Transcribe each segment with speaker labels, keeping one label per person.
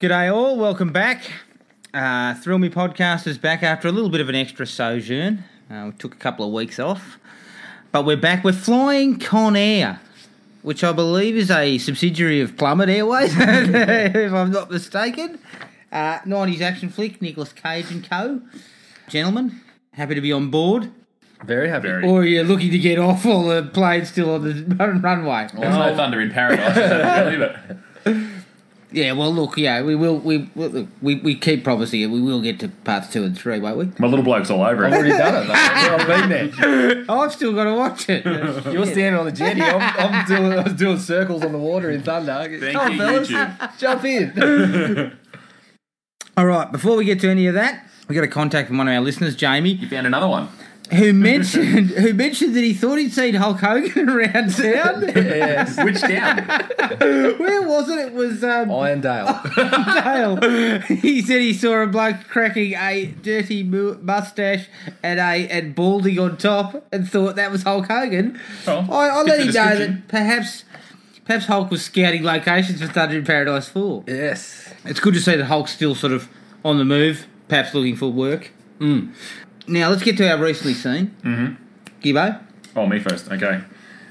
Speaker 1: G'day all, welcome back. Uh, Thrill Me Podcast is back after a little bit of an extra sojourn. Uh, we took a couple of weeks off, but we're back. We're flying Conair, which I believe is a subsidiary of Plummet Airways, if I'm not mistaken. Uh, 90s action flick, Nicholas Cage and co. Gentlemen, happy to be on board.
Speaker 2: Very happy.
Speaker 1: Or you're looking to get off while the plane's still on the run- runway.
Speaker 3: There's no thunder in paradise. is there, really, but
Speaker 1: Yeah, well, look, yeah, we will, we we we, we keep promising it. We will get to parts two and three, won't we?
Speaker 3: my little bloke's all over
Speaker 2: I've
Speaker 3: it.
Speaker 2: already done it. Though. I've been there.
Speaker 1: I've still got to watch it. oh,
Speaker 2: You're standing on the jetty. I'm, I'm doing, I was doing circles on the water in thunder.
Speaker 3: Thank you, YouTube.
Speaker 2: Jump in.
Speaker 1: All right, before we get to any of that, we got a contact from one of our listeners, Jamie,
Speaker 3: You found another one.
Speaker 1: who mentioned who mentioned that he thought he'd seen Hulk Hogan around town.
Speaker 2: yes.
Speaker 3: Which down?
Speaker 1: Where was it? It was um,
Speaker 2: Oh. Irondale.
Speaker 1: Dale. He said he saw a bloke cracking a dirty mu- mustache and a and balding on top, and thought that was Hulk Hogan.
Speaker 3: Oh,
Speaker 1: I, I let
Speaker 3: fit the
Speaker 1: him know
Speaker 3: description.
Speaker 1: that perhaps perhaps Hulk was scouting locations for Thunder in Paradise Four.
Speaker 2: Yes.
Speaker 1: It's good to see that Hulk's still sort of on the move, perhaps looking for work.
Speaker 3: Hmm.
Speaker 1: Now let's get to our recently seen. Mm-hmm. Gibbo,
Speaker 3: Oh, me first. Okay.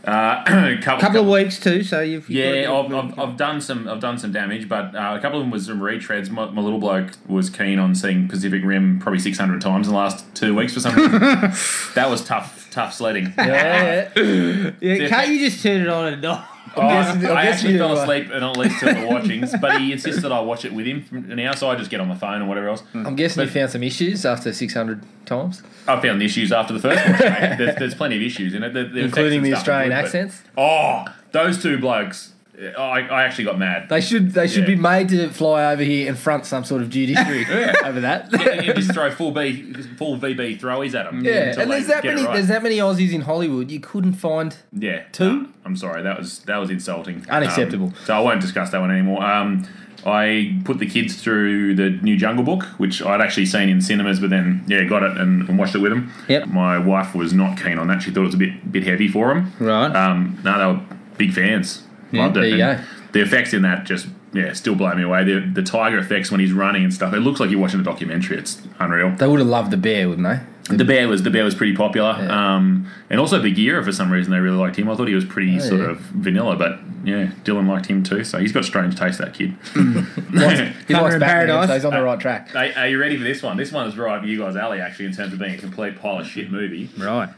Speaker 3: Uh, couple,
Speaker 1: couple of weeks too, so you've you've
Speaker 3: Yeah,
Speaker 1: got
Speaker 3: I've,
Speaker 1: to-
Speaker 3: I've, I've done some I've done some damage, but uh, a couple of them was some retreads. My, my little bloke was keen on seeing Pacific Rim probably six hundred times in the last two weeks for some reason. that was tough tough sledding.
Speaker 2: Yeah. yeah.
Speaker 1: yeah, can't you just turn it on and off?
Speaker 3: Oh, I,
Speaker 2: guessing- I'm
Speaker 3: I
Speaker 2: guessing
Speaker 3: actually
Speaker 2: you
Speaker 3: fell
Speaker 2: were-
Speaker 3: asleep and at least till the watchings, but he insisted I watch it with him now, so I just get on my phone or whatever else.
Speaker 2: I'm guessing you found some issues after 600 times,
Speaker 3: I found the issues after the first one. mate. There's, there's plenty of issues in it, There- there's
Speaker 2: including
Speaker 3: Texan
Speaker 2: the
Speaker 3: stuff
Speaker 2: Australian
Speaker 3: in it, but-
Speaker 2: accents.
Speaker 3: Oh, those two blokes! I, I actually got mad.
Speaker 2: They should they should be
Speaker 3: Yeah.
Speaker 2: made to fly over here and front some sort of judiciary over that.
Speaker 3: And you just throw full B, full VB throwies at them.
Speaker 2: Yeah, and there's that many there's that many Aussies in Hollywood you couldn't find.
Speaker 3: yeah,
Speaker 2: two?
Speaker 3: no, I'm sorry, that was that was insulting,
Speaker 2: Unacceptable.
Speaker 3: Um, so I won't discuss that one anymore. Um, I put the kids through the new Jungle Book, which I'd actually seen in cinemas, but then yeah, got it and, and watched it with them.
Speaker 1: Yep.
Speaker 3: My wife was not keen on that; she thought it was a bit bit heavy for them.
Speaker 1: Right.
Speaker 3: Um, no, they were big fans. Loved it.
Speaker 2: there you
Speaker 3: And
Speaker 2: go.
Speaker 3: The effects in that just yeah still blow me away. The, the tiger effects when he's running and stuff. It looks like you're watching a documentary. It's unreal.
Speaker 2: They would have loved the bear, wouldn't they?
Speaker 3: The bear was the bear was pretty popular,
Speaker 2: Yeah.
Speaker 3: um, and also Big Ear for some reason they really liked him. I thought he was pretty sort
Speaker 2: Oh, yeah.
Speaker 3: of vanilla, but yeah, Dylan liked him too. So he's got strange taste that kid.
Speaker 2: Mm. He
Speaker 1: Thunder
Speaker 2: likes
Speaker 1: in
Speaker 2: Batman,
Speaker 1: Paradise.
Speaker 2: so he's on
Speaker 3: Uh,
Speaker 2: the right track.
Speaker 3: are, are you ready for this one? This one is right up you guys' alley actually in terms of being a complete pile of shit movie.
Speaker 1: Right.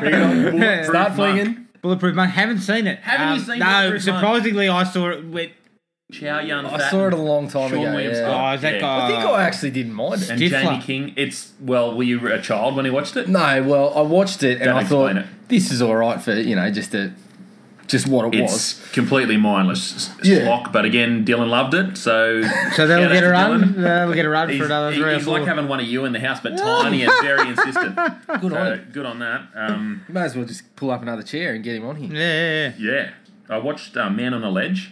Speaker 3: Bring it on, Bulletproof
Speaker 2: Start
Speaker 3: Monk.
Speaker 2: flinging.
Speaker 1: Bulletproof Monk. Haven't seen it. Um,
Speaker 3: Haven't you seen
Speaker 1: No,
Speaker 3: Bulletproof Monk?
Speaker 1: surprisingly, I saw it. With,
Speaker 3: Chow Yun Fat.
Speaker 2: I saw it a long time
Speaker 3: Sean
Speaker 2: ago.
Speaker 3: Williams
Speaker 2: yeah.
Speaker 3: Scott.
Speaker 1: oh, is that
Speaker 3: Yeah.
Speaker 1: guy?
Speaker 2: I think I actually didn't mind it.
Speaker 3: and
Speaker 1: Stifler.
Speaker 3: Jamie King. It's well, were you a child when you watched it?
Speaker 2: No, well, I watched it and
Speaker 3: Don't
Speaker 2: I thought
Speaker 3: explain it.
Speaker 2: this is all right for you know just a, just what it
Speaker 3: It's
Speaker 2: was.
Speaker 3: completely mindless s- s-
Speaker 2: Yeah.
Speaker 3: schlock, but again, Dylan loved it, so
Speaker 1: So
Speaker 3: shout
Speaker 1: they'll
Speaker 3: out
Speaker 1: get
Speaker 3: to
Speaker 1: a run.
Speaker 3: Dylan.
Speaker 1: They'll get a run
Speaker 3: He's,
Speaker 1: for another
Speaker 3: he-
Speaker 1: three or
Speaker 3: he's like
Speaker 1: four.
Speaker 3: having one of you in the house, but tiny and very insistent. Good
Speaker 2: on
Speaker 3: so, Good on that. Um,
Speaker 2: You may as well just pull up another chair and get him on here.
Speaker 1: Yeah, yeah, yeah.
Speaker 3: yeah, I watched uh, Man on a Ledge.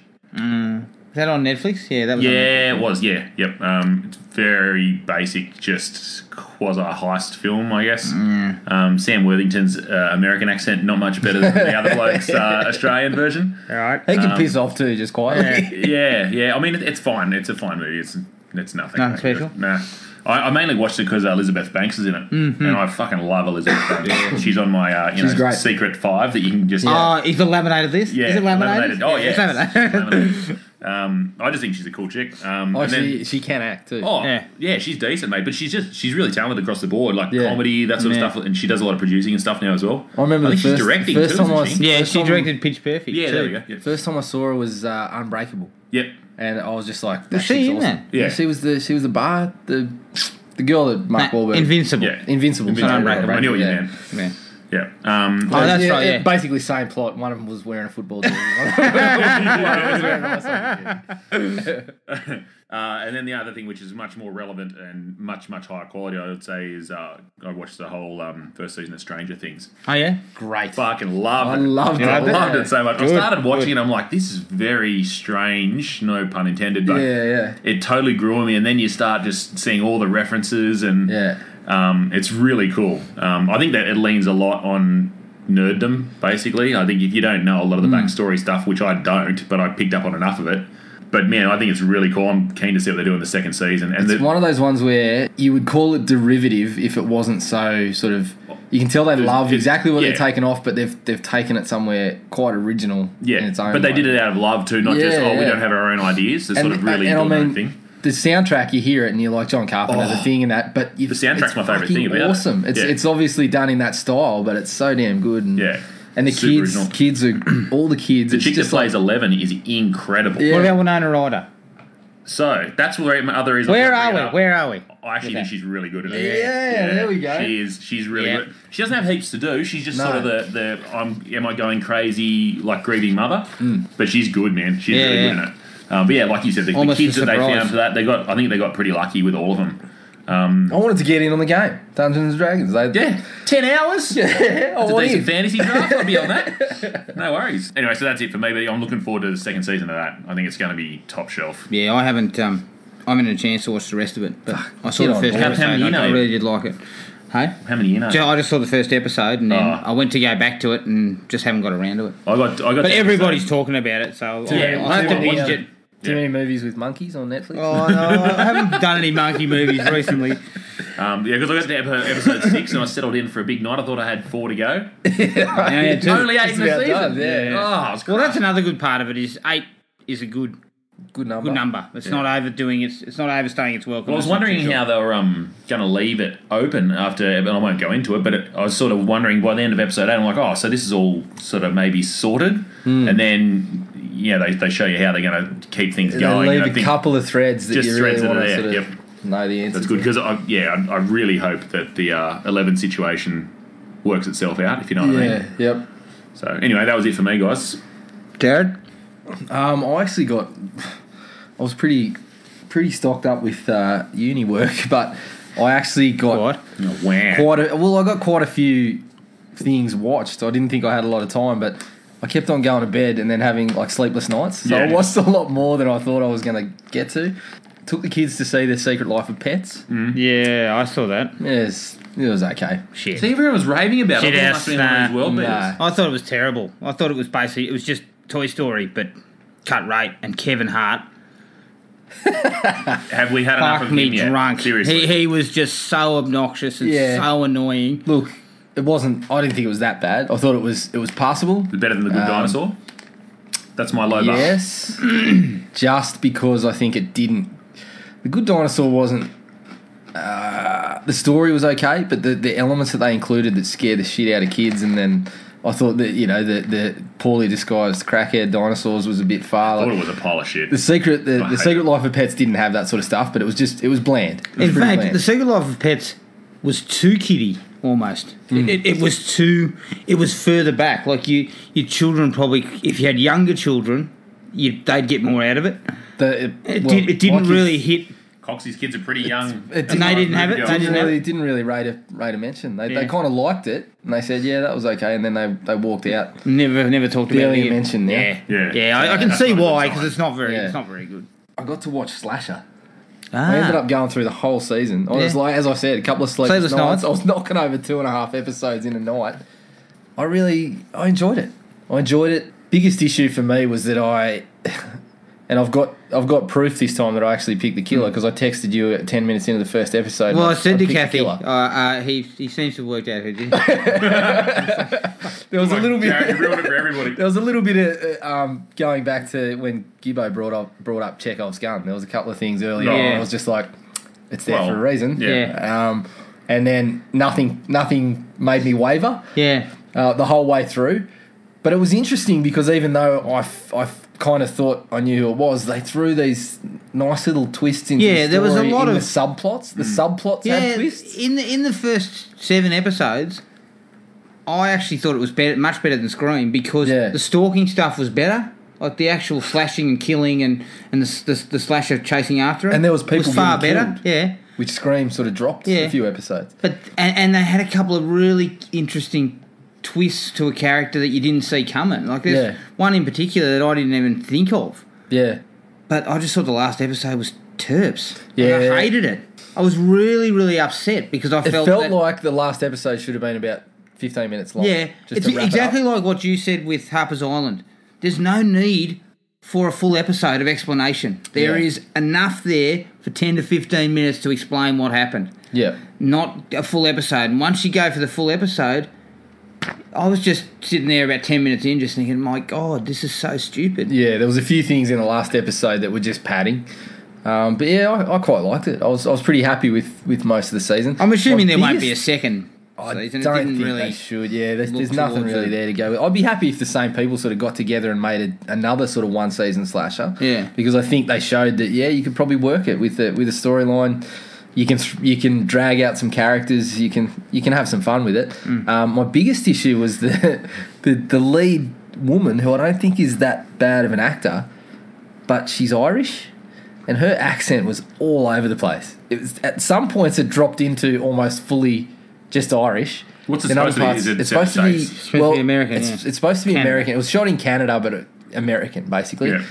Speaker 1: Is that on Netflix? Yeah, that was. On
Speaker 3: Yeah, it was. Yeah, yep. Um, it's very basic, just quasi heist film, I guess. Um, Sam Worthington's uh, American accent not much better than the other bloke's uh, Australian version.
Speaker 1: All right.
Speaker 2: He can
Speaker 3: Um,
Speaker 2: piss off too, just quietly.
Speaker 3: yeah, yeah. I mean, it, it's fine. It's a fine movie. It's it's nothing.
Speaker 1: Nothing special?
Speaker 3: Nah. I, I mainly watched it because Elizabeth Banks is in it, and I fucking love Elizabeth Banks. She's on my uh, you
Speaker 2: Mm-hmm. She's
Speaker 3: know
Speaker 2: great.
Speaker 3: secret five that you can just
Speaker 1: Oh, is it laminated this?
Speaker 3: yeah
Speaker 1: Is it laminated?
Speaker 3: uh, Oh yeah,
Speaker 1: It's laminated.
Speaker 3: Laminated. Um, I just think she's a cool chick. Um,
Speaker 2: oh,
Speaker 3: and then-
Speaker 2: she, she can act too.
Speaker 3: Oh
Speaker 1: Yeah.
Speaker 3: yeah. she's decent, mate. But she's just she's really talented across the board, like
Speaker 2: Yeah.
Speaker 3: comedy, that sort of
Speaker 1: Yeah.
Speaker 3: stuff. And she does a lot of producing and stuff now as well.
Speaker 2: I remember the
Speaker 3: think
Speaker 2: first-
Speaker 3: she's directing
Speaker 2: first
Speaker 3: too.
Speaker 2: time I
Speaker 3: isn't she?
Speaker 2: s-
Speaker 1: yeah,
Speaker 2: First
Speaker 1: she
Speaker 2: time-
Speaker 1: directed Pitch Perfect.
Speaker 3: yeah,
Speaker 1: too.
Speaker 3: there we go. Yeah.
Speaker 2: First time I saw her was uh, Unbreakable,
Speaker 3: Yep.
Speaker 2: and I was just like,
Speaker 1: Was
Speaker 2: that
Speaker 1: she
Speaker 2: chick's
Speaker 1: in
Speaker 2: awesome.
Speaker 1: that?
Speaker 3: Yeah.
Speaker 2: she was the she was the bar the the girl that Mark
Speaker 1: Nah,
Speaker 2: Wahlberg
Speaker 1: Invincible.
Speaker 3: Yeah.
Speaker 2: Invincible. sorry,
Speaker 1: Unbreakable.
Speaker 3: I knew what you
Speaker 2: yeah.
Speaker 3: meant.
Speaker 1: Yeah.
Speaker 3: Yeah. Um,
Speaker 1: Oh, that's right, yeah.
Speaker 2: Basically, same plot. One of them was wearing a football jersey. One was wearing a nice one, yeah.
Speaker 3: Uh, and then the other thing, which is much more relevant and much much higher quality, I would say, is uh, I watched the whole um, first season of Stranger Things.
Speaker 1: Oh yeah.
Speaker 2: Great.
Speaker 3: Fucking loved
Speaker 2: I
Speaker 3: it.
Speaker 2: loved
Speaker 3: I
Speaker 2: it.
Speaker 3: loved it so much.
Speaker 1: Good,
Speaker 3: I started watching it. I'm like, this is very strange. No pun intended. But
Speaker 2: Yeah, yeah.
Speaker 3: It totally grew on me, and then you start just seeing all the references, and
Speaker 2: Yeah.
Speaker 3: um, it's really cool. Um, I think that it leans a lot on
Speaker 2: Hmm.
Speaker 3: nerddom, basically. I think if you don't know a lot of the backstory stuff, which I don't, but I picked up on enough of it, But man, I think it's really cool. I'm keen to see what they do in the second season. And
Speaker 2: It's
Speaker 3: the,
Speaker 2: one of those ones where you would call it derivative if it wasn't so sort of. You can tell they love
Speaker 3: it's-
Speaker 2: exactly what
Speaker 3: yeah.
Speaker 2: they're taking off, but they've they've taken it somewhere quite original.
Speaker 3: yeah,
Speaker 2: in its own
Speaker 3: but they
Speaker 2: way.
Speaker 3: did it out of love too, not just
Speaker 2: Yeah,
Speaker 3: oh we
Speaker 2: yeah.
Speaker 3: don't have our own ideas. It's sort of really
Speaker 2: and I
Speaker 3: doing their own
Speaker 2: mean,
Speaker 3: thing.
Speaker 2: The soundtrack you hear it and you're like John Carpenter
Speaker 3: Oh.
Speaker 2: the thing and that, but you, the
Speaker 3: soundtrack's my favourite thing about it.
Speaker 2: Awesome! It's
Speaker 3: Yeah.
Speaker 2: it's obviously done in that style, but it's so damn good. And,
Speaker 3: Yeah.
Speaker 2: and the
Speaker 3: Super
Speaker 2: kids,
Speaker 3: original.
Speaker 2: kids are all the kids.
Speaker 3: The
Speaker 2: it's
Speaker 3: chick that
Speaker 2: just like-
Speaker 3: plays Eleven is incredible.
Speaker 2: Yeah.
Speaker 1: What about Winona Ryder?
Speaker 3: So that's where my other reason. I
Speaker 1: Where
Speaker 3: wanted to
Speaker 1: are
Speaker 3: bring it
Speaker 1: we?
Speaker 3: up.
Speaker 1: Where are we?
Speaker 3: I actually
Speaker 1: Okay.
Speaker 3: think she's really good at it.
Speaker 2: Yeah, there we go.
Speaker 3: She is. She's really
Speaker 1: Yeah.
Speaker 3: good. She doesn't have heaps to do. She's just
Speaker 2: No.
Speaker 3: sort of the, the I'm am I going crazy like grieving mother? But she's good, man. She's
Speaker 1: Mm. Yeah,
Speaker 3: really
Speaker 1: yeah.
Speaker 3: good at it. Um, but yeah, like you said, the, the
Speaker 1: Almost a
Speaker 3: kids that they
Speaker 1: surprise.
Speaker 3: found for that, they got. I think they got pretty lucky with all of them.
Speaker 2: I wanted to get in on the game, Dungeons and Dragons. They,
Speaker 3: Yeah, ten hours. Yeah,
Speaker 2: yeah, I
Speaker 3: That's a
Speaker 2: want
Speaker 3: decent
Speaker 2: in.
Speaker 3: fantasy draft. I'll be on that. No worries. Anyway, so that's it for me. But I'm looking forward to the second season of that. I think it's going to be top shelf.
Speaker 1: Yeah, I haven't. Um, I haven't had a chance to watch the rest of it, but I saw
Speaker 2: get
Speaker 1: the first
Speaker 2: on board.
Speaker 1: episode.
Speaker 3: How many
Speaker 1: and I
Speaker 3: you know?
Speaker 1: really did like it. Hey,
Speaker 3: How many you know?
Speaker 1: so I just saw the first episode, and then
Speaker 3: Oh.
Speaker 1: I went to go back to it, and just haven't got around to it.
Speaker 3: I got. I got.
Speaker 1: But
Speaker 3: the
Speaker 1: everybody's
Speaker 3: episode.
Speaker 1: talking about it, so I-
Speaker 3: Yeah,
Speaker 1: I, have to
Speaker 3: well,
Speaker 1: binge
Speaker 2: yeah.
Speaker 1: it.
Speaker 2: Too many movies with monkeys on Netflix.
Speaker 1: Oh no, I haven't done any monkey movies recently.
Speaker 3: Um, yeah, because I got to ep- episode six and I settled in for a big night. I thought I had four to go.
Speaker 1: I only had two.
Speaker 3: Only eight
Speaker 2: Just
Speaker 3: in the
Speaker 2: about
Speaker 3: season.
Speaker 2: done, yeah.
Speaker 3: Oh, it's
Speaker 1: well, that's another good part of it is eight is a good
Speaker 2: good number.
Speaker 1: good number. It's not overdoing it. It's not overstaying its welcome.
Speaker 3: Well, I was
Speaker 1: It's not too
Speaker 3: wondering
Speaker 1: short.
Speaker 3: how they were um, going to leave it open after, and I won't go into it, but it, I was sort of wondering by the end of episode eight, I'm like, oh, so this is all sort of maybe sorted,
Speaker 2: Hmm.
Speaker 3: and then yeah, they, they show you how they're going to keep things
Speaker 2: They
Speaker 3: going.
Speaker 2: leave
Speaker 3: and I
Speaker 2: a
Speaker 3: think
Speaker 2: couple of threads that
Speaker 3: just
Speaker 2: you
Speaker 3: threads
Speaker 2: really
Speaker 3: that are
Speaker 2: want to
Speaker 3: there,
Speaker 2: sort of
Speaker 3: yep.
Speaker 2: know the answer.
Speaker 3: that's good because I, yeah, I, I really hope that the uh, eleven situation works itself out. If you know what I
Speaker 2: Yeah.
Speaker 3: mean.
Speaker 2: Yep.
Speaker 3: So anyway, that was it for me, guys.
Speaker 1: Jared.
Speaker 2: Um, I actually got. I was pretty, pretty stocked up with uh, uni work, but I actually got
Speaker 1: What?
Speaker 3: Wow.
Speaker 2: quite a well. I got quite a few things watched. I didn't think I had a lot of time, but I kept on going to bed and then having like sleepless nights. So I
Speaker 3: Yeah.
Speaker 2: watched a lot more than I thought I was going to get to. Took the kids to see The Secret Life of Pets.
Speaker 3: Mm.
Speaker 1: Yeah, I saw that.
Speaker 2: Yes, it was okay.
Speaker 1: Shit.
Speaker 3: See, everyone was raving about
Speaker 1: Shit
Speaker 3: it. I thought it
Speaker 1: ass,
Speaker 3: must have been one of these world
Speaker 2: nah.
Speaker 3: beaters.
Speaker 1: I thought it was terrible. I thought it was basically it was just Toy Story, but cut rate and Kevin Hart.
Speaker 3: Have we had enough
Speaker 1: Fuck
Speaker 3: of him
Speaker 1: me
Speaker 3: yet?
Speaker 1: drunk. He,
Speaker 3: Seriously.
Speaker 1: he was just so obnoxious and
Speaker 2: Yeah.
Speaker 1: so annoying.
Speaker 2: Look, it wasn't. I didn't think it was that bad. I thought it was. It was passable.
Speaker 3: Better than the good
Speaker 2: Um,
Speaker 3: dinosaur? That's my low bar.
Speaker 2: Yes, just because I think it didn't. The Good Dinosaur wasn't. Uh, the story was okay, but the, the elements that they included that scared the shit out of kids, and then I thought that you know the the poorly disguised crackhead dinosaurs was a bit far.
Speaker 3: I
Speaker 2: Like,
Speaker 3: thought it was a pile of shit.
Speaker 2: the secret the,
Speaker 3: I
Speaker 2: the
Speaker 3: hate
Speaker 2: Secret Life of Pets didn't have that sort of stuff, but it was just it was bland. It was
Speaker 1: In
Speaker 2: pretty
Speaker 1: fact,
Speaker 2: bland.
Speaker 1: the Secret Life of Pets was too kiddie almost.
Speaker 2: Hmm.
Speaker 1: It, it, it was too. It was further back. Like you, your children probably, if you had younger children, you, they'd get more out of it.
Speaker 2: The-
Speaker 1: It,
Speaker 2: well,
Speaker 1: did, it didn't
Speaker 2: Mikey's-
Speaker 1: really hit.
Speaker 3: Coxie's kids are pretty young.
Speaker 2: It
Speaker 1: And
Speaker 2: didn't,
Speaker 1: they didn't have it. They
Speaker 2: didn't
Speaker 1: didn't have
Speaker 2: really
Speaker 1: it.
Speaker 2: didn't really rate a rate a mention. They,
Speaker 1: Yeah.
Speaker 2: they kind of liked it, and they said, "Yeah, that was okay," and then they they walked out.
Speaker 1: Never, never talked about
Speaker 2: Barely
Speaker 1: it. again.
Speaker 2: mentioned now.
Speaker 1: Yeah,
Speaker 3: Yeah.
Speaker 1: yeah. I, I can
Speaker 3: That's
Speaker 1: see
Speaker 3: not a good
Speaker 1: why
Speaker 3: sign.
Speaker 1: because it's not very,
Speaker 2: Yeah.
Speaker 1: it's not very good.
Speaker 2: I got to watch Slasher.
Speaker 1: Ah.
Speaker 2: I ended up going through the whole season. I was
Speaker 1: Yeah.
Speaker 2: like, as I said, a couple of sleepless,
Speaker 1: Sleepless
Speaker 2: nights.
Speaker 1: nights.
Speaker 2: I was knocking over two and a half episodes in a night. I really, I enjoyed it. I enjoyed it. Biggest issue for me was that I, and I've got, I've got proof this time that I actually picked the killer because I texted you at ten minutes into the first episode.
Speaker 1: Well, I
Speaker 2: and
Speaker 1: said to
Speaker 2: picked
Speaker 1: Kathy,
Speaker 2: the
Speaker 1: uh,
Speaker 2: killer.
Speaker 1: uh, he he seems to have worked out who did. it.
Speaker 2: there was a little bit.
Speaker 3: Jared, you ruined it for everybody.
Speaker 2: There was a little bit of uh, um, going back to when Gibbo brought up brought up Chekhov's gun. There was a couple of things earlier.
Speaker 3: Yeah.
Speaker 2: on. I was just like, it's there
Speaker 3: Well,
Speaker 2: for a reason.
Speaker 3: yeah.
Speaker 2: Um, and then nothing nothing made me waver
Speaker 1: Yeah,
Speaker 2: uh, the whole way through. But it was interesting because even though I, f- I f- kind of thought I knew who it was, they threw these nice little twists into
Speaker 1: Yeah,
Speaker 2: the
Speaker 1: there was a
Speaker 2: story
Speaker 1: lot
Speaker 2: in
Speaker 1: of-
Speaker 2: the subplots. The
Speaker 3: Mm.
Speaker 2: subplots
Speaker 1: yeah.
Speaker 2: had twists.
Speaker 1: In the in the first seven episodes, I actually thought it was better, much better than Scream because
Speaker 2: Yeah.
Speaker 1: the stalking stuff was better. Like the actual slashing and killing and and the s- the, s- the slasher chasing after him,
Speaker 2: And there was people
Speaker 1: was far
Speaker 2: getting
Speaker 1: better.
Speaker 2: killed.
Speaker 1: Yeah,
Speaker 2: Which Scream sort of dropped
Speaker 1: Yeah.
Speaker 2: a few episodes.
Speaker 1: but and, and they had a couple of really interesting twists to a character that you didn't see coming. Like there's
Speaker 2: Yeah.
Speaker 1: one in particular that I didn't even think of.
Speaker 2: Yeah.
Speaker 1: But I just thought the last episode was terps. And
Speaker 2: Yeah.
Speaker 1: I hated it. I was really, really upset because I
Speaker 2: It
Speaker 1: felt,
Speaker 2: felt,
Speaker 1: that-
Speaker 2: like the last episode should have been about 15 minutes long.
Speaker 1: yeah,
Speaker 2: just
Speaker 1: it's e-
Speaker 2: to wrap
Speaker 1: exactly
Speaker 2: It up.
Speaker 1: like what you said with Harper's Island. There's no need for a full episode of explanation. There
Speaker 2: Yeah.
Speaker 1: is enough there for 10 to 15 minutes to explain what happened,
Speaker 2: Yeah.
Speaker 1: not a full episode. And once you go for the full episode, I was just sitting there about 10 minutes in, just thinking, my God, this is so stupid.
Speaker 2: Yeah, there was a few things in the last episode that were just padding. Um, but yeah, I, I quite liked it. I was I was pretty happy with, with most of the season.
Speaker 1: I'm assuming
Speaker 2: My
Speaker 1: there won't be a
Speaker 2: biggest-
Speaker 1: second
Speaker 2: I
Speaker 1: season.
Speaker 2: don't
Speaker 1: it didn't
Speaker 2: think
Speaker 1: really.
Speaker 2: they should. Yeah, there's,
Speaker 1: look
Speaker 2: there's nothing
Speaker 1: towards
Speaker 2: really
Speaker 1: it.
Speaker 2: there to go with. I'd be happy if the same people sort of got together and made a, another sort of one season slasher.
Speaker 1: Yeah.
Speaker 2: because I think they showed that yeah, you could probably work it with a, with a storyline. You can th- you can drag out some characters. You can you can have some fun with it. Um, my biggest issue was the, the the lead woman who I don't think is that bad of an actor, but she's Irish. And her accent was all over the place. It was, at some points, it dropped into almost fully just Irish.
Speaker 3: What's it
Speaker 2: In
Speaker 3: supposed
Speaker 2: other
Speaker 3: to
Speaker 2: parts-
Speaker 3: be? Is it
Speaker 2: it's
Speaker 3: set in
Speaker 2: supposed to be
Speaker 3: States? It's
Speaker 1: supposed to be American,
Speaker 2: It's,
Speaker 1: yeah.
Speaker 2: it's supposed to be
Speaker 1: Canada.
Speaker 2: American. It was shot in Canada, but it- American basically.
Speaker 3: Yeah.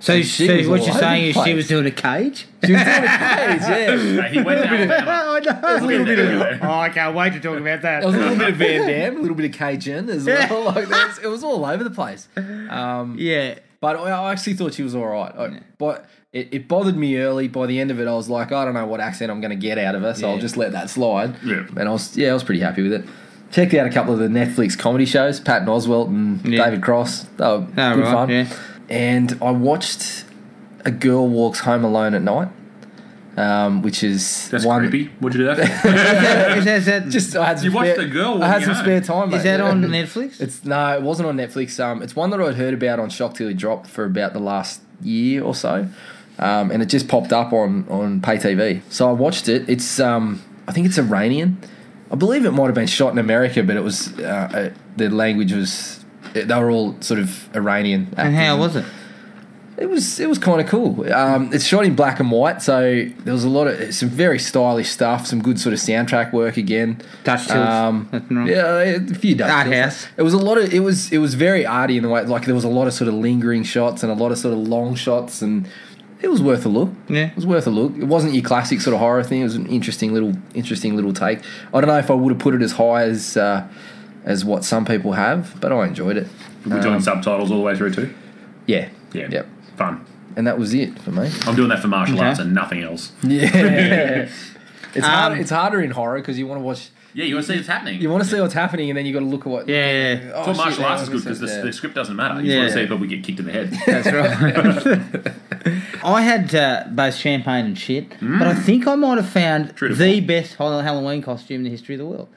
Speaker 1: So,
Speaker 2: And she
Speaker 1: so
Speaker 2: was
Speaker 1: what
Speaker 2: all
Speaker 1: you're
Speaker 2: over
Speaker 1: saying
Speaker 2: the
Speaker 1: is she
Speaker 2: place.
Speaker 1: was doing a cage?
Speaker 2: She was doing a cage, yeah.
Speaker 3: Hey, Uh, he went to Alabama.
Speaker 1: I know.
Speaker 3: A little bit of-
Speaker 1: Oh, I can't wait to talk about that.
Speaker 2: There was a little bit of Van Damme, a little bit of Cajun as well.
Speaker 1: Yeah.
Speaker 2: Like there was- it was all over the place. Um,
Speaker 1: Yeah.
Speaker 2: But I I actually thought she was all right. I, But it, it bothered me early. By the end of it, I was like, I don't know what accent I'm going to get out of her, so I'll
Speaker 1: Yeah.
Speaker 2: just let that slide.
Speaker 3: Yeah.
Speaker 2: And I was, yeah, I was pretty happy with it. Checked out a couple of the Netflix comedy shows, Patton Oswalt and
Speaker 1: Yeah.
Speaker 2: David Cross. They were good
Speaker 1: right,
Speaker 2: fun.
Speaker 1: yeah.
Speaker 2: And I watched A Girl Walks Home Alone at Night, um, which is
Speaker 3: That's
Speaker 2: one.
Speaker 3: creepy. What'd you do that?
Speaker 1: Is that, is that,
Speaker 2: Just I had some
Speaker 3: You watched
Speaker 2: spare,
Speaker 3: A Girl
Speaker 2: I had
Speaker 3: Walking
Speaker 2: some
Speaker 3: Home.
Speaker 2: spare time.
Speaker 1: is
Speaker 2: mate,
Speaker 1: that
Speaker 2: yeah.
Speaker 1: on Netflix?
Speaker 2: It's no, it wasn't on Netflix. Um, it's one that I'd heard about on Shock Till It Dropped for about the last year or so, um, and it just popped up on on pay TV. So I watched it. It's um, I think it's Iranian. I believe it might have been shot in America, but it was uh, uh, the language was they were all sort of Iranian.
Speaker 1: and how was it?
Speaker 2: It was it was kind of cool. Um, it's shot in black and white, so there was a lot of some very stylish stuff, some good sort of soundtrack work again. Um,
Speaker 1: Dutch Tales. Nothing wrong.
Speaker 2: Yeah, a few Dutch
Speaker 1: Art
Speaker 2: Tales.
Speaker 1: house.
Speaker 2: It was a lot of it was it was very arty in the way like there was a lot of sort of lingering shots and a lot of sort of long shots and it was worth a look.
Speaker 1: Yeah.
Speaker 2: It was worth a look. It wasn't your classic sort of horror thing. It was an interesting little interesting little take. I don't know if I would have put it as high as uh, as what some people have, but I enjoyed it.
Speaker 3: We're doing subtitles all the way through too.
Speaker 2: Yeah.
Speaker 3: Yeah.
Speaker 2: Yep.
Speaker 3: Fun.
Speaker 2: And that was it for me.
Speaker 3: I'm doing that for martial
Speaker 1: Okay.
Speaker 3: arts and nothing else.
Speaker 2: Yeah. it's hard,
Speaker 1: Um,
Speaker 2: it's harder in horror because you want to watch
Speaker 3: Yeah, you want to see what's happening.
Speaker 2: you want to see what's happening and then you got to look at what
Speaker 1: Yeah, yeah.
Speaker 2: Oh,
Speaker 3: Well,
Speaker 2: shit,
Speaker 3: martial
Speaker 2: that
Speaker 3: arts is good
Speaker 2: was-
Speaker 3: because the,
Speaker 2: yeah.
Speaker 3: the script doesn't matter.
Speaker 1: Yeah.
Speaker 3: You just want to see people get kicked in the head.
Speaker 1: That's right. I had uh, both champagne and shit, but I think I might have found
Speaker 3: True to
Speaker 1: the
Speaker 3: form.
Speaker 1: best Hall- Halloween costume in the history of the world.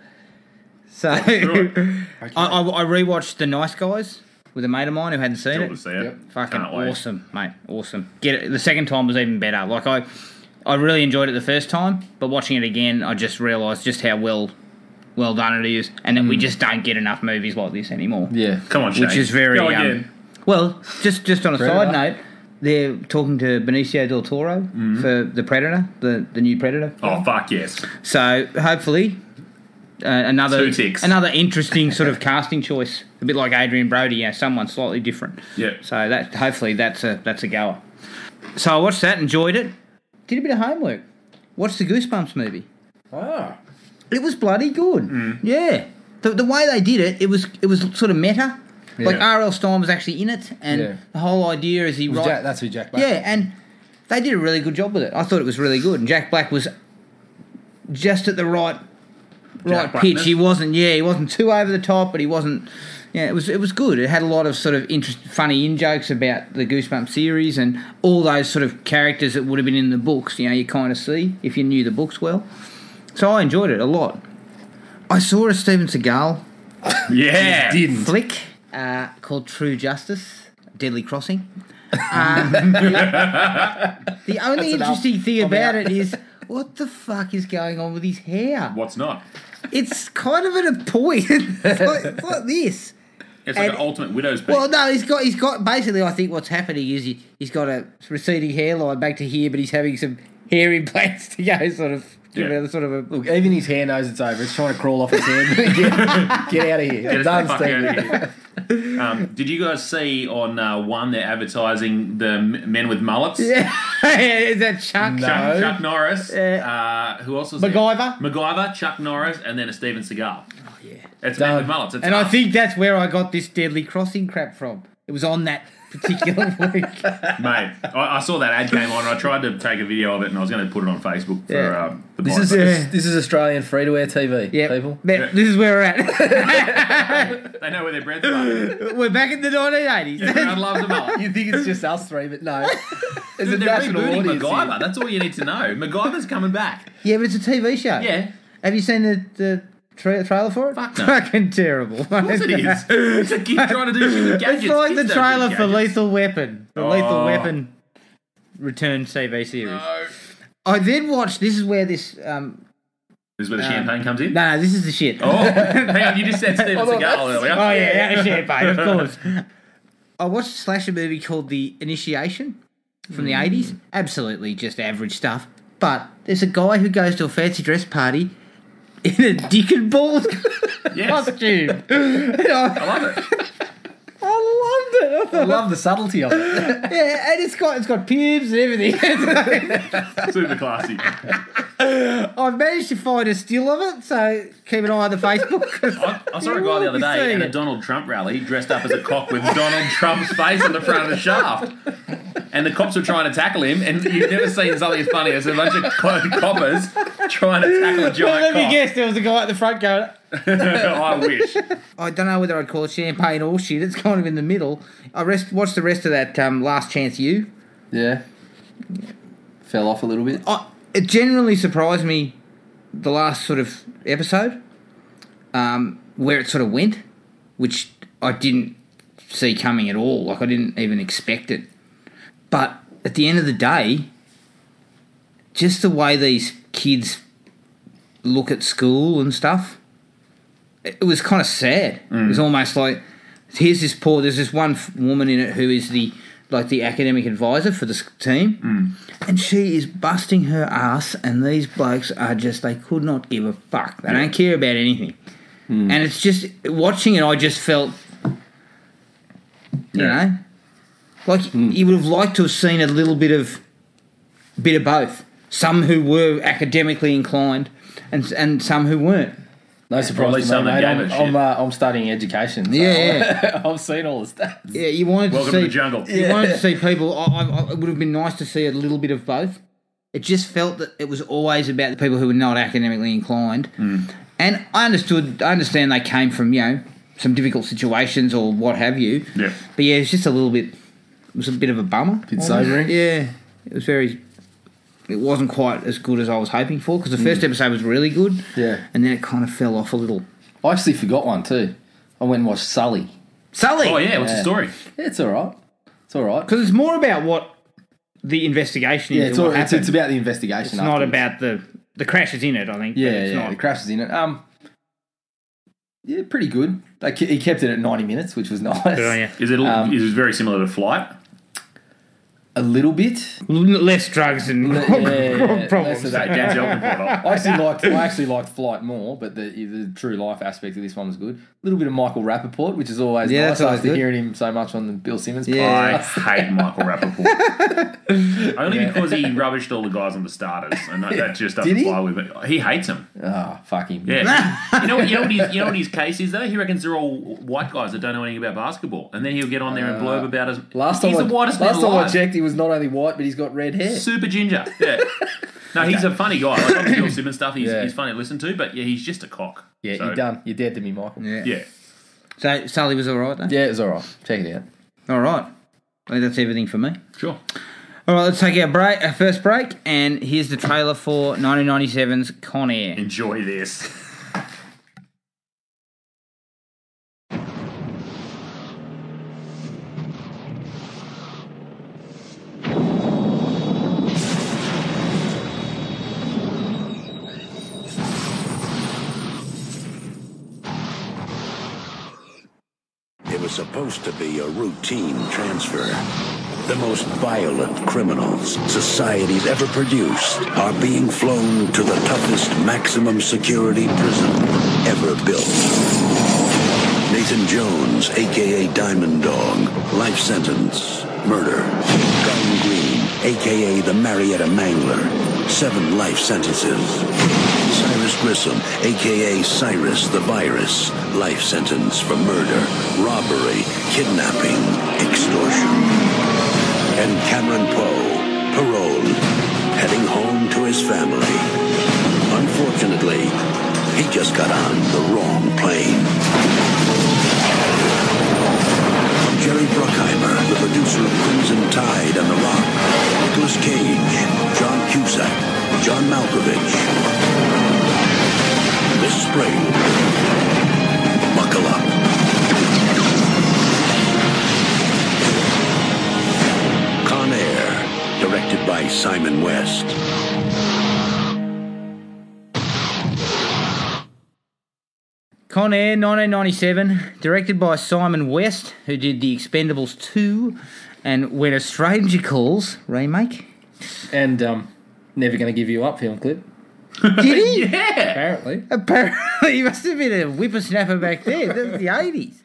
Speaker 1: So
Speaker 3: True.
Speaker 1: I, I, I rewatched The Nice Guys with a mate of mine who hadn't seen
Speaker 3: Cool to
Speaker 1: it.
Speaker 3: see it.
Speaker 2: Yep.
Speaker 1: Fucking
Speaker 3: Can't wait.
Speaker 1: awesome, mate. Awesome. Get it. The second time was even better. Like I, I really enjoyed it the first time, but watching it again, I just realised just how well, well done it is, and that we just don't get enough movies like this anymore.
Speaker 2: Yeah.
Speaker 3: Come on, Shane.
Speaker 1: Which is very
Speaker 3: Go
Speaker 1: um,
Speaker 3: again.
Speaker 1: well. Just just on a
Speaker 2: Predator.
Speaker 1: side note, they're talking to Benicio del Toro
Speaker 3: Mm-hmm.
Speaker 1: for the Predator, the, the new Predator.
Speaker 3: Oh fuck yes!
Speaker 1: So hopefully, uh, another
Speaker 3: Two ticks.
Speaker 1: another interesting sort of casting choice, a bit like Adrian Brody, yeah, someone slightly different.
Speaker 3: Yeah.
Speaker 1: So that hopefully that's a that's a goer. So I watched that, enjoyed it, did a bit of homework, watched the Goosebumps movie.
Speaker 2: Ah.
Speaker 1: It was bloody good.
Speaker 2: Mm.
Speaker 1: Yeah. The, the way they did it, it was it was sort of meta. Like
Speaker 2: Yeah.
Speaker 1: R.L. Stein was actually in it, and
Speaker 2: Yeah.
Speaker 1: the whole idea is he
Speaker 2: Jack-
Speaker 1: writes.
Speaker 2: that's who Jack Black
Speaker 1: Yeah, and they did a really good job with it. I thought it was really good, and Jack Black was just at the right right
Speaker 3: Jack
Speaker 1: pitch.
Speaker 3: Blackness?
Speaker 1: He wasn't. Yeah, he wasn't too over the top, but he wasn't. Yeah, it was it was good. It had a lot of sort of interest, funny in jokes about the Goosebumps series and all those sort of characters that would have been in the books. You know, you kind of see if you knew the books well. So I enjoyed it a lot. I saw a Steven Seagal
Speaker 3: Yeah,
Speaker 2: Didn't.
Speaker 1: flick uh, called True Justice, Deadly Crossing. Um, the only
Speaker 2: enough.
Speaker 1: interesting thing
Speaker 2: I'm
Speaker 1: about
Speaker 2: out.
Speaker 1: it is what the fuck is going on with his hair?
Speaker 3: What's not?
Speaker 1: It's kind of at a point. it's, like, it's like this.
Speaker 3: It's like
Speaker 1: And-
Speaker 3: an ultimate widow's peak.
Speaker 1: Well, no, he's got he's got basically. I think what's happening is he, he's got a receding hairline back to here, but he's having some hair implants to go sort of. Give
Speaker 3: Yeah.
Speaker 1: it a sort of a
Speaker 2: Look, even his hair knows it's over. It's trying to crawl off his head. get, get out of here.
Speaker 3: Get us
Speaker 2: Done,
Speaker 3: the fuck
Speaker 2: Stephen.
Speaker 3: out of here. Um, did you guys see on uh, one they're advertising the m- men with mullets?
Speaker 1: yeah. is that Chuck?
Speaker 2: No.
Speaker 3: Chuck, Chuck Norris.
Speaker 1: Yeah.
Speaker 3: Uh, who else was
Speaker 1: MacGyver.
Speaker 3: There? MacGyver, Chuck Norris, and then a Steven Seagal.
Speaker 1: Oh, Yeah.
Speaker 3: It's
Speaker 2: Done.
Speaker 3: men with mullets. It's
Speaker 1: And I
Speaker 3: us.
Speaker 1: think that's where I got this deadly crossing crap from. It was on that particular week.
Speaker 3: Mate, I, I saw that ad came on and I tried to take a video of it and I was going to put it on Facebook for
Speaker 1: Yeah.
Speaker 3: um, the
Speaker 2: This
Speaker 3: blog.
Speaker 2: is
Speaker 1: Yeah.
Speaker 2: this is Australian free to air TV.
Speaker 1: Yeah,
Speaker 2: people.
Speaker 1: That- this is where we're at.
Speaker 3: They know where their bread's from.
Speaker 1: we're back in the 1980s.
Speaker 3: Everyone loves them all.
Speaker 2: You think it's just us three, but no. There's a
Speaker 3: They're
Speaker 2: national audience.
Speaker 3: rebooting
Speaker 2: here.
Speaker 3: MacGyver. That's all you need to know. MacGyver's coming back.
Speaker 1: yeah, but it's a TV show.
Speaker 3: Yeah.
Speaker 1: Have you seen the, the tra- trailer for it?
Speaker 3: Fuck no.
Speaker 1: Fucking terrible. Of
Speaker 3: Of course it is. It's a kid trying to do shit with gadgets.
Speaker 1: It's like
Speaker 3: Kids
Speaker 1: the
Speaker 3: don't do
Speaker 1: trailer for
Speaker 3: gadgets.
Speaker 1: Lethal Weapon, the Lethal
Speaker 3: Oh.
Speaker 1: Weapon Return TV series. I then watched. This is where this. Um,
Speaker 3: This is where the champagne comes in.
Speaker 1: no, no, this is the shit.
Speaker 3: Oh, hang on, you just said Steven
Speaker 2: Hold on,
Speaker 3: Seagal
Speaker 2: that's-
Speaker 3: earlier.
Speaker 1: Oh, yeah, yeah, shit, mate. Of course. I watched a slasher movie called The Initiation from the eighties. Absolutely, just average stuff. But there's a guy who goes to a fancy dress party in a dick and balls
Speaker 3: Yes.
Speaker 1: costume. And I,
Speaker 3: I love it.
Speaker 1: I loved it. I
Speaker 2: I
Speaker 1: thought,
Speaker 2: love the subtlety of it.
Speaker 1: yeah, and it's got it's got pubes and everything.
Speaker 3: Super classy.
Speaker 1: I've managed to find a still of it, so keep an eye on the Facebook.
Speaker 3: I, I saw a
Speaker 1: You
Speaker 3: guy the
Speaker 1: will
Speaker 3: other
Speaker 1: be
Speaker 3: day
Speaker 1: seeing
Speaker 3: in a
Speaker 1: it.
Speaker 3: Donald Trump rally dressed up as a cock with Donald Trump's face on the front of the shaft. And the cops were trying to tackle him, and you've never seen something as funny as a bunch of co- coppers trying to tackle a
Speaker 1: Well, let
Speaker 3: giant
Speaker 1: me
Speaker 3: cock.
Speaker 1: guess, there was a guy at the front going.
Speaker 3: I wish.
Speaker 1: I don't know whether I'd call it champagne or shit. It's kind of in the middle. I rest, watched the rest of that um, Last Chance You.
Speaker 2: Yeah. Fell off a little bit.
Speaker 1: I, it generally surprised me the last sort of episode um, where it sort of went, which I didn't see coming at all. Like I didn't even expect it. But at the end of the day, just the way these kids look at school and stuff, it it was kind of sad. It was almost like here's this poor. There's this one f- woman in it who is the like the academic advisor for the s- team, and she is busting her ass, and these blokes are just they could not give a fuck. They don't care about anything, and it's just watching it. I just felt, you
Speaker 3: Yeah.
Speaker 1: know, like you would have liked to have seen a little bit of bit of both. Some who were academically inclined, and and some who weren't.
Speaker 2: No
Speaker 3: Or at
Speaker 2: surprise
Speaker 3: least
Speaker 2: to me,
Speaker 3: some that
Speaker 2: mate.
Speaker 3: gave
Speaker 2: I'm,
Speaker 3: a
Speaker 2: I'm,
Speaker 3: shit.
Speaker 2: uh, I'm studying education. so
Speaker 1: Yeah,
Speaker 2: I've seen all the stats.
Speaker 1: Yeah, you wanted
Speaker 3: Welcome
Speaker 1: to
Speaker 3: to
Speaker 1: see
Speaker 3: the jungle.
Speaker 1: You wanted to see people. I, I, it would have been nice to see a little bit of both. It just felt that it was always about the people who were not academically inclined,
Speaker 3: Hmm.
Speaker 1: and I understood. I understand they came from you know some difficult situations or what have you.
Speaker 3: Yeah.
Speaker 1: But yeah, it's just a little bit. It was a bit of a bummer.
Speaker 2: Bit sobering.
Speaker 1: Yeah, it was very. It wasn't quite as good as I was hoping for because the first episode was really good.
Speaker 2: Hmm. Yeah.
Speaker 1: and then it kind of fell off a little.
Speaker 2: I actually forgot one too. I went and watched Sully.
Speaker 1: Sully.
Speaker 3: Oh, yeah, what's the
Speaker 2: Yeah.
Speaker 3: story?
Speaker 2: Yeah, it's all right. It's all right.
Speaker 1: because it's more about what the investigation
Speaker 2: Yeah,
Speaker 1: is.
Speaker 2: it's,
Speaker 1: and
Speaker 2: all,
Speaker 1: what
Speaker 2: it's,
Speaker 1: happened.
Speaker 2: it's about the investigation.
Speaker 1: It's not about the the crash is in it. I think. but
Speaker 2: Yeah,
Speaker 1: it's
Speaker 2: yeah.
Speaker 1: not.
Speaker 2: The crash is in it. Um, yeah, pretty good. They ke- he kept it at 90 minutes, which was nice.
Speaker 1: Good on you.
Speaker 3: Oh, Is it,
Speaker 2: Um,
Speaker 3: is it very similar to Flight?
Speaker 2: A little bit.
Speaker 1: L- Less drugs and
Speaker 2: Yeah, yeah, yeah.
Speaker 1: problems.
Speaker 2: Less of
Speaker 3: Is that Denzel can pull it off?
Speaker 2: I actually liked. I actually liked Flight more, but the the true life aspect of this one was good. A little bit of Michael Rappaport, which is always
Speaker 1: Yeah,
Speaker 2: nice.
Speaker 1: that's
Speaker 2: I
Speaker 1: always
Speaker 2: used to
Speaker 1: good.
Speaker 2: hearing him so much on the Bill Simmons.
Speaker 1: Yeah.
Speaker 3: I
Speaker 2: podcast.
Speaker 3: hate Michael Rappaport. Only because he rubbished all the guys on the starters, and that, that just doesn't
Speaker 2: Did he?
Speaker 3: fly with me. He hates them.
Speaker 2: Ah, fuck him.
Speaker 3: Yeah. you, know, you, know what his, you know what his case is, though? He reckons they're all white guys that don't know anything about basketball. And then he'll get on there and blurb about his.
Speaker 2: Uh, Last time,
Speaker 3: he's
Speaker 2: I,
Speaker 3: the whitest
Speaker 2: last
Speaker 3: man
Speaker 2: time I
Speaker 3: alive.
Speaker 2: checked, he was not only white, but he's got red hair.
Speaker 3: Super ginger. Yeah. No, he's a funny guy. Like, on the Bill Simmons stuff, he's,
Speaker 2: Yeah.
Speaker 3: he's funny to listen to, but yeah, he's just a cock.
Speaker 2: Yeah,
Speaker 3: So,
Speaker 2: you're done. You're dead to me, Michael.
Speaker 1: Yeah.
Speaker 3: Yeah.
Speaker 1: So Sully was all right. Though?
Speaker 2: Yeah, it was all right. Check it out.
Speaker 1: All right. I think that's everything for me.
Speaker 3: Sure.
Speaker 1: All right, let's take our break, our first break, and here's the trailer for 1997's Con Air.
Speaker 3: Enjoy this.
Speaker 4: It was supposed to be a routine transfer. The most violent criminals society's ever produced are being flown to the toughest maximum security prison ever built. Nathan Jones, aka Diamond Dog, life sentence, murder. Don Green, aka the Marietta Mangler, seven life sentences. Cyrus Grissom, aka Cyrus the Virus, life sentence for murder, robbery, kidnapping, extortion. And Cameron Poe, parole, heading home to his family. Unfortunately, he just got on the wrong plane. Jerry Bruckheimer, the producer of Crimson Tide and The Rock, Nicolas Cage, John Cusack, John Malkovich. This spring, buckle up. Con Air, directed by Simon West.
Speaker 1: Con Air 1997, directed by Simon West, who did The Expendables 2 and When a Stranger Calls remake.
Speaker 2: And um, never going to give you up film clip.
Speaker 1: Did he?
Speaker 3: Yeah.
Speaker 2: Apparently,
Speaker 1: Apparently, he must have been a whippersnapper back then. That was the 80s.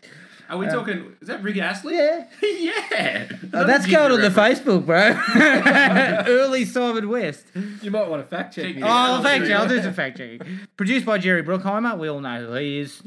Speaker 3: Are we talking? Is that Rick Astley?
Speaker 1: Yeah.
Speaker 3: yeah.
Speaker 1: Oh, that's going on the Facebook, bro. Early Simon West.
Speaker 2: you might want to fact check.
Speaker 3: Check
Speaker 2: me.
Speaker 3: it out.
Speaker 1: Oh,
Speaker 3: I'll
Speaker 1: fact
Speaker 3: do
Speaker 1: check. I'll
Speaker 3: it.
Speaker 1: do some fact checking. Produced by Jerry Bruckheimer. We all know who he is.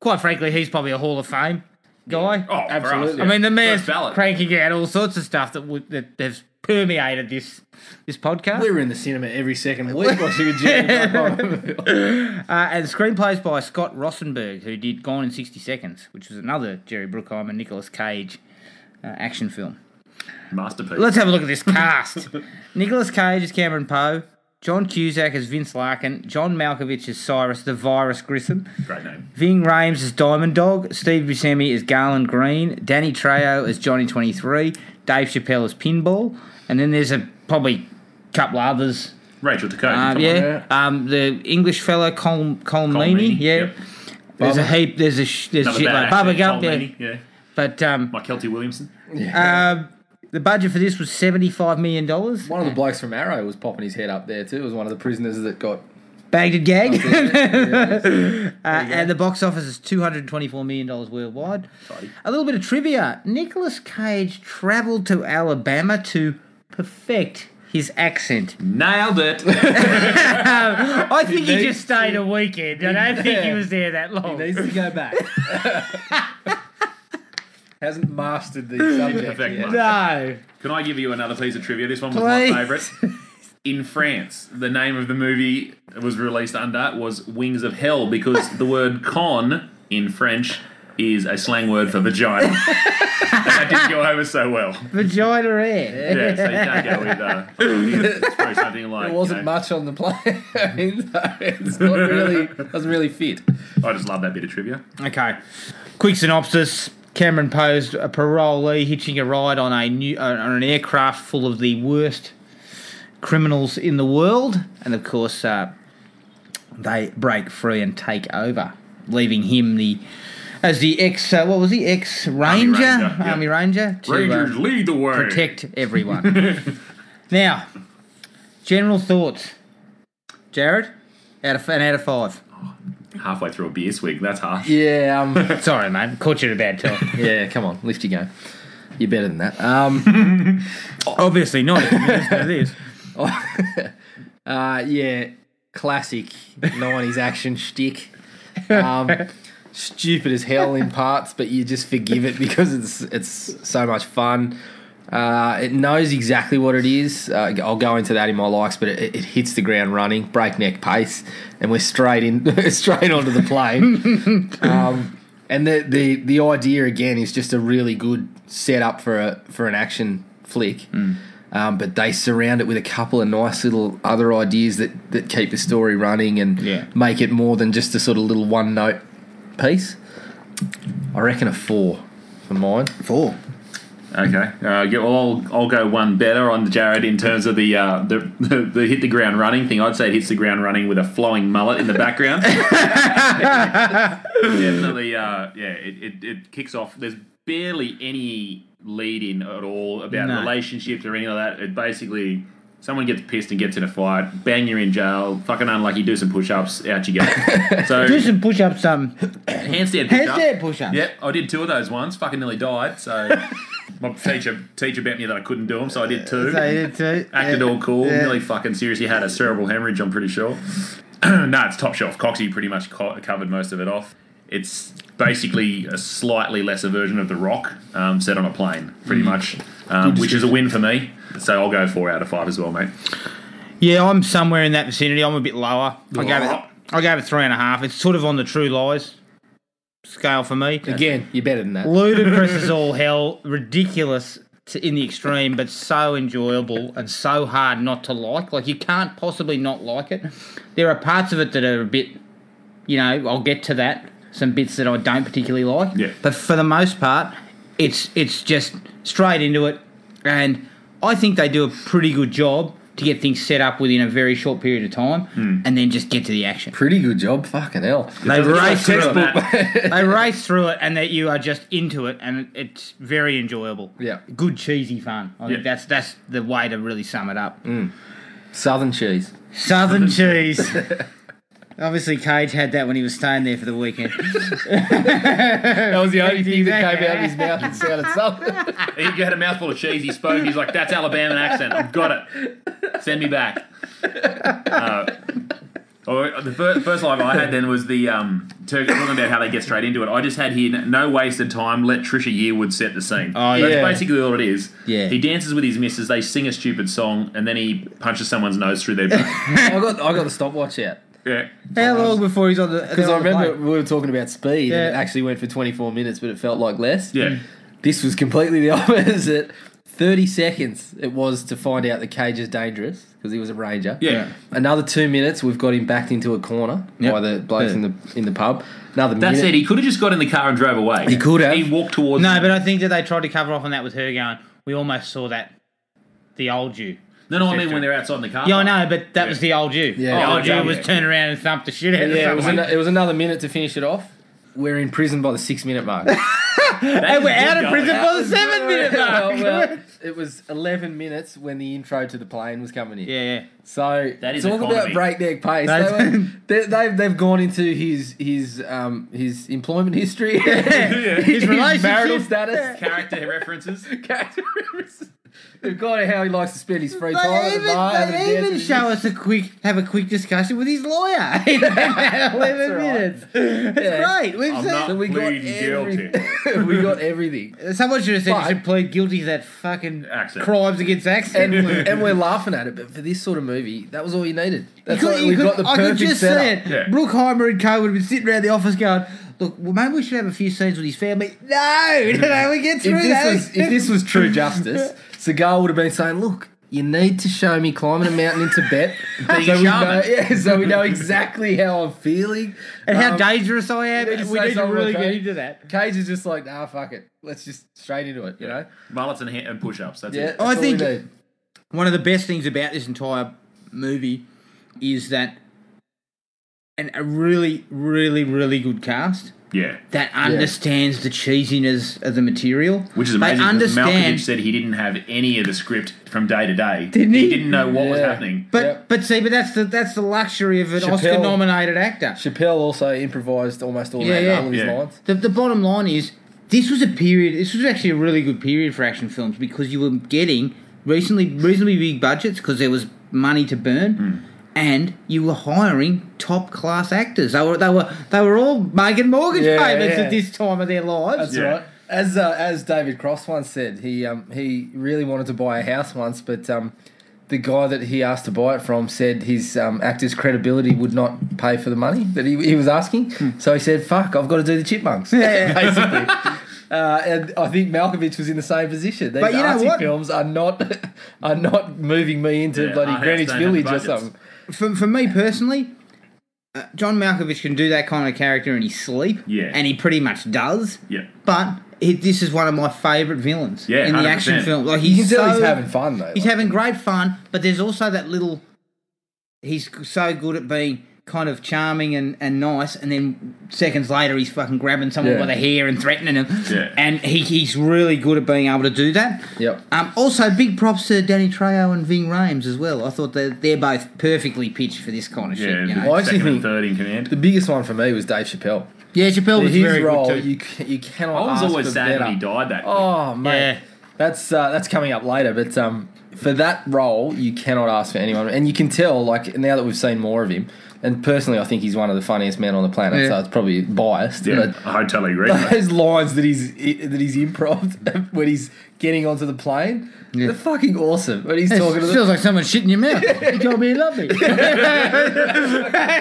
Speaker 1: Quite frankly, he's probably a Hall of Fame guy.
Speaker 3: Oh,
Speaker 2: Absolutely.
Speaker 3: absolutely.
Speaker 1: I mean, the man's
Speaker 3: First ballot.
Speaker 1: cranking out all sorts of stuff that would that has permeated this this podcast.
Speaker 2: We were in the cinema every second week watching a Jerry Bruckheimer film.
Speaker 1: Uh, and screenplays by Scott Rossenberg, who did Gone in 60 Seconds, which was another Jerry Bruckheimer, Nicolas Cage uh, action film.
Speaker 3: masterpiece.
Speaker 1: Let's have a look at this cast. Nicolas Cage as Cameron Poe, John Cusack as Vince Larkin, John Malkovich as Cyrus the Virus Grissom,
Speaker 3: Great name.
Speaker 1: Ving Rhames as Diamond Dog, Steve Buscemi as Garland Green, Danny Trejo as Johnny 23, Dave Chappelle as Pinball, and then there's a probably couple others.
Speaker 3: Rachel Dakota.
Speaker 1: Um,
Speaker 3: come on.
Speaker 1: yeah, um, the English fella Col Colmeany.
Speaker 3: Meaney,
Speaker 1: Yeah,
Speaker 3: yep.
Speaker 1: there's a
Speaker 2: Bubba.
Speaker 1: heap. There's a sh- there's a
Speaker 3: Another
Speaker 1: shit like
Speaker 3: badass.
Speaker 1: Bubba
Speaker 3: Tom
Speaker 1: Gump. Yeah,
Speaker 3: Meaney, yeah.
Speaker 1: but um,
Speaker 3: Mike Kelty Williamson.
Speaker 1: um, the budget for this was seventy five million dollars.
Speaker 2: One of the blokes from Arrow was popping his head up there too. It was one of the prisoners that got.
Speaker 1: Bagged and gag.
Speaker 2: Yeah,
Speaker 1: Uh, and the box office is $224 million worldwide. A little bit of trivia. Nicolas Cage traveled to Alabama to perfect his accent.
Speaker 3: Nailed it.
Speaker 1: I think he,
Speaker 2: needs
Speaker 1: just stayed a weekend. I don't think he was there that long.
Speaker 2: needs to go back. Hasn't mastered the subject
Speaker 3: Perfect
Speaker 2: yet.
Speaker 3: one.
Speaker 1: no.
Speaker 3: Can I give you another piece of trivia? This one was
Speaker 1: Please.
Speaker 3: my favourite. In France, the name of the movie it was released under was Wings of Hell because the word con in French is a slang word for vagina. and that didn't go over so well.
Speaker 1: Vagina air.
Speaker 3: Yeah, so you can't go with uh, it's probably something like
Speaker 2: There
Speaker 3: you
Speaker 2: wasn't
Speaker 3: know,
Speaker 2: much on the plane. I mean, so it's not really doesn't really fit.
Speaker 3: I just love that bit of trivia.
Speaker 1: Okay. Quick synopsis. Cameron posed a parolee hitching a ride on a new uh, on an aircraft full of the worst criminals in the world, and of course, uh, they break free and take over, leaving him the as the ex uh, what was he ex ranger
Speaker 3: Ranger, yeah.
Speaker 1: army ranger to uh,
Speaker 3: Rangers lead the way.
Speaker 1: protect everyone. now, general thoughts, Jared, out of an out of five.
Speaker 3: Halfway through a beer swig, that's harsh.
Speaker 2: Yeah, um,
Speaker 1: Sorry, mate, caught you at a bad time.
Speaker 2: yeah. Come on, lift your game. You're better than that. Um,
Speaker 1: Obviously not. If you listen to this.
Speaker 2: uh, yeah, classic '90s action shtick. Um, stupid as hell in parts, but you just forgive it because it's it's so much fun. Uh, it knows exactly what it is. Uh, I'll go into that in my likes, but it, it hits the ground running, breakneck pace, and we're straight in, straight onto the plane. um, and the, the the idea again is just a really good setup for a for an action flick. Um, but they surround it with a couple of nice little other ideas that, that keep the story running and
Speaker 1: Yeah.
Speaker 2: make it more than just a sort of little one note piece. I reckon a four for mine.
Speaker 1: Four.
Speaker 3: Okay, uh, yeah, well, I'll, I'll go one better on Jared in terms of the, uh, the the the hit the ground running thing. I'd say it hits the ground running with a flowing mullet in the background. Definitely, uh, yeah, it, it, it kicks off. There's barely any lead in at all about
Speaker 1: No.
Speaker 3: relationships or any of that. It basically someone gets pissed and gets in a fight. Bang, you're in jail. Fucking unlucky. Do some push ups. Out you go. So
Speaker 1: Do some push ups, um,
Speaker 3: handstand push up.
Speaker 1: handstand push ups.
Speaker 3: Yep, I did two of those once. Fucking nearly died. So my teacher teacher bet me that I couldn't do them, so I did two.
Speaker 1: So you did too.
Speaker 3: Acted
Speaker 1: Yeah.
Speaker 3: all cool.
Speaker 1: Yeah.
Speaker 3: Nearly fucking seriously had a cerebral hemorrhage. I'm pretty sure. no, it's top shelf. Coxie pretty much co- covered most of it off. It's basically a slightly lesser version of The Rock um, set on a plane,
Speaker 1: Mm.
Speaker 3: pretty much, um, which is a win for me. So I'll go four out of five as well, mate.
Speaker 1: Yeah, I'm somewhere in that vicinity. I'm a bit lower. I gave it. I gave it three and a half. It's sort of on the true lies scale for me.
Speaker 2: Again, you're better than that.
Speaker 1: Ludicrous is all hell. Ridiculous to, in the extreme, but so enjoyable and so hard not to like. Like you can't possibly not like it. There are parts of it that are a bit, you know, I'll get to that. Some bits that I don't particularly like.
Speaker 3: Yeah.
Speaker 1: But for the most part, it's it's just straight into it, and I think they do a pretty good job to get things set up within a very short period of time, and then just get to the action.
Speaker 2: Pretty good job, fucking hell.
Speaker 1: They race through
Speaker 3: textbook.
Speaker 1: it. they race through it, and that you are just into it, and it's very enjoyable.
Speaker 2: Yeah.
Speaker 1: good cheesy fun. I
Speaker 3: Yeah.
Speaker 1: think that's that's the way to really sum it up.
Speaker 2: Mm. Southern cheese.
Speaker 1: Southern cheese. Obviously, Cage had that when he was staying there for the weekend.
Speaker 2: That was the only thing
Speaker 1: that
Speaker 2: that
Speaker 1: came
Speaker 2: came out of his mouth and sounded southern.
Speaker 3: He had a mouthful of cheese. He spoke. He's like, "That's Alabama accent. I've got it. Send me back." Uh, oh, the fir- first live I had then was the um, Turk talking about how they get straight into it. I just had here no wasted time. Let Trisha Yearwood set the scene.
Speaker 1: Oh,
Speaker 3: That's
Speaker 2: yeah.
Speaker 3: basically all it is.
Speaker 1: Yeah.
Speaker 3: He dances with his missus. They sing a stupid song, and then he punches someone's nose through their brain.
Speaker 2: I got I got the stopwatch out
Speaker 3: yeah.
Speaker 1: How long before he's on the?
Speaker 2: because I remember we were talking about speed
Speaker 1: Yeah.
Speaker 2: and it actually went for 24 minutes, but it felt like less.
Speaker 3: Yeah.
Speaker 2: This was completely the opposite. 30 seconds it was to find out the cage is dangerous because he was a ranger.
Speaker 3: Yeah.
Speaker 2: Another two minutes, we've got him backed into a corner
Speaker 1: Yep.
Speaker 2: by the blokes in the in the pub. Another
Speaker 3: That's
Speaker 2: minute.
Speaker 3: it. He could have just got in the car and drove away.
Speaker 2: He could have.
Speaker 3: He walked towards.
Speaker 1: No, but I think that they tried to cover off on that with her going. We almost saw that. The old you.
Speaker 3: no, no. I mean when they're outside in the car.
Speaker 1: Yeah, I know, but that was the old you.
Speaker 2: Yeah.
Speaker 1: the old
Speaker 3: Yeah,
Speaker 1: you was
Speaker 3: yeah.
Speaker 1: turned around and thumped the shit out of
Speaker 2: Yeah, it was,
Speaker 1: someone.
Speaker 2: an, it was another minute to finish it off. We're in prison by the six minute mark.
Speaker 1: and we're out of prison for the
Speaker 2: That was-
Speaker 1: seven Oh, minute mark.
Speaker 2: Well, well, it was 11 minutes when the intro to the plane was coming in.
Speaker 1: Yeah, yeah.
Speaker 2: So
Speaker 3: That is
Speaker 2: talk
Speaker 3: economy.
Speaker 2: about breakneck pace. They
Speaker 1: That's-
Speaker 2: were, they, they've they've gone into his his um his employment history, his,
Speaker 1: relationship.
Speaker 2: marital status.
Speaker 3: Character references.
Speaker 2: characteristics. They've gone how he likes to spend his free
Speaker 1: They
Speaker 2: time. at the
Speaker 1: even,
Speaker 2: bar, having
Speaker 1: they even
Speaker 2: dances.
Speaker 1: show us a quick, have a quick discussion with his lawyer in about eleven
Speaker 2: right.
Speaker 1: minutes. It's
Speaker 2: Yeah.
Speaker 1: great. We've
Speaker 3: I'm
Speaker 1: seen,
Speaker 3: not-
Speaker 2: So we got
Speaker 3: Pleading
Speaker 2: everything. we got everything,
Speaker 1: someone should have said
Speaker 2: But-
Speaker 1: you should plead guilty to that fucking
Speaker 3: Accent.
Speaker 1: crimes against
Speaker 2: and
Speaker 1: accent.
Speaker 2: we're, and we're laughing at it. But for this sort of movie, that was all you needed.
Speaker 1: You
Speaker 2: That's
Speaker 1: could-
Speaker 2: like
Speaker 1: you
Speaker 2: we
Speaker 1: could-
Speaker 2: got the
Speaker 1: I
Speaker 2: perfect
Speaker 1: could just
Speaker 2: setup.
Speaker 1: see it.
Speaker 3: Yeah.
Speaker 1: Brookheimer and Co would have been sitting around the office going, "Look, well, maybe we should have a few scenes with his family." No, no, we get through
Speaker 2: if this
Speaker 1: that.
Speaker 2: was if this was true justice, Seagal would have been saying, "Look, you need to show me climbing a mountain in Tibet,
Speaker 3: Being
Speaker 2: so
Speaker 3: a
Speaker 2: we know,
Speaker 3: shaman."
Speaker 2: yeah, so we know exactly how I'm feeling
Speaker 1: and how
Speaker 2: Um,
Speaker 1: dangerous I am.
Speaker 2: you need to
Speaker 1: we
Speaker 2: say
Speaker 1: need to
Speaker 2: something
Speaker 1: really
Speaker 2: like
Speaker 1: get
Speaker 2: that.
Speaker 1: into that.
Speaker 2: Cage is just like, nah, fuck it, let's just straight into it, you know?
Speaker 3: Mullets and, ha- and push-ups. That's
Speaker 2: Yeah,
Speaker 3: it.
Speaker 2: that's all we
Speaker 1: think-
Speaker 2: need.
Speaker 1: one of the best things about this entire movie is that and a really really really good cast
Speaker 3: Yeah.
Speaker 1: that understands the cheesiness of the material
Speaker 3: Which is
Speaker 1: they
Speaker 3: amazing because Malkovich
Speaker 1: understand
Speaker 3: said he didn't have any of the script from day to day.
Speaker 1: Didn't he?
Speaker 3: didn't know what was
Speaker 2: Yeah.
Speaker 3: happening.
Speaker 1: but
Speaker 2: Yep.
Speaker 1: but see but that's the that's the luxury of an
Speaker 2: Chappelle-
Speaker 1: oscar nominated actor
Speaker 2: Chappelle also improvised almost all,
Speaker 1: Yeah,
Speaker 2: that,
Speaker 1: yeah.
Speaker 2: all of his
Speaker 3: Yeah.
Speaker 2: lines.
Speaker 1: the, the bottom line is this was a period this was actually a really good period for action films because you were getting recently reasonably big budgets because there was money to burn
Speaker 2: Hmm.
Speaker 1: and you were hiring top class actors they were they were they were all making mortgage
Speaker 2: Yeah,
Speaker 1: payments
Speaker 2: yeah.
Speaker 1: at this time of their lives
Speaker 2: That's
Speaker 3: Yeah.
Speaker 2: right. As uh, as David Cross once said, he um, he really wanted to buy a house once, but um, the guy that he asked to buy it from said his um, actor's credibility would not pay for the money that he, he was asking. So he said, "Fuck, I've got to do the chipmunks."
Speaker 1: Hmm. Yeah.
Speaker 2: basically. Uh, and I think Malkovich was in the same position. These
Speaker 1: But you know
Speaker 2: artsy
Speaker 1: what?
Speaker 2: films are not are not moving me into
Speaker 3: Yeah, art
Speaker 2: bloody
Speaker 3: house
Speaker 2: Greenwich
Speaker 3: don't have
Speaker 2: Village or
Speaker 3: budgets.
Speaker 2: something.
Speaker 1: for, for me personally uh, John Malkovich can do that kind of character in his sleep
Speaker 3: Yeah.
Speaker 1: and he pretty much does
Speaker 3: Yeah.
Speaker 1: but it, this is one of my favourite villains
Speaker 3: Yeah,
Speaker 1: in the action
Speaker 3: 100%.
Speaker 1: film like
Speaker 2: You can
Speaker 1: he's
Speaker 2: tell he's
Speaker 1: so-
Speaker 2: having fun though.
Speaker 1: He's
Speaker 2: like.
Speaker 1: having great fun, but there's also that little. He's so good at being kind of charming and, and nice, and then seconds later he's fucking grabbing someone
Speaker 2: Yeah.
Speaker 1: by the hair and threatening him.
Speaker 3: Yeah.
Speaker 1: And he, he's really good at being able to do that.
Speaker 2: Yep.
Speaker 1: Um, also, big props to Danny Trejo and Ving Rhames as well. I thought that they're both perfectly pitched for this kind of
Speaker 3: Yeah,
Speaker 1: shit. You
Speaker 3: the
Speaker 1: know?
Speaker 2: I actually
Speaker 3: second and
Speaker 2: think-
Speaker 3: third in command.
Speaker 2: the biggest one for me was Dave Chappelle.
Speaker 1: Yeah, Chappelle was
Speaker 2: his
Speaker 1: very
Speaker 2: role,
Speaker 1: good too.
Speaker 2: you ca- you cannot.
Speaker 3: I was
Speaker 2: ask
Speaker 3: always
Speaker 2: for
Speaker 3: sad
Speaker 2: better.
Speaker 3: when he died that quick.
Speaker 2: Oh man,
Speaker 1: Yeah.
Speaker 2: that's uh, that's coming up later. But um, for that role, you cannot ask for anyone, and you can tell. Like now that we've seen more of him, And personally, I think he's one of the funniest men on the planet,
Speaker 1: Yeah.
Speaker 2: so it's probably biased.
Speaker 3: Yeah,
Speaker 2: But
Speaker 3: I totally agree. mate.
Speaker 2: those lines that he's that he's improv when he's getting onto the plane, they're fucking awesome. When he's talking to
Speaker 1: It
Speaker 2: the
Speaker 1: feels like someone shit in your mouth. You gotta be lovely.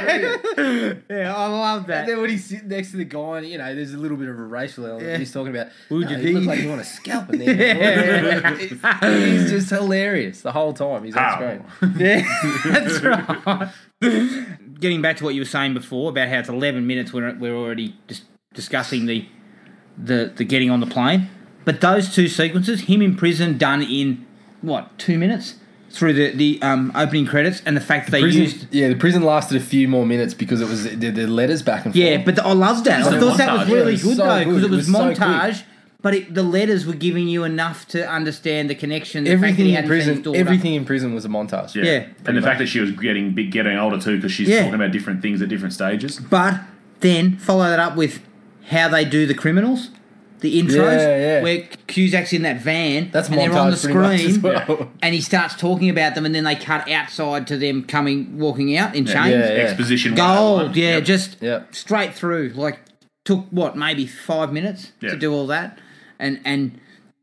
Speaker 1: yeah, I love
Speaker 2: And then when he's sitting next to the guy, and you know, there's a little bit of a racial element.
Speaker 1: Yeah.
Speaker 2: He's talking about,
Speaker 1: Would you
Speaker 2: no, you look
Speaker 1: be?"
Speaker 2: like you want to scalp him. there. It's- he's just hilarious the whole time. He's on
Speaker 3: How?
Speaker 2: screen.
Speaker 1: Yeah, that's right. Getting back to what you were saying before about how it's 11 minutes, we're, we're already just discussing the, the the getting on the plane. But those two sequences, him in prison, done in what two minutes through the the um, opening credits, and the fact that they
Speaker 2: Prison-
Speaker 1: used.
Speaker 2: yeah, the prison lasted a few more minutes because it was the, the letters back and forth.
Speaker 1: Yeah, but I loved that. I
Speaker 3: It was
Speaker 1: thought that
Speaker 3: montage.
Speaker 1: was
Speaker 3: Yeah, it
Speaker 1: really
Speaker 2: was
Speaker 1: good
Speaker 2: so
Speaker 1: though because
Speaker 2: good.
Speaker 1: it
Speaker 2: It
Speaker 1: was,
Speaker 2: was so quick.
Speaker 1: montage, but it, the letters were giving you enough to understand the connection. The fact that
Speaker 2: everything
Speaker 1: he
Speaker 2: in
Speaker 1: hadn't seen
Speaker 2: prison,
Speaker 1: his daughter.
Speaker 2: everything in prison was a montage.
Speaker 1: Yeah,
Speaker 3: and
Speaker 2: pretty
Speaker 3: the fact that she was getting big, getting older too, because she's
Speaker 1: Yeah.
Speaker 3: talking about different things at different stages.
Speaker 1: But then follow that up with how they do the criminals, the intros,
Speaker 2: Yeah, yeah.
Speaker 1: where Cusack's in that van
Speaker 2: That's
Speaker 1: and
Speaker 2: montage
Speaker 1: they're on the
Speaker 2: pretty much as
Speaker 1: screen,
Speaker 2: well.
Speaker 1: and he starts talking about them, and then they cut outside to them coming walking out in chains.
Speaker 2: Yeah, yeah.
Speaker 3: Exposition.
Speaker 1: Gold,
Speaker 3: 101.
Speaker 1: yeah,
Speaker 3: Yep.
Speaker 1: just
Speaker 2: Yeah.
Speaker 1: straight through. Like took what maybe five minutes
Speaker 3: Yeah.
Speaker 1: to do all that, and and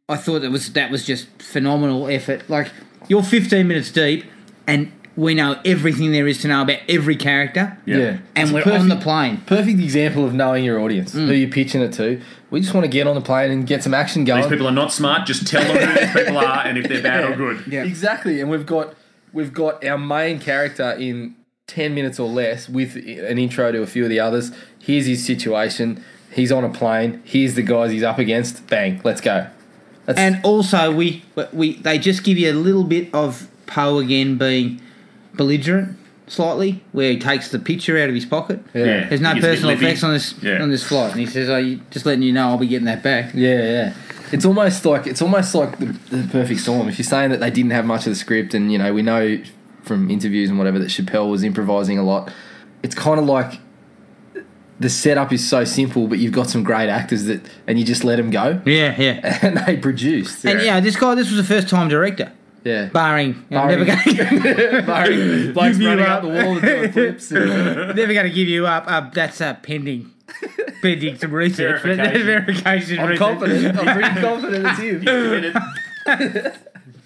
Speaker 1: I thought that was that was just phenomenal effort. Like you're 15 minutes deep, and we know everything there is to know about every character.
Speaker 2: Yeah.
Speaker 3: Yeah.
Speaker 1: And
Speaker 2: It's
Speaker 1: we're
Speaker 2: perfect-
Speaker 1: on the plane.
Speaker 2: Perfect example of knowing your audience, who you're pitching it to. We just want to get on the plane and get some action going.
Speaker 3: These people are not smart. Just tell them who these people are, and if they're bad or good.
Speaker 1: Yeah.
Speaker 2: Exactly, and we've got we've got our main character in ten minutes or less with an intro to a few of the others. Here's his situation. He's on a plane. Here's the guys he's up against. Bang, let's go. That's
Speaker 1: And also, we we they just give you a little bit of Poe again being belligerent slightly, where he takes the picture out of his pocket.
Speaker 2: yeah,
Speaker 1: There's no
Speaker 3: He gets a bit
Speaker 1: personal
Speaker 3: lippy.
Speaker 1: effects on this
Speaker 3: Yeah.
Speaker 1: on this flight, and he says, "I just letting you know, I'll be getting that back."
Speaker 2: yeah, yeah. It's almost like it's almost like the, the perfect storm. If you're saying that they didn't have much of the script, and you know we know from interviews and whatever that Chappelle was improvising a lot, it's kind of like the setup is so simple, but you've got some great actors that, and you just let them go,
Speaker 1: Yeah, yeah.
Speaker 2: and they produced.
Speaker 1: And yeah, this guy, this was a first time director,
Speaker 2: Yeah.
Speaker 1: barring, you know,
Speaker 2: Barring-
Speaker 1: never going
Speaker 2: Barry,
Speaker 1: Blokes running up the
Speaker 3: uh,
Speaker 2: wall and doing flips.
Speaker 1: never going to give you up. Uh, that's uh, pending. Pending some research, but
Speaker 3: Verification.
Speaker 1: verification.
Speaker 2: I'm
Speaker 1: research.
Speaker 2: confident. I'm pretty confident it's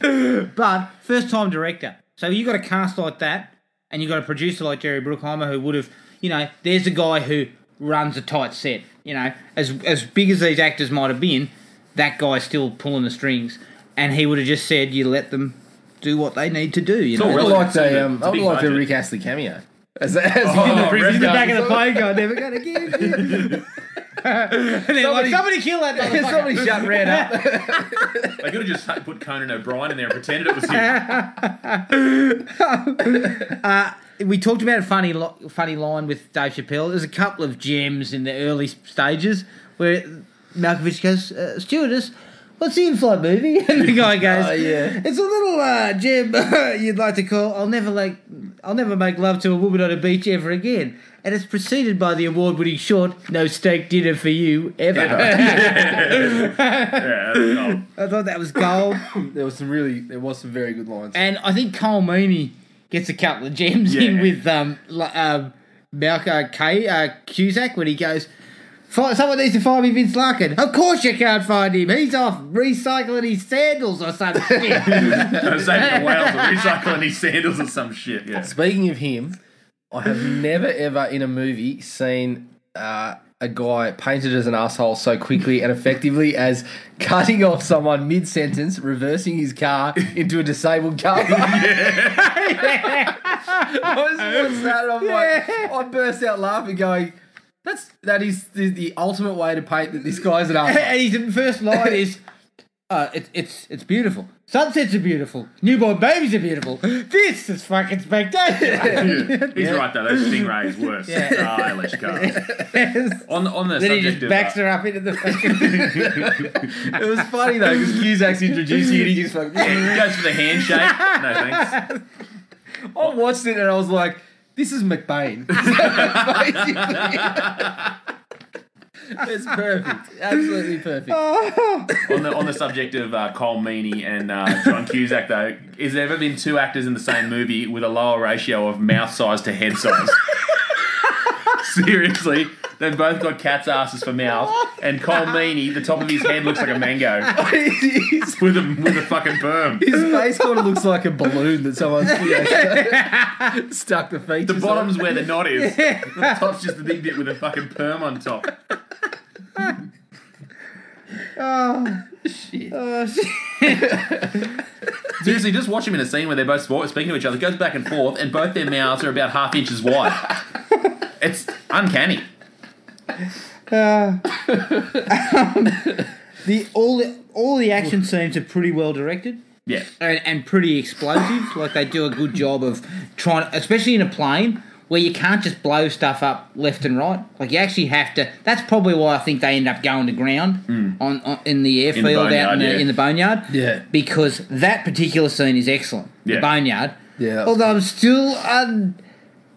Speaker 2: him.
Speaker 1: But first time director. So you got a cast like that, and you got a producer like Jerry Bruckheimer who would have, you know, there's a guy who runs a tight set. You know, as as big as these actors might have been, that guy's still pulling the strings, and he would have just said, "You let them do what they need to do." You
Speaker 3: all
Speaker 1: know,
Speaker 2: I would
Speaker 3: Really?
Speaker 2: like
Speaker 3: It's
Speaker 2: the
Speaker 3: a-
Speaker 2: um,
Speaker 3: it's a
Speaker 2: I would
Speaker 3: big
Speaker 2: like the
Speaker 3: budget.
Speaker 2: Rick Astley cameo. As, as in the
Speaker 3: Oh,
Speaker 2: prison
Speaker 3: Rick
Speaker 1: in the back of the
Speaker 2: guards.
Speaker 1: plane, going, "Never gonna give you." and then, like,
Speaker 2: Somebody-
Speaker 1: somebody kill that motherfucker.
Speaker 2: Somebody shut ran up.
Speaker 3: They could have just put Conan O'Brien in there and pretended it was him.
Speaker 1: we talked about a funny lo- funny line with Dave Chappelle. There's a couple of gems in the early s- stages where Malkovich goes, uh, "Stewardess, what's the in-flight movie?" And the guy goes,
Speaker 2: Oh, yeah.
Speaker 1: it's a little uh, gem you'd like to call. I'll never like, I'll never make love to a woman on a beach ever again." And it's preceded by the award-winning short "No Steak Dinner for You Ever."
Speaker 3: Yeah, oh,
Speaker 1: I thought that was gold.
Speaker 2: There was some really, there was some very good lines.
Speaker 1: And I think Cole Meany gets a couple of gems
Speaker 3: Yeah.
Speaker 1: in with um, l- um Malc- uh, K, uh, Cusack when he goes, "Fi- Someone needs to find me Vince Larkin. Of course you can't find him. He's off recycling his sandals or some shit.
Speaker 3: no, saving the whales or recycling his sandals or some shit. Yeah.
Speaker 2: Speaking of him, I have never ever in a movie seen uh, a guy painted as an asshole so quickly and effectively as cutting off someone mid sentence, reversing his car into a disabled car. I was watching that and I'm like, I burst out laughing, going, "That's that is the, the ultimate way to paint that this guy's an asshole."
Speaker 1: and his first line is, uh, it, it's it's beautiful. Sunsets are beautiful. Newborn babies are beautiful. This is fucking spectacular.
Speaker 3: He's right though. Those stingrays worse. Yeah. Oh, Elish Carr. On on the
Speaker 1: then he
Speaker 3: subject
Speaker 1: just
Speaker 3: of
Speaker 1: backs
Speaker 3: uh,
Speaker 1: her up into the fucking.
Speaker 2: It was funny though because Cusack's introducing it, he just fucking.
Speaker 3: he goes for the handshake. No thanks.
Speaker 2: I watched it and I was like, this is McBain. Basically. it's perfect. Absolutely perfect.
Speaker 3: On the on the subject of uh, Cole Meany and uh, John Cusack though, is there ever been two actors in the same movie with a lower ratio of mouth size to head size? Seriously, they've both got cat's asses for mouth, and Cole Meany, the top of his head looks like a mango
Speaker 2: his
Speaker 3: with a with a fucking perm.
Speaker 2: face kind of looks like a balloon that someone's you know, stuck the feet.
Speaker 3: The bottom's where the knot is. The top's just the big bit with a fucking perm on top.
Speaker 1: Oh,
Speaker 2: shit.
Speaker 1: oh shit.
Speaker 3: Seriously, just watch him in a scene where they're both sport- speaking to each other, goes back and forth, and both their mouths are about half inches wide. It's uncanny.
Speaker 1: Uh, the all the, all the action scenes are pretty well directed
Speaker 3: Yeah.
Speaker 1: and, and pretty explosive. like they do a good job of trying, especially in a plane where you can't just blow stuff up left and right. Like you actually have to. That's probably why I think they end up going to ground on, on in the airfield out
Speaker 3: Hmm. boneyard,
Speaker 1: in the,
Speaker 3: yeah.
Speaker 1: in the boneyard.
Speaker 2: Yeah.
Speaker 1: because that particular scene is excellent. The
Speaker 3: Yeah.
Speaker 1: boneyard.
Speaker 2: Yeah, that was
Speaker 1: although I'm still un,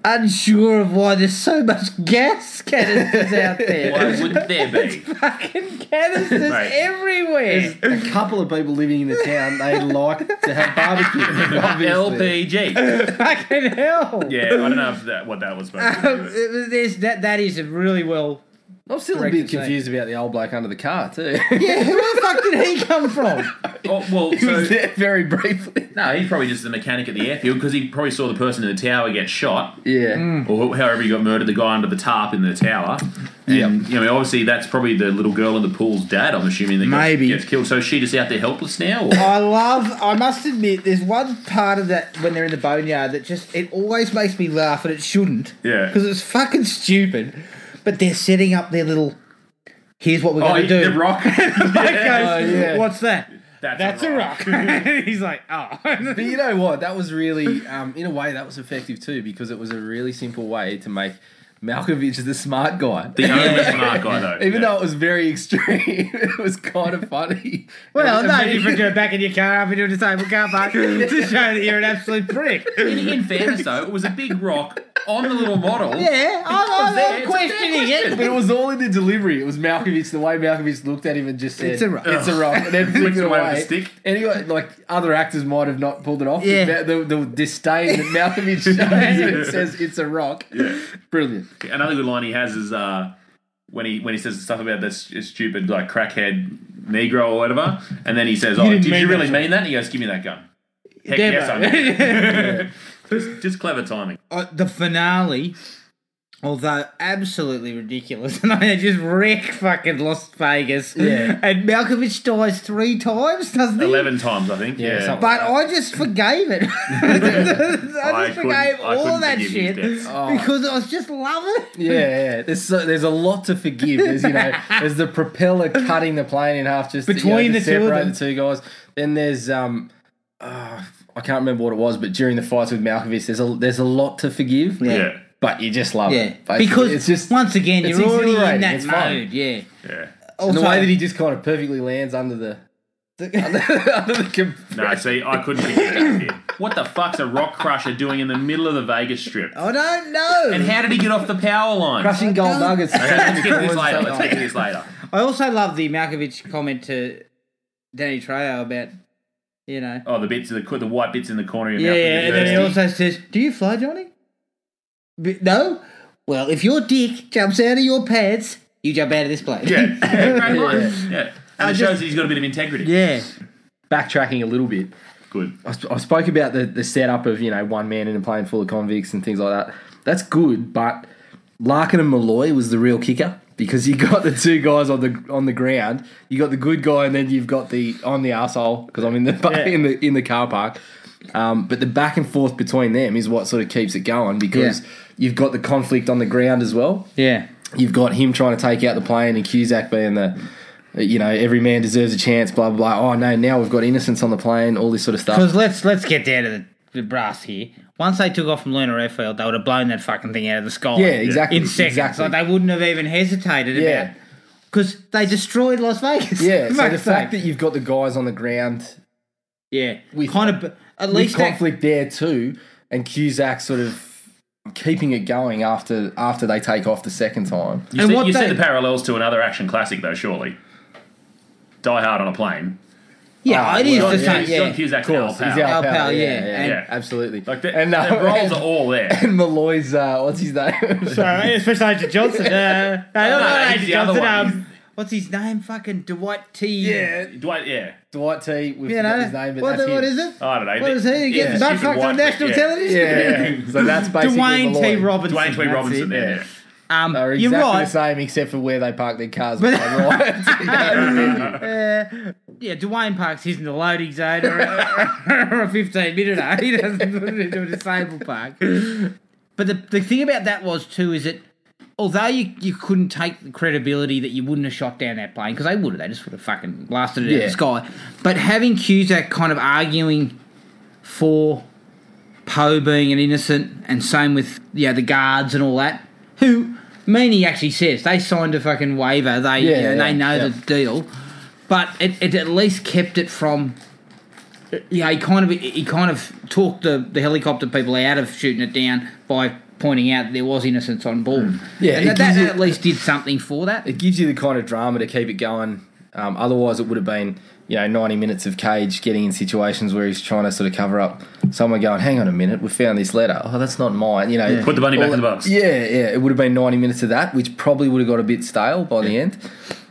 Speaker 1: unsure of why there's so much gas canisters out there
Speaker 3: Why wouldn't there be?
Speaker 1: fucking canisters
Speaker 3: Mate.
Speaker 1: everywhere.
Speaker 2: a couple of people living in the town, they like to have barbecue. obviously.
Speaker 3: LPG.
Speaker 1: fucking hell.
Speaker 3: Yeah, I don't know if that, what that was supposed to
Speaker 1: Um,
Speaker 3: do.
Speaker 1: it was- there's- that, that is a really well.
Speaker 2: I'm still a
Speaker 1: Correct to
Speaker 2: bit
Speaker 1: say.
Speaker 2: confused about the old bloke under the car too.
Speaker 1: Yeah, where the fuck did he come from?
Speaker 3: Oh, well,
Speaker 2: he was
Speaker 3: so,
Speaker 2: there very briefly.
Speaker 3: no, he's probably just the mechanic at the airfield because he probably saw the person in the tower get shot,
Speaker 2: Yeah.
Speaker 3: or however he got murdered, the guy under the tarp in the tower. And, you know, obviously that's probably the little girl in the pool's dad, I'm assuming, that gets-
Speaker 1: Maybe. Oh,
Speaker 3: gets killed. So is she just out there helpless now? Or?
Speaker 1: I love. I must admit, there's one part of that when they're in the boneyard that just it always makes me laugh, and it shouldn't.
Speaker 3: Yeah.
Speaker 1: because it's fucking stupid. But they're setting up their little. Here's what we're
Speaker 3: Oh,
Speaker 1: going to
Speaker 3: the
Speaker 1: do.
Speaker 3: rock.
Speaker 1: Mike goes,
Speaker 2: Oh, yeah.
Speaker 1: What's that?
Speaker 3: That's,
Speaker 1: That's a rock. He's like, oh.
Speaker 2: But you know what? That was really, um, in a way, that was effective too because it was a really simple way to make Malkovich the smart guy.
Speaker 3: The only smart guy, though.
Speaker 2: Even
Speaker 3: Yeah.
Speaker 2: though it was very extreme, it was kind of funny.
Speaker 1: Well,
Speaker 2: And
Speaker 1: no
Speaker 2: immediately-
Speaker 1: different to back in your car up into a disabled car park to show that you're an absolute prick.
Speaker 3: In, in fairness, though, it was a big rock on the little model.
Speaker 1: Yeah,
Speaker 3: was
Speaker 1: I'm,
Speaker 3: there.
Speaker 1: I'm
Speaker 3: It's a
Speaker 1: questioning
Speaker 3: fair
Speaker 1: it.
Speaker 2: But it was all in the delivery. It was Malkovich, the way Malkovich looked at him and just said,
Speaker 1: It's a rock.
Speaker 2: It's a rock. And then flicked
Speaker 3: Flicks
Speaker 2: it
Speaker 3: it away with
Speaker 2: away.
Speaker 3: a stick.
Speaker 2: Anyway, like other actors might have not pulled it off.
Speaker 1: Yeah.
Speaker 2: but The, the disdain that Malkovich shows when it says it's a rock.
Speaker 3: Yeah.
Speaker 2: Brilliant.
Speaker 3: Another good line he has is uh, when he when he says stuff about this stupid like crackhead Negro or whatever, and then he says, "Oh,
Speaker 1: didn't
Speaker 3: did you
Speaker 1: mean
Speaker 3: really
Speaker 1: that."
Speaker 3: mean that?" And he goes, "Give me that gun." Heck
Speaker 1: Demo.
Speaker 3: yes, I did. just, just clever timing.
Speaker 1: Uh, the finale, although absolutely ridiculous, and they just wreck fucking Las Vegas.
Speaker 2: Yeah.
Speaker 1: And Malkovich dies three times, doesn't he?
Speaker 3: Eleven times, I think.
Speaker 2: Yeah,
Speaker 3: Yeah,
Speaker 2: something.
Speaker 1: But I just forgave it. I just
Speaker 3: couldn't-
Speaker 1: forgave
Speaker 3: I
Speaker 1: all
Speaker 3: couldn't
Speaker 1: that
Speaker 3: forgive
Speaker 1: shit
Speaker 3: his deaths.
Speaker 2: Oh.
Speaker 1: because I was just loving it.
Speaker 2: Yeah, yeah. There's so, there's a lot to forgive. There's you know there's the propeller cutting the plane in half just
Speaker 1: Between
Speaker 2: to, you know,
Speaker 1: the
Speaker 2: to
Speaker 1: two of
Speaker 2: separate
Speaker 1: them.
Speaker 2: the two guys. Then there's um uh, I can't remember what it was, but during the fights with Malkovich, there's a there's a lot to forgive.
Speaker 1: Yeah.
Speaker 3: yeah,
Speaker 2: But you just love
Speaker 1: Yeah,
Speaker 2: it. basically.
Speaker 1: because
Speaker 2: it's just
Speaker 1: once again
Speaker 2: it's
Speaker 1: you're already in
Speaker 2: exhilarating,
Speaker 1: that
Speaker 2: it's
Speaker 1: mode.
Speaker 2: fun.
Speaker 1: Yeah.
Speaker 3: yeah.
Speaker 1: Also,
Speaker 2: and the way that he just kind of perfectly lands under the under, under the comp-
Speaker 3: No, see, I couldn't forgive that shit. What the fuck's a rock crusher doing in the middle of the Vegas Strip?
Speaker 1: I don't know.
Speaker 3: And how did he get off the power line?
Speaker 2: crushing gold nuggets.
Speaker 3: Okay, let's get to this later. Let's
Speaker 2: That's
Speaker 3: get to this later.
Speaker 1: I also love the Malkovich comment to Danny Trejo about, you know,
Speaker 3: Oh, the bits, of the, the white bits in the corner of your
Speaker 1: yeah,
Speaker 3: mouth. when
Speaker 1: yeah,
Speaker 3: you're
Speaker 1: and then he
Speaker 3: thirsty.
Speaker 1: also says, "Do you fly, Johnny?" B- no. Well, if your dick jumps out of your pants, you jump out of this plane.
Speaker 3: Yeah, yeah, great line.
Speaker 2: Yeah.
Speaker 3: Yeah. And it shows that he's got a bit of integrity.
Speaker 1: yeah.
Speaker 2: backtracking a little bit.
Speaker 3: Good.
Speaker 2: I, sp- I spoke about the, the setup of you know one man in a plane full of convicts and things like that. That's good, but Larkin and Malloy was the real kicker because you got the two guys on the on the ground. You got the good guy, and then you've got the on the asshole because I'm in the in the in the car park. Um, but the back and forth between them is what sort of keeps it going because
Speaker 1: Yeah.
Speaker 2: you've got the conflict on the ground as well
Speaker 1: Yeah.
Speaker 2: you've got him trying to take out the plane and Cusack being the you know every man deserves a chance blah blah blah oh no now we've got innocence on the plane all this sort of stuff
Speaker 1: Because let's let's get down to the, the brass here. Once they took off from Lunar Airfield, they would have blown that fucking thing out of the sky.
Speaker 2: Yeah, exactly,
Speaker 1: In seconds,
Speaker 2: exactly.
Speaker 1: like they wouldn't have even hesitated
Speaker 2: Yeah.
Speaker 1: about. Because they destroyed Las Vegas.
Speaker 2: yeah so the
Speaker 1: Fuck's
Speaker 2: fact
Speaker 1: sake.
Speaker 2: that you've got the guys on the ground
Speaker 1: yeah, we
Speaker 2: with-
Speaker 1: kind of at
Speaker 2: with
Speaker 1: least that-
Speaker 2: conflict there too and Cusack sort of keeping it going after after they take off the second time
Speaker 3: You,
Speaker 1: And
Speaker 3: see,
Speaker 1: what
Speaker 3: you see
Speaker 1: they-
Speaker 3: the parallels to another action classic, though, surely. Die Hard on a Plane.
Speaker 1: Yeah,
Speaker 2: Oh,
Speaker 1: it is
Speaker 2: well,
Speaker 1: just
Speaker 2: yeah,
Speaker 1: like,
Speaker 2: yeah.
Speaker 1: yeah.
Speaker 3: John Cusack's
Speaker 2: Of
Speaker 3: our
Speaker 2: course, he's
Speaker 3: pal.
Speaker 1: Our pal, yeah,
Speaker 2: yeah,
Speaker 1: and-
Speaker 3: Yeah.
Speaker 2: absolutely.
Speaker 3: Like the,
Speaker 2: and uh,
Speaker 3: their roles are all there.
Speaker 2: and Malloy's uh, what's his name?
Speaker 1: Sorry, Special Agent Johnson. Uh, no, no,
Speaker 3: no,
Speaker 1: not Agent
Speaker 3: he's the other
Speaker 1: Johnson.
Speaker 3: one.
Speaker 1: Um, what's his name? Fucking Dwight T.
Speaker 3: Dwight, yeah.
Speaker 2: Dwight T. We've
Speaker 1: You know,
Speaker 2: forgotten his name, but
Speaker 1: what,
Speaker 2: that's
Speaker 1: the, what
Speaker 2: him.
Speaker 1: is it?
Speaker 3: I don't know.
Speaker 1: What is he? He gets
Speaker 3: Oh,
Speaker 1: butt
Speaker 3: Yeah.
Speaker 1: fucked
Speaker 3: Stupid
Speaker 1: on
Speaker 3: white
Speaker 1: national
Speaker 3: prick, yeah.
Speaker 1: television?
Speaker 2: Yeah, yeah. so that's basically
Speaker 1: Dwayne T.
Speaker 2: Malloy.
Speaker 1: Robinson.
Speaker 3: Dwayne T.
Speaker 1: that's
Speaker 3: Robinson,
Speaker 1: it.
Speaker 3: there.
Speaker 1: Um,
Speaker 2: They're
Speaker 1: you're
Speaker 2: exactly the
Speaker 1: right.
Speaker 2: same except for where they park their cars.
Speaker 1: But-
Speaker 2: But right.
Speaker 1: Uh, yeah, Dwayne parks his in the loading zone or, or a 15 minute. eh? He doesn't put it into a disabled park. But the, the thing about that was, too, is that although you, you couldn't take the credibility that you wouldn't have shot down that plane, because they would have, they just would have fucking blasted it out
Speaker 2: Yeah.
Speaker 1: of the sky. But having Cusack kind of arguing for Poe being an innocent, and same with yeah the guards and all that. Who Meany actually says they signed a fucking waiver. They
Speaker 2: Yeah,
Speaker 1: you know,
Speaker 2: yeah,
Speaker 1: they know
Speaker 2: yeah.
Speaker 1: the deal, but it, it at least kept it from. Yeah, he kind of he kind of talked the, the helicopter people out of shooting it down by pointing out there was innocence on board.
Speaker 2: Mm. Yeah,
Speaker 1: and
Speaker 2: it
Speaker 1: that, that,
Speaker 2: gives you-
Speaker 1: at least did something for that.
Speaker 2: it gives you the kind of drama to keep it going. Um, otherwise, it would have been you know ninety minutes of Cage getting in situations where he's trying to sort of cover up someone going, "Hang on a minute, we found this letter. Oh, that's not mine." You know,
Speaker 3: Put the bunny back in the box.
Speaker 2: Yeah, yeah. It would have been ninety minutes of that, which probably would have got a bit stale by the end.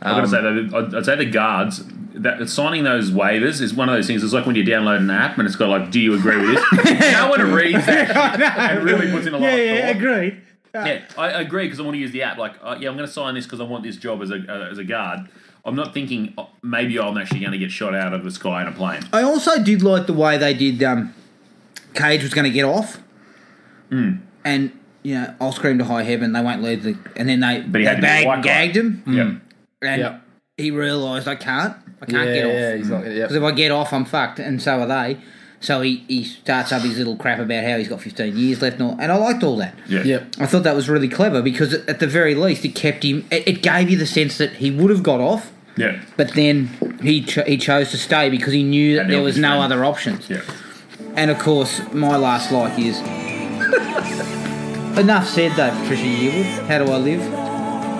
Speaker 3: I've got to say though, I'd, I'd say the guards that signing those waivers is one of those things. It's like when you download an app and it's got like, "Do you agree with this?" no one reads that and really puts in a lot of thought.
Speaker 1: agreed.
Speaker 3: Yeah, I agree because I want to use the app. Like, uh, yeah, I'm going to sign this because I want this job as a uh, as a guard. I'm not thinking oh, maybe I'm actually going to get shot out of the sky in a plane.
Speaker 1: I also did like the way they did. Um, Cage was going to get off,
Speaker 3: Hmm.
Speaker 1: and you know, I'll scream to high heaven. They won't leave the, and then they
Speaker 3: he
Speaker 1: they
Speaker 3: had to be
Speaker 1: bagged
Speaker 3: white
Speaker 1: and
Speaker 3: guy.
Speaker 1: gagged him,
Speaker 3: Yeah.
Speaker 1: and
Speaker 2: Hmm. Yep.
Speaker 1: he realised I can't, I
Speaker 2: yeah,
Speaker 1: can't get off. Mm.
Speaker 2: yeah, he's not. Yep.
Speaker 1: Because if I get off, I'm fucked, and so are they. So he, he starts up his little crap about how he's got 15 years left, and, all, and I liked all that.
Speaker 3: Yeah.
Speaker 2: Yep.
Speaker 1: I thought that was really clever because at the very least, it kept him. It, it gave you the sense that he would have got off,
Speaker 3: Yeah.
Speaker 1: but then he cho- he chose to stay because he knew that
Speaker 3: And
Speaker 1: there
Speaker 3: help
Speaker 1: was
Speaker 3: his
Speaker 1: no
Speaker 3: friend.
Speaker 1: other options.
Speaker 3: Yeah.
Speaker 1: And of course, my last like is. Enough said though, Patricia Yearwood. How do I live?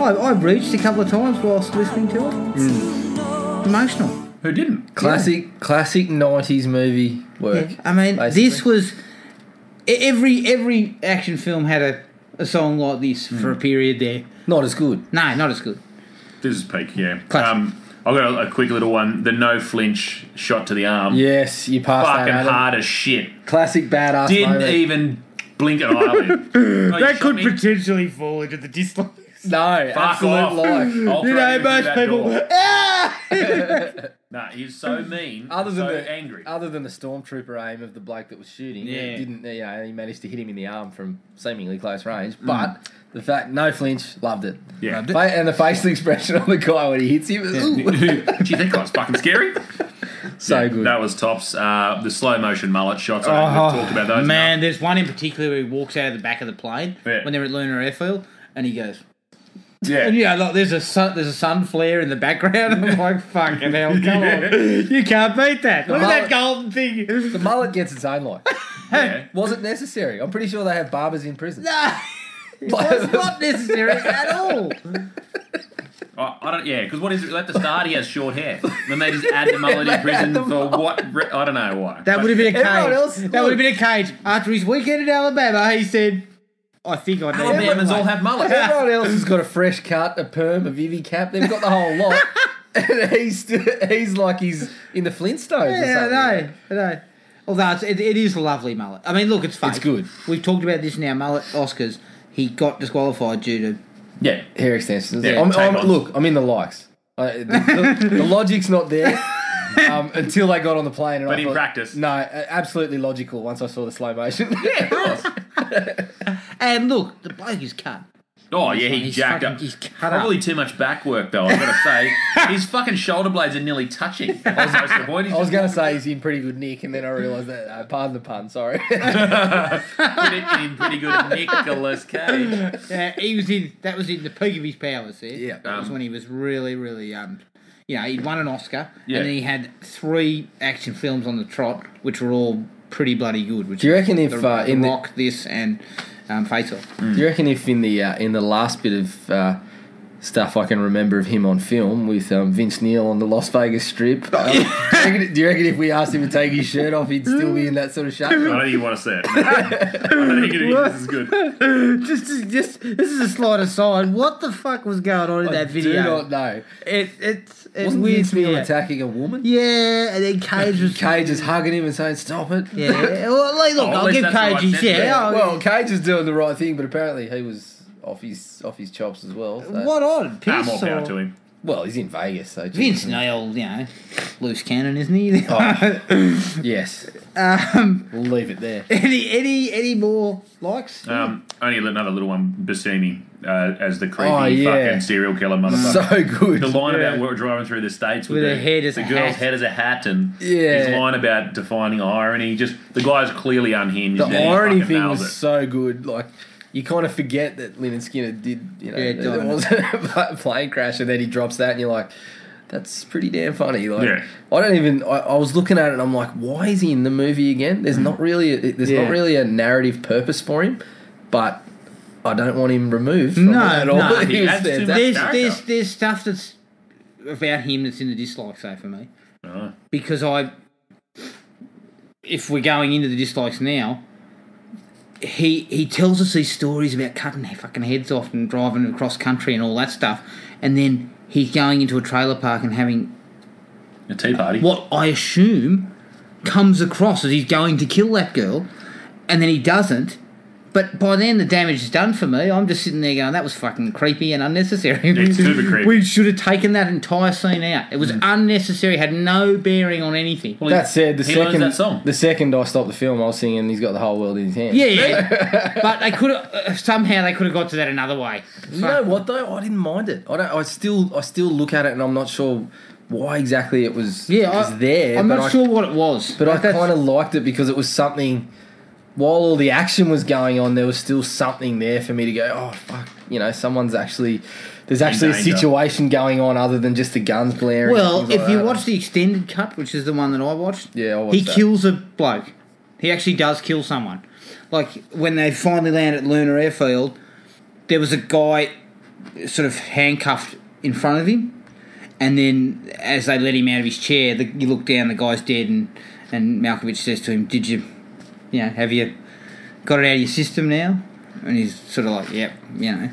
Speaker 1: I, I reached a couple of times whilst listening to it. Emotional.
Speaker 3: Who didn't?
Speaker 2: Classic, classic nineties movie work.
Speaker 1: I mean,
Speaker 2: basically.
Speaker 1: this was e- every every action film had a, a song like this for a period there.
Speaker 2: not as good.
Speaker 1: No, not as good.
Speaker 3: This is peak. Yeah.
Speaker 1: Classic.
Speaker 3: Um, I've got a, a quick little one. The no flinch shot to the arm.
Speaker 2: Yes, you passed that.
Speaker 3: Fucking
Speaker 2: Adam.
Speaker 3: hard as shit.
Speaker 2: Classic badass.
Speaker 3: Didn't
Speaker 2: moment.
Speaker 3: even blink an eyelid. that
Speaker 1: potentially fall into the dislike.
Speaker 2: No, absolute lie.
Speaker 1: You know, most people. Ah!
Speaker 3: Nah, he's so mean.
Speaker 2: Other than
Speaker 3: so
Speaker 2: the
Speaker 3: angry.
Speaker 2: other than the stormtrooper aim of the bloke that was shooting,
Speaker 1: Yeah.
Speaker 2: it didn't you know, he managed to hit him in the arm from seemingly close range.
Speaker 1: Mm.
Speaker 2: But the fact, no flinch, loved it.
Speaker 3: Yeah.
Speaker 1: Loved it.
Speaker 2: Fa- and the facial expression on the guy when he hits him, ooh,
Speaker 3: Gee, that guy's fucking scary.
Speaker 2: so
Speaker 3: Yeah,
Speaker 2: good.
Speaker 3: That was tops. Uh, the slow motion mullet shots. I haven't
Speaker 1: Oh,
Speaker 3: talked about those.
Speaker 1: Man, there's one in particular where he walks out of the back of the plane
Speaker 3: Yeah.
Speaker 1: when they're at Lunar Airfield, and he goes,
Speaker 3: enough.
Speaker 1: and
Speaker 3: Yeah.
Speaker 1: yeah, look, there's a sun, there's a sun flare in the background. I'm like, fucking hell, come on, you can't beat that. Look at that golden thing.
Speaker 2: the mullet gets its own life.
Speaker 3: yeah.
Speaker 2: Wasn't necessary. I'm pretty sure they have barbers in prison.
Speaker 1: That's not necessary at all.
Speaker 3: I, I don't. Yeah, because what is it? At the start, he has short hair. Then they just add the mullet in prison for what? re- I don't know why.
Speaker 1: That
Speaker 3: But-
Speaker 1: would have been a
Speaker 2: Everyone
Speaker 1: cage.
Speaker 2: else-
Speaker 1: that would have been a cage. After his weekend in Alabama, he said, "I think I need."
Speaker 3: Alabamans
Speaker 1: one."
Speaker 3: all have mullets.
Speaker 2: Everyone else has got a fresh cut, a perm, a Vivi cap. They've got the whole lot. and he's st- he's like he's in the Flintstones. or
Speaker 1: Yeah,
Speaker 2: something.
Speaker 1: I know, I know. Although it's, it, it is a lovely mullet. I mean, look, it's fake.
Speaker 2: It's good.
Speaker 1: We've talked about this in our mullet Oscars. He got disqualified due to
Speaker 3: Yeah.
Speaker 2: hair extensions.
Speaker 3: Yeah,
Speaker 2: I'm,
Speaker 3: tape
Speaker 2: I'm-
Speaker 3: ons.
Speaker 2: look, I'm in the likes. I, the, the- the logic's not there um, until they got on the plane. And
Speaker 3: But
Speaker 2: I
Speaker 3: in
Speaker 2: thought-
Speaker 3: practice.
Speaker 2: no, a- absolutely logical. Once I saw the slow motion,
Speaker 1: And look, the bloke is cut.
Speaker 3: Oh yeah, he
Speaker 1: He's
Speaker 3: jacked
Speaker 1: fucking-
Speaker 3: up.
Speaker 1: he's cut up.
Speaker 3: Probably too much back work though. I've got to say, his fucking shoulder blades are nearly touching. That's most the point. He's
Speaker 2: I was
Speaker 3: just
Speaker 2: going to say he's in pretty good nick, and then I realised that. Uh, pardon the pun. Sorry.
Speaker 3: predicting him pretty good, Nicholas Cage.
Speaker 1: Uh, he was in. That was in the peak of his powers. There,
Speaker 2: Yeah.
Speaker 1: that was
Speaker 3: Um,
Speaker 1: when he was really, really. Um, you know, he'd won an Oscar,
Speaker 3: Yeah.
Speaker 1: and then he had three action films on the trot, which were all pretty bloody good. Which
Speaker 2: Do you reckon if,
Speaker 1: the,
Speaker 2: uh,
Speaker 1: The
Speaker 2: in the-
Speaker 1: Rock, this, and um, Face Off?
Speaker 2: Do you reckon if in the uh, in the last bit of uh, stuff I can remember of him on film with um, Vince Neil on the Las Vegas Strip. Um, do, you reckon, do you reckon if we asked him to take his shirt off, he'd still be in that sort of
Speaker 3: I
Speaker 2: shape?
Speaker 3: don't think you want to see it. I don't think it is. This is good.
Speaker 1: just, just, just, this is a slight aside. What the fuck was going on in that
Speaker 2: Do
Speaker 1: video?
Speaker 2: not know.
Speaker 1: It, it's, it
Speaker 2: Wasn't
Speaker 1: weirds
Speaker 2: Vince
Speaker 1: me
Speaker 2: Neil
Speaker 1: out.
Speaker 2: attacking a woman?
Speaker 1: Yeah, and then Cage was.
Speaker 2: Cage is hugging him and saying, "Stop it."
Speaker 1: Yeah, well, like, look,
Speaker 3: Oh, at
Speaker 1: I'll
Speaker 3: least
Speaker 1: give
Speaker 3: that's the
Speaker 1: Cage
Speaker 3: right
Speaker 1: his
Speaker 3: sentence.
Speaker 1: yeah. I'll-
Speaker 2: Well, Cage is doing the right thing, but apparently he was off his off his chops as well. so-
Speaker 1: what on? Piss
Speaker 3: Ah, more power
Speaker 1: or-
Speaker 3: to him.
Speaker 2: Well, he's in Vegas, so
Speaker 1: Vince Nail, you know, loose cannon, isn't he?
Speaker 2: Oh. yes,
Speaker 1: um,
Speaker 2: we'll leave it there.
Speaker 1: any, any, any more likes?
Speaker 3: Um, only another little one, Bassini, uh, as the creepy
Speaker 2: Oh, yeah.
Speaker 3: fucking serial killer motherfucker.
Speaker 2: So good.
Speaker 3: the line
Speaker 1: Yeah.
Speaker 3: about we're driving through the states with,
Speaker 1: With
Speaker 3: the,
Speaker 1: her head as
Speaker 3: the
Speaker 1: a
Speaker 3: girl's
Speaker 1: hat.
Speaker 3: head as a hat, and
Speaker 2: Yeah.
Speaker 3: his line about defining irony. Just the guy's clearly unhinged.
Speaker 2: The
Speaker 3: and he
Speaker 2: irony
Speaker 3: fucking
Speaker 2: thing
Speaker 3: nails
Speaker 2: was
Speaker 3: it.
Speaker 2: so good. Like you kind of forget that Lynyrd Skinner did, you know,
Speaker 1: Yeah,
Speaker 2: that there
Speaker 1: died.
Speaker 2: was a plane crash, and then he drops that, and you're like, "That's pretty damn funny." Like
Speaker 3: Yeah.
Speaker 2: I don't even. I, I was looking at it, and I'm like, "Why is he in the movie again?" There's not really. A, there's
Speaker 1: Yeah.
Speaker 2: not really a narrative purpose for him, but I don't want him removed. From
Speaker 1: No,
Speaker 2: it at
Speaker 1: no.
Speaker 2: all.
Speaker 3: He
Speaker 2: was
Speaker 3: adds
Speaker 2: there.
Speaker 3: to
Speaker 2: That-
Speaker 3: it.
Speaker 1: there's,
Speaker 3: character.
Speaker 1: there's, there's stuff that's about him that's in the dislike zone for me
Speaker 3: Oh.
Speaker 1: because I, if we're going into the dislikes now, he he tells us these stories about cutting their fucking heads off and driving across country and all that stuff, and then he's going into a trailer park and having
Speaker 3: A tea party.
Speaker 1: what I assume comes across as he's going to kill that girl, and then he doesn't. But by then the damage is done for me. I'm just sitting there going, "That was fucking creepy and unnecessary."
Speaker 3: It's super creepy.
Speaker 1: We should have taken that entire scene out. It was unnecessary. Had no bearing on anything.
Speaker 3: Well, he-
Speaker 2: That said, the
Speaker 3: he learns
Speaker 2: second
Speaker 3: that song.
Speaker 2: the second I stopped the film, I was singing, "He's got the whole world in his hands."
Speaker 1: Yeah, yeah. but they could have uh, somehow they could have got to that another way.
Speaker 2: You know what though? I didn't mind it. I don't. I still. I still look at it, and I'm not sure why exactly it was.
Speaker 1: Yeah,
Speaker 2: it was
Speaker 1: I,
Speaker 2: there.
Speaker 1: I'm
Speaker 2: but
Speaker 1: not
Speaker 2: I-
Speaker 1: sure what it was.
Speaker 2: But I
Speaker 1: Like, that's-
Speaker 2: kind of liked it because it was something. While all the action was going on, there was still something there for me to go. Oh fuck! You know, someone's actually. There's actually a
Speaker 3: danger.
Speaker 2: situation going on other than just the guns blaring.
Speaker 1: Well,
Speaker 2: and things
Speaker 1: if
Speaker 2: like
Speaker 1: you
Speaker 2: that.
Speaker 1: watch the extended cut, which is the one that I watched,
Speaker 2: Yeah, I watched
Speaker 1: he
Speaker 2: that.
Speaker 1: kills a bloke. He actually does kill someone. Like when they finally land at Lunar Airfield, there was a guy sort of handcuffed in front of him, and then as they let him out of his chair, the, you look down, the guy's dead, and and Malkovich says to him, "Did you, you know, have you got it out of your system now?" And he's sort of like, "Yep, you know."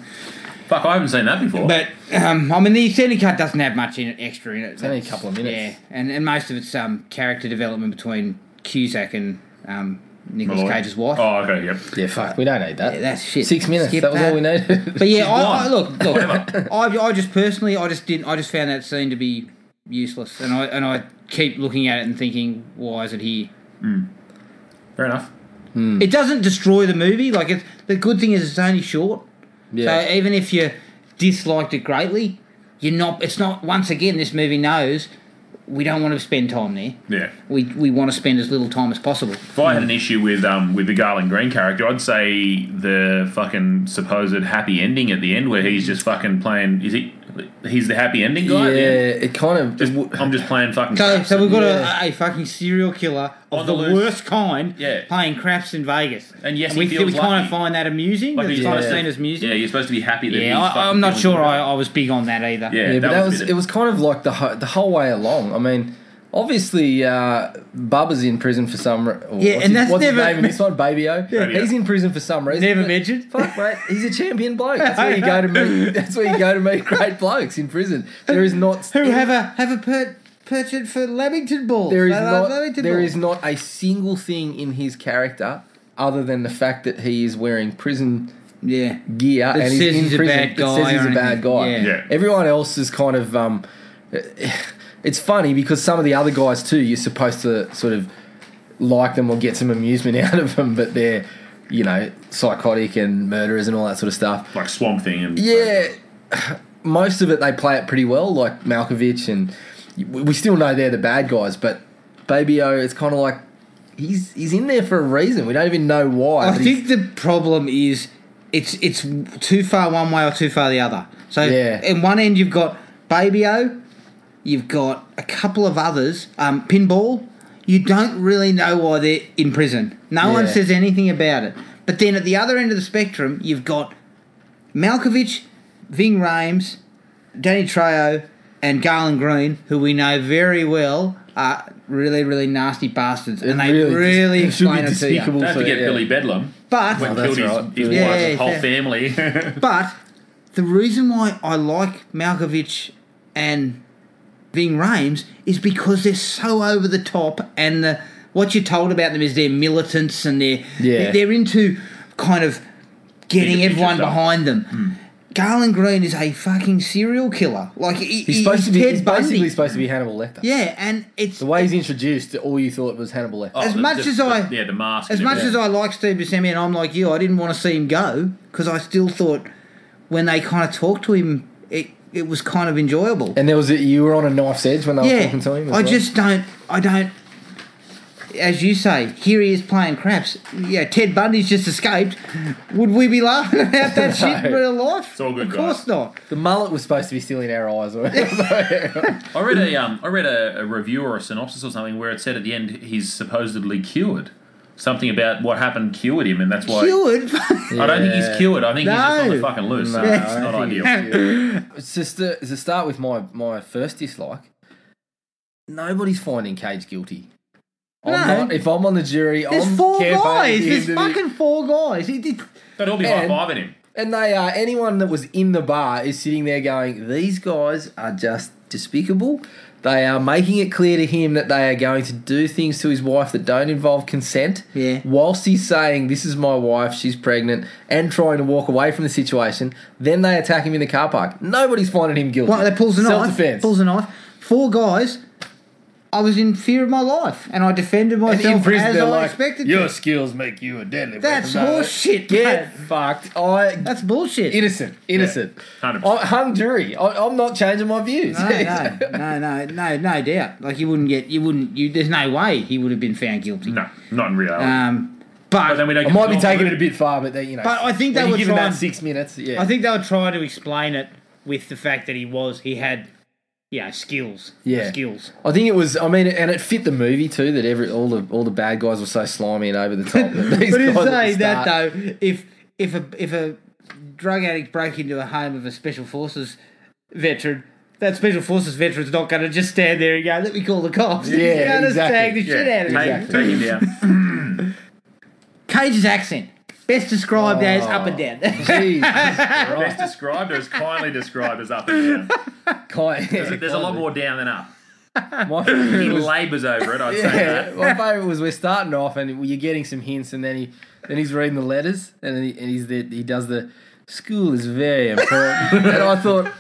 Speaker 3: Fuck, I haven't seen that before.
Speaker 1: But um, I mean, the extended cut doesn't have much in it, extra in it. It's
Speaker 2: only a couple of minutes.
Speaker 1: Yeah, and, and most of it's um, character development between Cusack and um, Nicholas
Speaker 3: Malloy.
Speaker 1: Cage's wife.
Speaker 3: Oh, okay, yep.
Speaker 2: yeah, fuck, we don't need that.
Speaker 1: Yeah, that's shit.
Speaker 2: Six minutes.
Speaker 1: Skip
Speaker 2: that was all we
Speaker 1: that.
Speaker 2: needed.
Speaker 1: But yeah, I, I,
Speaker 3: She's
Speaker 1: look, look. I, I just personally, I just didn't. I just found that scene to be useless, and I and I keep looking at it and thinking, why is it here?
Speaker 3: Fair enough.
Speaker 2: Hmm.
Speaker 1: It doesn't destroy the movie. Like it's the good thing is it's only short.
Speaker 2: Yeah.
Speaker 1: So even if you disliked it greatly, you're not. It's not. Once again, this movie knows we don't want to spend time there.
Speaker 3: Yeah.
Speaker 1: We we want to spend as little time as possible.
Speaker 3: If I had an issue with um with the Garland Green character, I'd say the fucking supposed happy ending at the end where he's just fucking playing. Is he? He's the happy ending
Speaker 2: yeah,
Speaker 3: guy. at the end?
Speaker 2: it kind of.
Speaker 3: Just, I'm just playing fucking.
Speaker 1: So,
Speaker 3: craps
Speaker 1: so
Speaker 3: and-
Speaker 1: we've got
Speaker 2: Yeah.
Speaker 1: a, a fucking serial killer of
Speaker 3: On
Speaker 1: the,
Speaker 3: the loose.
Speaker 1: worst kind
Speaker 3: Yeah.
Speaker 1: playing craps in Vegas.
Speaker 3: And yes,
Speaker 1: we,
Speaker 3: he feels
Speaker 1: we kind
Speaker 3: lucky.
Speaker 1: of find that amusing.
Speaker 3: Like,
Speaker 1: it's
Speaker 3: he's
Speaker 1: kind of
Speaker 3: supposed to-
Speaker 1: seen as
Speaker 3: Yeah,
Speaker 1: music.
Speaker 3: you're supposed to be happy that
Speaker 1: Yeah,
Speaker 3: he's fucking
Speaker 1: I, I'm not
Speaker 3: feeling
Speaker 1: sure
Speaker 3: good.
Speaker 1: I, I was big on that either.
Speaker 3: Yeah,
Speaker 2: Yeah, but that was
Speaker 3: a bit
Speaker 2: it
Speaker 3: of-
Speaker 2: was kind of like the ho- the whole way along. I mean, obviously, uh, Bubba's in prison for some. Re- or
Speaker 1: Yeah, and
Speaker 2: what's his-
Speaker 1: that's
Speaker 2: what's his
Speaker 1: never-
Speaker 2: name in this one, Baby O.
Speaker 3: Baby-O.
Speaker 2: He's in prison for some reason.
Speaker 1: Never
Speaker 2: but
Speaker 1: mentioned.
Speaker 2: Fuck, mate. He's a champion bloke. That's where you go to meet. That's where you go to meet great blokes in prison. There is not
Speaker 1: Who have a have a per, perchant for Lamington balls?
Speaker 2: there is
Speaker 1: They love
Speaker 2: not
Speaker 1: Lamington
Speaker 2: there
Speaker 1: balls.
Speaker 2: is not a single thing in his character other than the fact that he is wearing prison
Speaker 1: yeah.
Speaker 2: gear and he's
Speaker 1: says
Speaker 2: in
Speaker 1: he's a
Speaker 2: prison.
Speaker 1: bad
Speaker 2: that
Speaker 1: guy
Speaker 2: says he's
Speaker 1: or
Speaker 2: a bad
Speaker 1: anything.
Speaker 2: guy.
Speaker 1: Yeah.
Speaker 3: Yeah.
Speaker 2: Everyone else is kind of. Um, it's funny because some of the other guys too, you're supposed to sort of like them or get some amusement out of them, but they're you know psychotic and murderers and all that sort of stuff.
Speaker 3: like Swamp Thing and
Speaker 2: Yeah, most of it they play it pretty well, like Malkovich, and we we still know they're the bad guys. But Baby O, it's kind of like he's he's in there for a reason. We don't even know why.
Speaker 1: I
Speaker 2: but he's-
Speaker 1: think the problem is it's it's too far one way or too far the other. So
Speaker 2: Yeah.
Speaker 1: in one end you've got Baby O, you've got a couple of others, um, Pinball. You don't really know why they're in prison. No one
Speaker 2: Yeah.
Speaker 1: says anything about it. But then at the other end of the spectrum, you've got Malkovich, Ving Rhames, Danny Trejo and Garland Green, who we know very well, are really, really nasty bastards, and they really,
Speaker 2: really- it should
Speaker 1: explain
Speaker 2: be
Speaker 1: it to you.
Speaker 2: despicable.
Speaker 3: Don't Oh,
Speaker 2: Also,
Speaker 3: forget
Speaker 2: yeah.
Speaker 3: Billy Bedlam.
Speaker 1: But
Speaker 3: When
Speaker 2: that's
Speaker 3: killed his,
Speaker 2: right.
Speaker 3: his
Speaker 1: Yeah,
Speaker 3: wife and
Speaker 1: yeah,
Speaker 3: whole
Speaker 1: yeah.
Speaker 3: family.
Speaker 1: But the reason why I like Malkovich and Ving Rhames is because they're so over the top, and the, what you're told about them is they're militants and they're
Speaker 2: Yeah.
Speaker 1: they're into kind of
Speaker 3: Bigger
Speaker 1: getting
Speaker 3: picture
Speaker 1: everyone
Speaker 3: stuff.
Speaker 1: behind them.
Speaker 2: Hmm.
Speaker 1: Garland Green is a fucking serial killer. Like he,
Speaker 2: He's supposed to be.
Speaker 1: Ted
Speaker 2: He's
Speaker 1: Bundy.
Speaker 2: basically supposed to be Hannibal Lecter.
Speaker 1: yeah, and it's
Speaker 2: The way he's introduced, all you thought was Hannibal Lecter.
Speaker 3: Oh,
Speaker 1: As
Speaker 3: the-
Speaker 1: much
Speaker 3: the-
Speaker 1: as
Speaker 3: the-
Speaker 1: I-
Speaker 3: yeah, the mask.
Speaker 1: As
Speaker 3: and
Speaker 1: much
Speaker 3: everything.
Speaker 1: as I like Steve Buscemi and I'm like you, I didn't want to see him go because I still thought when they kind of talked to him, it it was kind of enjoyable.
Speaker 2: And there was a, you were on a knife's edge when they were
Speaker 1: yeah,
Speaker 2: talking to him. as
Speaker 1: I
Speaker 2: well.
Speaker 1: just don't. I don't. As you say, here he is playing craps. Yeah, Ted Bundy's just escaped. Would we be laughing about that shit in real life?
Speaker 3: It's all good,
Speaker 1: Of course
Speaker 3: guys.
Speaker 1: not.
Speaker 2: the mullet was supposed to be still in our eyes. wasn't it?
Speaker 3: I read a um, I read a, a review or a synopsis or something where it said at the end he's supposedly cured. Something about what happened cured him, and that's why.
Speaker 1: Cured.
Speaker 3: I don't think he's
Speaker 2: Yeah.
Speaker 3: cured. I think he's just on the
Speaker 1: No.
Speaker 3: fucking loose. so
Speaker 2: No,
Speaker 3: it's
Speaker 2: I
Speaker 3: not
Speaker 2: think
Speaker 3: ideal.
Speaker 2: it's just to, to start with my my first dislike. Nobody's finding Cage guilty. I'm
Speaker 1: No.
Speaker 2: not, if I'm on the jury,
Speaker 1: There's
Speaker 2: I'm
Speaker 1: four
Speaker 2: campaigning
Speaker 1: guys.
Speaker 2: him
Speaker 1: There's
Speaker 2: to be-
Speaker 1: fucking four guys. He did.
Speaker 3: They'd all be high
Speaker 2: And-
Speaker 3: fiving him.
Speaker 2: And they are anyone that was in the bar is sitting there going, These guys are just despicable. They are making it clear to him that they are going to do things to his wife that don't involve consent.
Speaker 1: Yeah.
Speaker 2: Whilst he's saying, This is my wife, she's pregnant, and trying to walk away from the situation. Then they attack him in the car park. Nobody's finding him guilty.
Speaker 1: Well, they pulls a
Speaker 2: Self
Speaker 1: knife.
Speaker 2: defense.
Speaker 1: Pulls a knife. Four guys. I was in fear of my life, and I defended myself
Speaker 2: in prison,
Speaker 1: as I
Speaker 2: they're like,
Speaker 1: expected.
Speaker 2: "Your
Speaker 1: to.
Speaker 2: skills make you a deadly
Speaker 1: That's
Speaker 2: weapon."
Speaker 1: horseshit.
Speaker 2: Get
Speaker 1: mate.
Speaker 2: fucked. I
Speaker 1: That's bullshit.
Speaker 2: innocent, innocent.
Speaker 3: Yeah, 100%.
Speaker 2: I- hung jury. I, I'm not changing my views.
Speaker 1: no, no, no, no, no, no doubt. Like you wouldn't get, you wouldn't. You, there's no way he would have been found guilty.
Speaker 3: No, not in reality.
Speaker 1: Um,
Speaker 3: but
Speaker 1: but
Speaker 3: then we don't.
Speaker 2: I
Speaker 3: get
Speaker 2: might be
Speaker 3: the-
Speaker 2: taking it a bit far, but they, you know.
Speaker 1: But I think
Speaker 2: when
Speaker 1: they
Speaker 2: you
Speaker 1: were
Speaker 2: give him
Speaker 1: trying-
Speaker 2: that six minutes. Yeah,
Speaker 1: I think they were trying to explain it with the fact that he was, he had, you know, skills.
Speaker 2: Yeah.
Speaker 1: skills.
Speaker 2: I think it was. I mean, and it fit the movie too. That every all the all the bad guys were so slimy and over the top. That these
Speaker 1: But in
Speaker 2: guys at the
Speaker 1: saying that
Speaker 2: start-
Speaker 1: though, if if a if a drug addict broke into a home of a special forces veteran, that special forces veteran's not going to just stand there and go, "Let me call the cops." He's
Speaker 2: Yeah,
Speaker 1: going to
Speaker 2: exactly.
Speaker 1: tag the
Speaker 3: Yeah,
Speaker 1: shit out of
Speaker 3: take,
Speaker 1: him.
Speaker 3: take him down.
Speaker 1: Cage's accent, best described
Speaker 2: Oh.
Speaker 1: as up and down.
Speaker 2: Jesus
Speaker 3: Best described or as kindly described as up and down.
Speaker 2: Christ.
Speaker 3: There's, there's a lot more down than up.
Speaker 2: My
Speaker 3: He
Speaker 2: favourite was-
Speaker 3: labours over it. I'd say
Speaker 2: yeah,
Speaker 3: that.
Speaker 2: my favourite was we're starting off and you're getting some hints, and then he then he's reading the letters, and then he, and he's the, he does the school is very important, and I thought.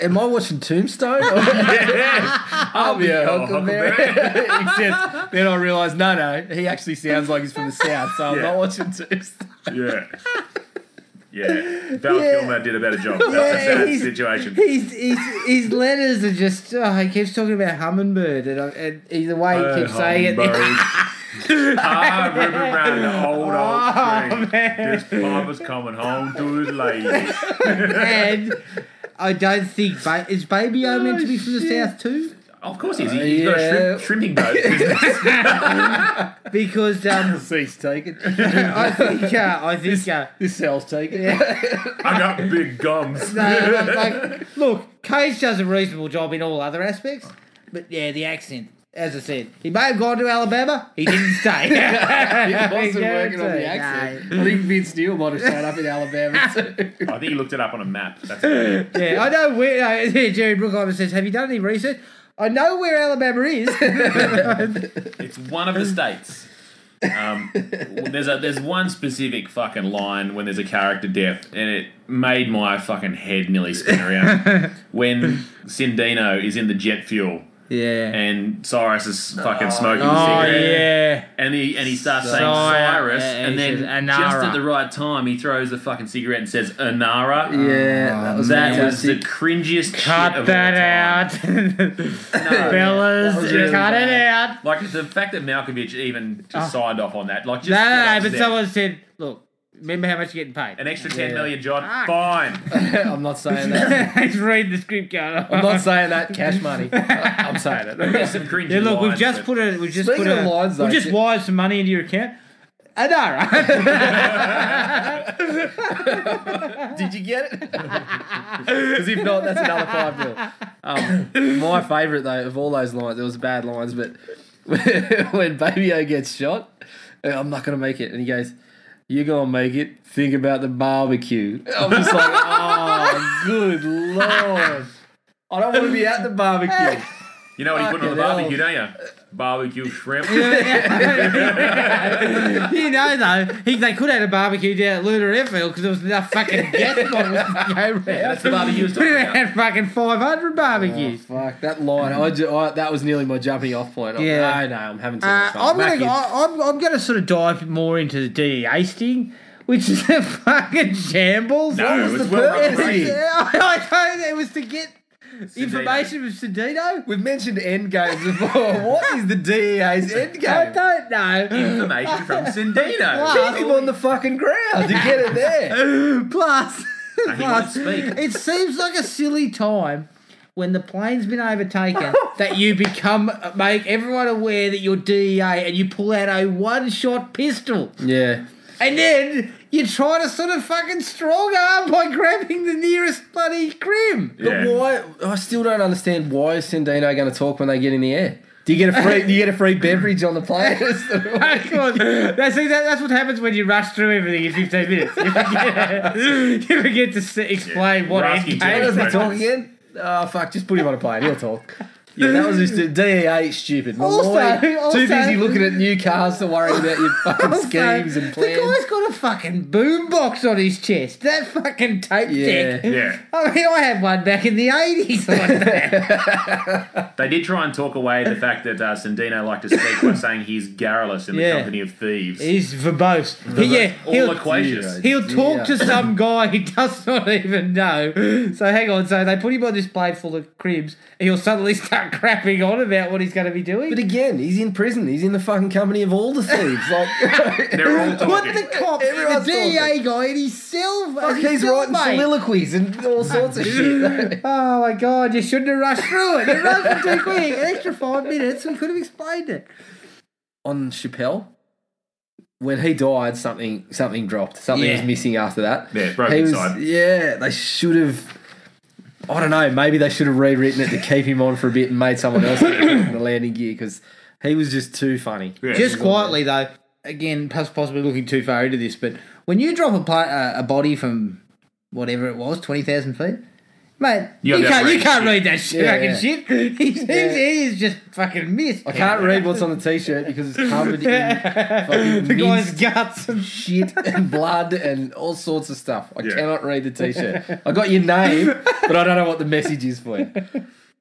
Speaker 2: Am I watching Tombstone? I'll be a Huckleberry. Except then I realised, no, no, he actually sounds like he's from the south, so I'm
Speaker 3: Yeah.
Speaker 2: not watching Tombstone.
Speaker 3: Yeah. Yeah. Val
Speaker 1: Yeah.
Speaker 3: Kilmer did a better job. That's a sad
Speaker 1: he's-
Speaker 3: situation.
Speaker 1: His, his, his letters are just. Oh, he keeps talking about hummingbird, and, I, and either way,
Speaker 2: Oh,
Speaker 1: he keeps saying it. Ah,
Speaker 3: Ah, Ruben round the old old tree. This farmer's coming home to his lady.
Speaker 1: And I don't think ba- is Baby O meant to be from the
Speaker 2: Oh,
Speaker 1: south too,
Speaker 3: Of course he is. He- He's got a
Speaker 2: Yeah.
Speaker 3: shrimp, shrimping boat.
Speaker 1: because um,
Speaker 2: Seat's taken.
Speaker 1: I think uh, I think. Uh,
Speaker 2: This cell's taken.
Speaker 3: I got big gums.
Speaker 1: No, no, like, look, Cage does a reasonable job in all other aspects, but yeah, the accent. As I said, he may have gone to Alabama. He didn't stay.
Speaker 2: Yeah, I wasn't
Speaker 1: Yeah,
Speaker 2: working on
Speaker 1: it's
Speaker 2: the
Speaker 1: a-
Speaker 2: accent. I think Vince Neil might have shown up in Alabama too.
Speaker 3: I think he looked it up on a map. That's about it.
Speaker 1: yeah, I know where. Uh, Jerry Bruckheimer says, "Have you done any research?" I know where Alabama is.
Speaker 2: Oh,
Speaker 3: It's one of the states. Um, there's a there's one specific fucking line when there's a character death, and it made my fucking head nearly spin around. when Sindino is in the jet fuel
Speaker 1: yeah.
Speaker 3: and Cyrus is fucking smoking a
Speaker 1: Oh
Speaker 3: cigarette,
Speaker 1: yeah.
Speaker 3: and he and he starts saying
Speaker 1: Cyrus,
Speaker 3: Cyrus,
Speaker 1: yeah,
Speaker 3: and
Speaker 1: he
Speaker 3: then
Speaker 1: says
Speaker 3: just
Speaker 1: Anara.
Speaker 3: at the right time he throws the fucking cigarette and says Anara.
Speaker 2: Yeah, that was
Speaker 3: That was the cringiest shit
Speaker 1: Oh, Cut
Speaker 3: of all time.
Speaker 1: that out, fellas.
Speaker 2: was really
Speaker 1: cut it
Speaker 2: bad.
Speaker 1: out.
Speaker 3: Like the fact that Malkovich even just signed off on that, like just
Speaker 1: Oh. No,
Speaker 3: get
Speaker 1: no, no.
Speaker 3: up
Speaker 1: But
Speaker 3: there.
Speaker 1: someone said, "Look, remember how much you're getting paid."
Speaker 3: An extra ten million,
Speaker 1: Fuck.
Speaker 3: John. Fine.
Speaker 2: I'm not saying that.
Speaker 1: He's reading the script, going.
Speaker 2: I'm not saying that. Cash money. I'm saying it.
Speaker 3: Some cringy
Speaker 1: Yeah, look, we've
Speaker 3: lines,
Speaker 1: just
Speaker 3: but-
Speaker 1: put a we've just
Speaker 2: Speaking
Speaker 1: put a
Speaker 2: of lines, though,
Speaker 1: we've just
Speaker 2: shit-
Speaker 1: wired some money into your account. Uh, no, right?
Speaker 2: Did you get it? Because if not, that's another five mil. Um, my favourite though of all those lines, there was bad lines, but when Baby O gets shot, uh, I'm not gonna make it, and he goes, "You're gonna make it. Think about the barbecue." I'm just like, oh, good lord. I don't want to be at the barbecue.
Speaker 3: You know what you put on the
Speaker 2: Fucking
Speaker 3: barbecue, don't you? Barbecue shrimp.
Speaker 1: you know, though, he, they could have had a barbecue down at Lunar Airfield because there was enough fucking gas bottles to go round.
Speaker 3: That's the barbecue was
Speaker 1: We
Speaker 3: talking about.
Speaker 1: had fucking 500
Speaker 2: Oh,
Speaker 1: barbecues.
Speaker 2: fuck that line! I, ju- I that was nearly my jumping off point. I'm,
Speaker 1: Yeah.
Speaker 2: No, no, I'm having too
Speaker 1: Uh,
Speaker 2: much
Speaker 1: I'm
Speaker 2: fun. Back
Speaker 1: gonna,
Speaker 2: in.
Speaker 1: I, I'm, I'm gonna sort of dive more into the DEA sting, which is a fucking shambles.
Speaker 3: No,
Speaker 1: What
Speaker 3: it
Speaker 1: was
Speaker 3: was
Speaker 1: the
Speaker 3: well
Speaker 1: purpose?
Speaker 3: operated.
Speaker 1: I don't, it was to get information from Sedito.
Speaker 2: We've mentioned end games before. what is the E DEA's end
Speaker 1: I
Speaker 2: game?
Speaker 1: don't know.
Speaker 3: Information from Sendino.
Speaker 1: Wow.
Speaker 2: Keep him on the fucking ground to get it there.
Speaker 1: Plus,
Speaker 3: he won't
Speaker 1: plus
Speaker 3: speak.
Speaker 1: it seems like a silly time when the plane's been overtaken that you become make everyone aware that you're DEA and you pull out a one shot pistol.
Speaker 2: Yeah.
Speaker 1: And then you try to sort of fucking strong arm by grabbing the nearest bloody crim.
Speaker 2: But
Speaker 3: Yeah.
Speaker 2: why? I still don't understand why is Sendino going to talk when they get in the air? Do you get a free? do you get a free beverage on the plane?
Speaker 1: Of course. That's, exactly, that's what happens when you rush through everything in 15 minutes. You forget, you forget to s- explain what
Speaker 3: We're
Speaker 1: end
Speaker 3: asking
Speaker 1: game
Speaker 2: Why
Speaker 3: too
Speaker 1: is.
Speaker 2: doesn't he
Speaker 3: Right.
Speaker 2: talk again? Oh fuck! Just put him on a plane. He'll talk. Yeah, that was just DEA stupid.
Speaker 1: Also-
Speaker 2: Malloy,
Speaker 1: also-
Speaker 2: too busy looking at new cars to worry about your fucking
Speaker 1: Also,
Speaker 2: schemes and
Speaker 1: The
Speaker 2: plans.
Speaker 1: guy's got a fucking boombox on his chest. That fucking tape
Speaker 2: Yeah.
Speaker 1: deck.
Speaker 3: Yeah.
Speaker 1: I mean, I had one back in the 80s like that.
Speaker 3: They did try and talk away the fact that uh, Sendino liked to speak by saying he's garrulous in the
Speaker 1: Yeah.
Speaker 3: company of thieves.
Speaker 1: He's verbose. Yeah,
Speaker 3: All
Speaker 1: he'll-
Speaker 3: loquacious.
Speaker 1: He'll talk
Speaker 2: Yeah.
Speaker 1: to some guy he does not even know. So hang on. So they put him on this plate full of cribs, and he'll suddenly start crapping on about what he's going to be doing.
Speaker 2: But again, he's in prison. He's in the fucking company of all the thieves. Like,
Speaker 3: They're all
Speaker 1: what
Speaker 3: talking.
Speaker 1: the cop, the
Speaker 2: Everyone's
Speaker 1: DA guy, and he's still
Speaker 2: fuck, he's writing soliloquies and all sorts of shit.
Speaker 1: Oh my god! You shouldn't have rushed through it. You rushed it too quick. An extra five minutes, we could have explained it.
Speaker 2: On Chappelle, when he died, something something dropped. Something
Speaker 1: Yeah.
Speaker 2: was missing after that.
Speaker 3: Yeah, broken
Speaker 2: He was-
Speaker 3: side.
Speaker 2: Yeah, they should have. I don't know. Maybe they should have rewritten it to keep him on for a bit and made someone else get in the landing gear because he was just too funny.
Speaker 3: Yeah.
Speaker 1: Just quietly though, again, pos- possibly looking too far into this, but when you drop a, pla- uh, a body from whatever it was, twenty thousand feet, mate, you,
Speaker 3: You don't
Speaker 1: can't
Speaker 3: read
Speaker 1: you can't
Speaker 3: shit.
Speaker 1: read that shit,
Speaker 2: Yeah,
Speaker 1: fucking
Speaker 2: yeah.
Speaker 1: shit. He's, he's, he is just fucking missed.
Speaker 2: I can't read what's on the t-shirt because it's covered in fucking
Speaker 1: the guy's
Speaker 2: minced
Speaker 1: guts and
Speaker 2: shit and blood and all sorts of stuff. I
Speaker 3: Yeah.
Speaker 2: cannot read the t-shirt. I got your name, but I don't know what the message is for you.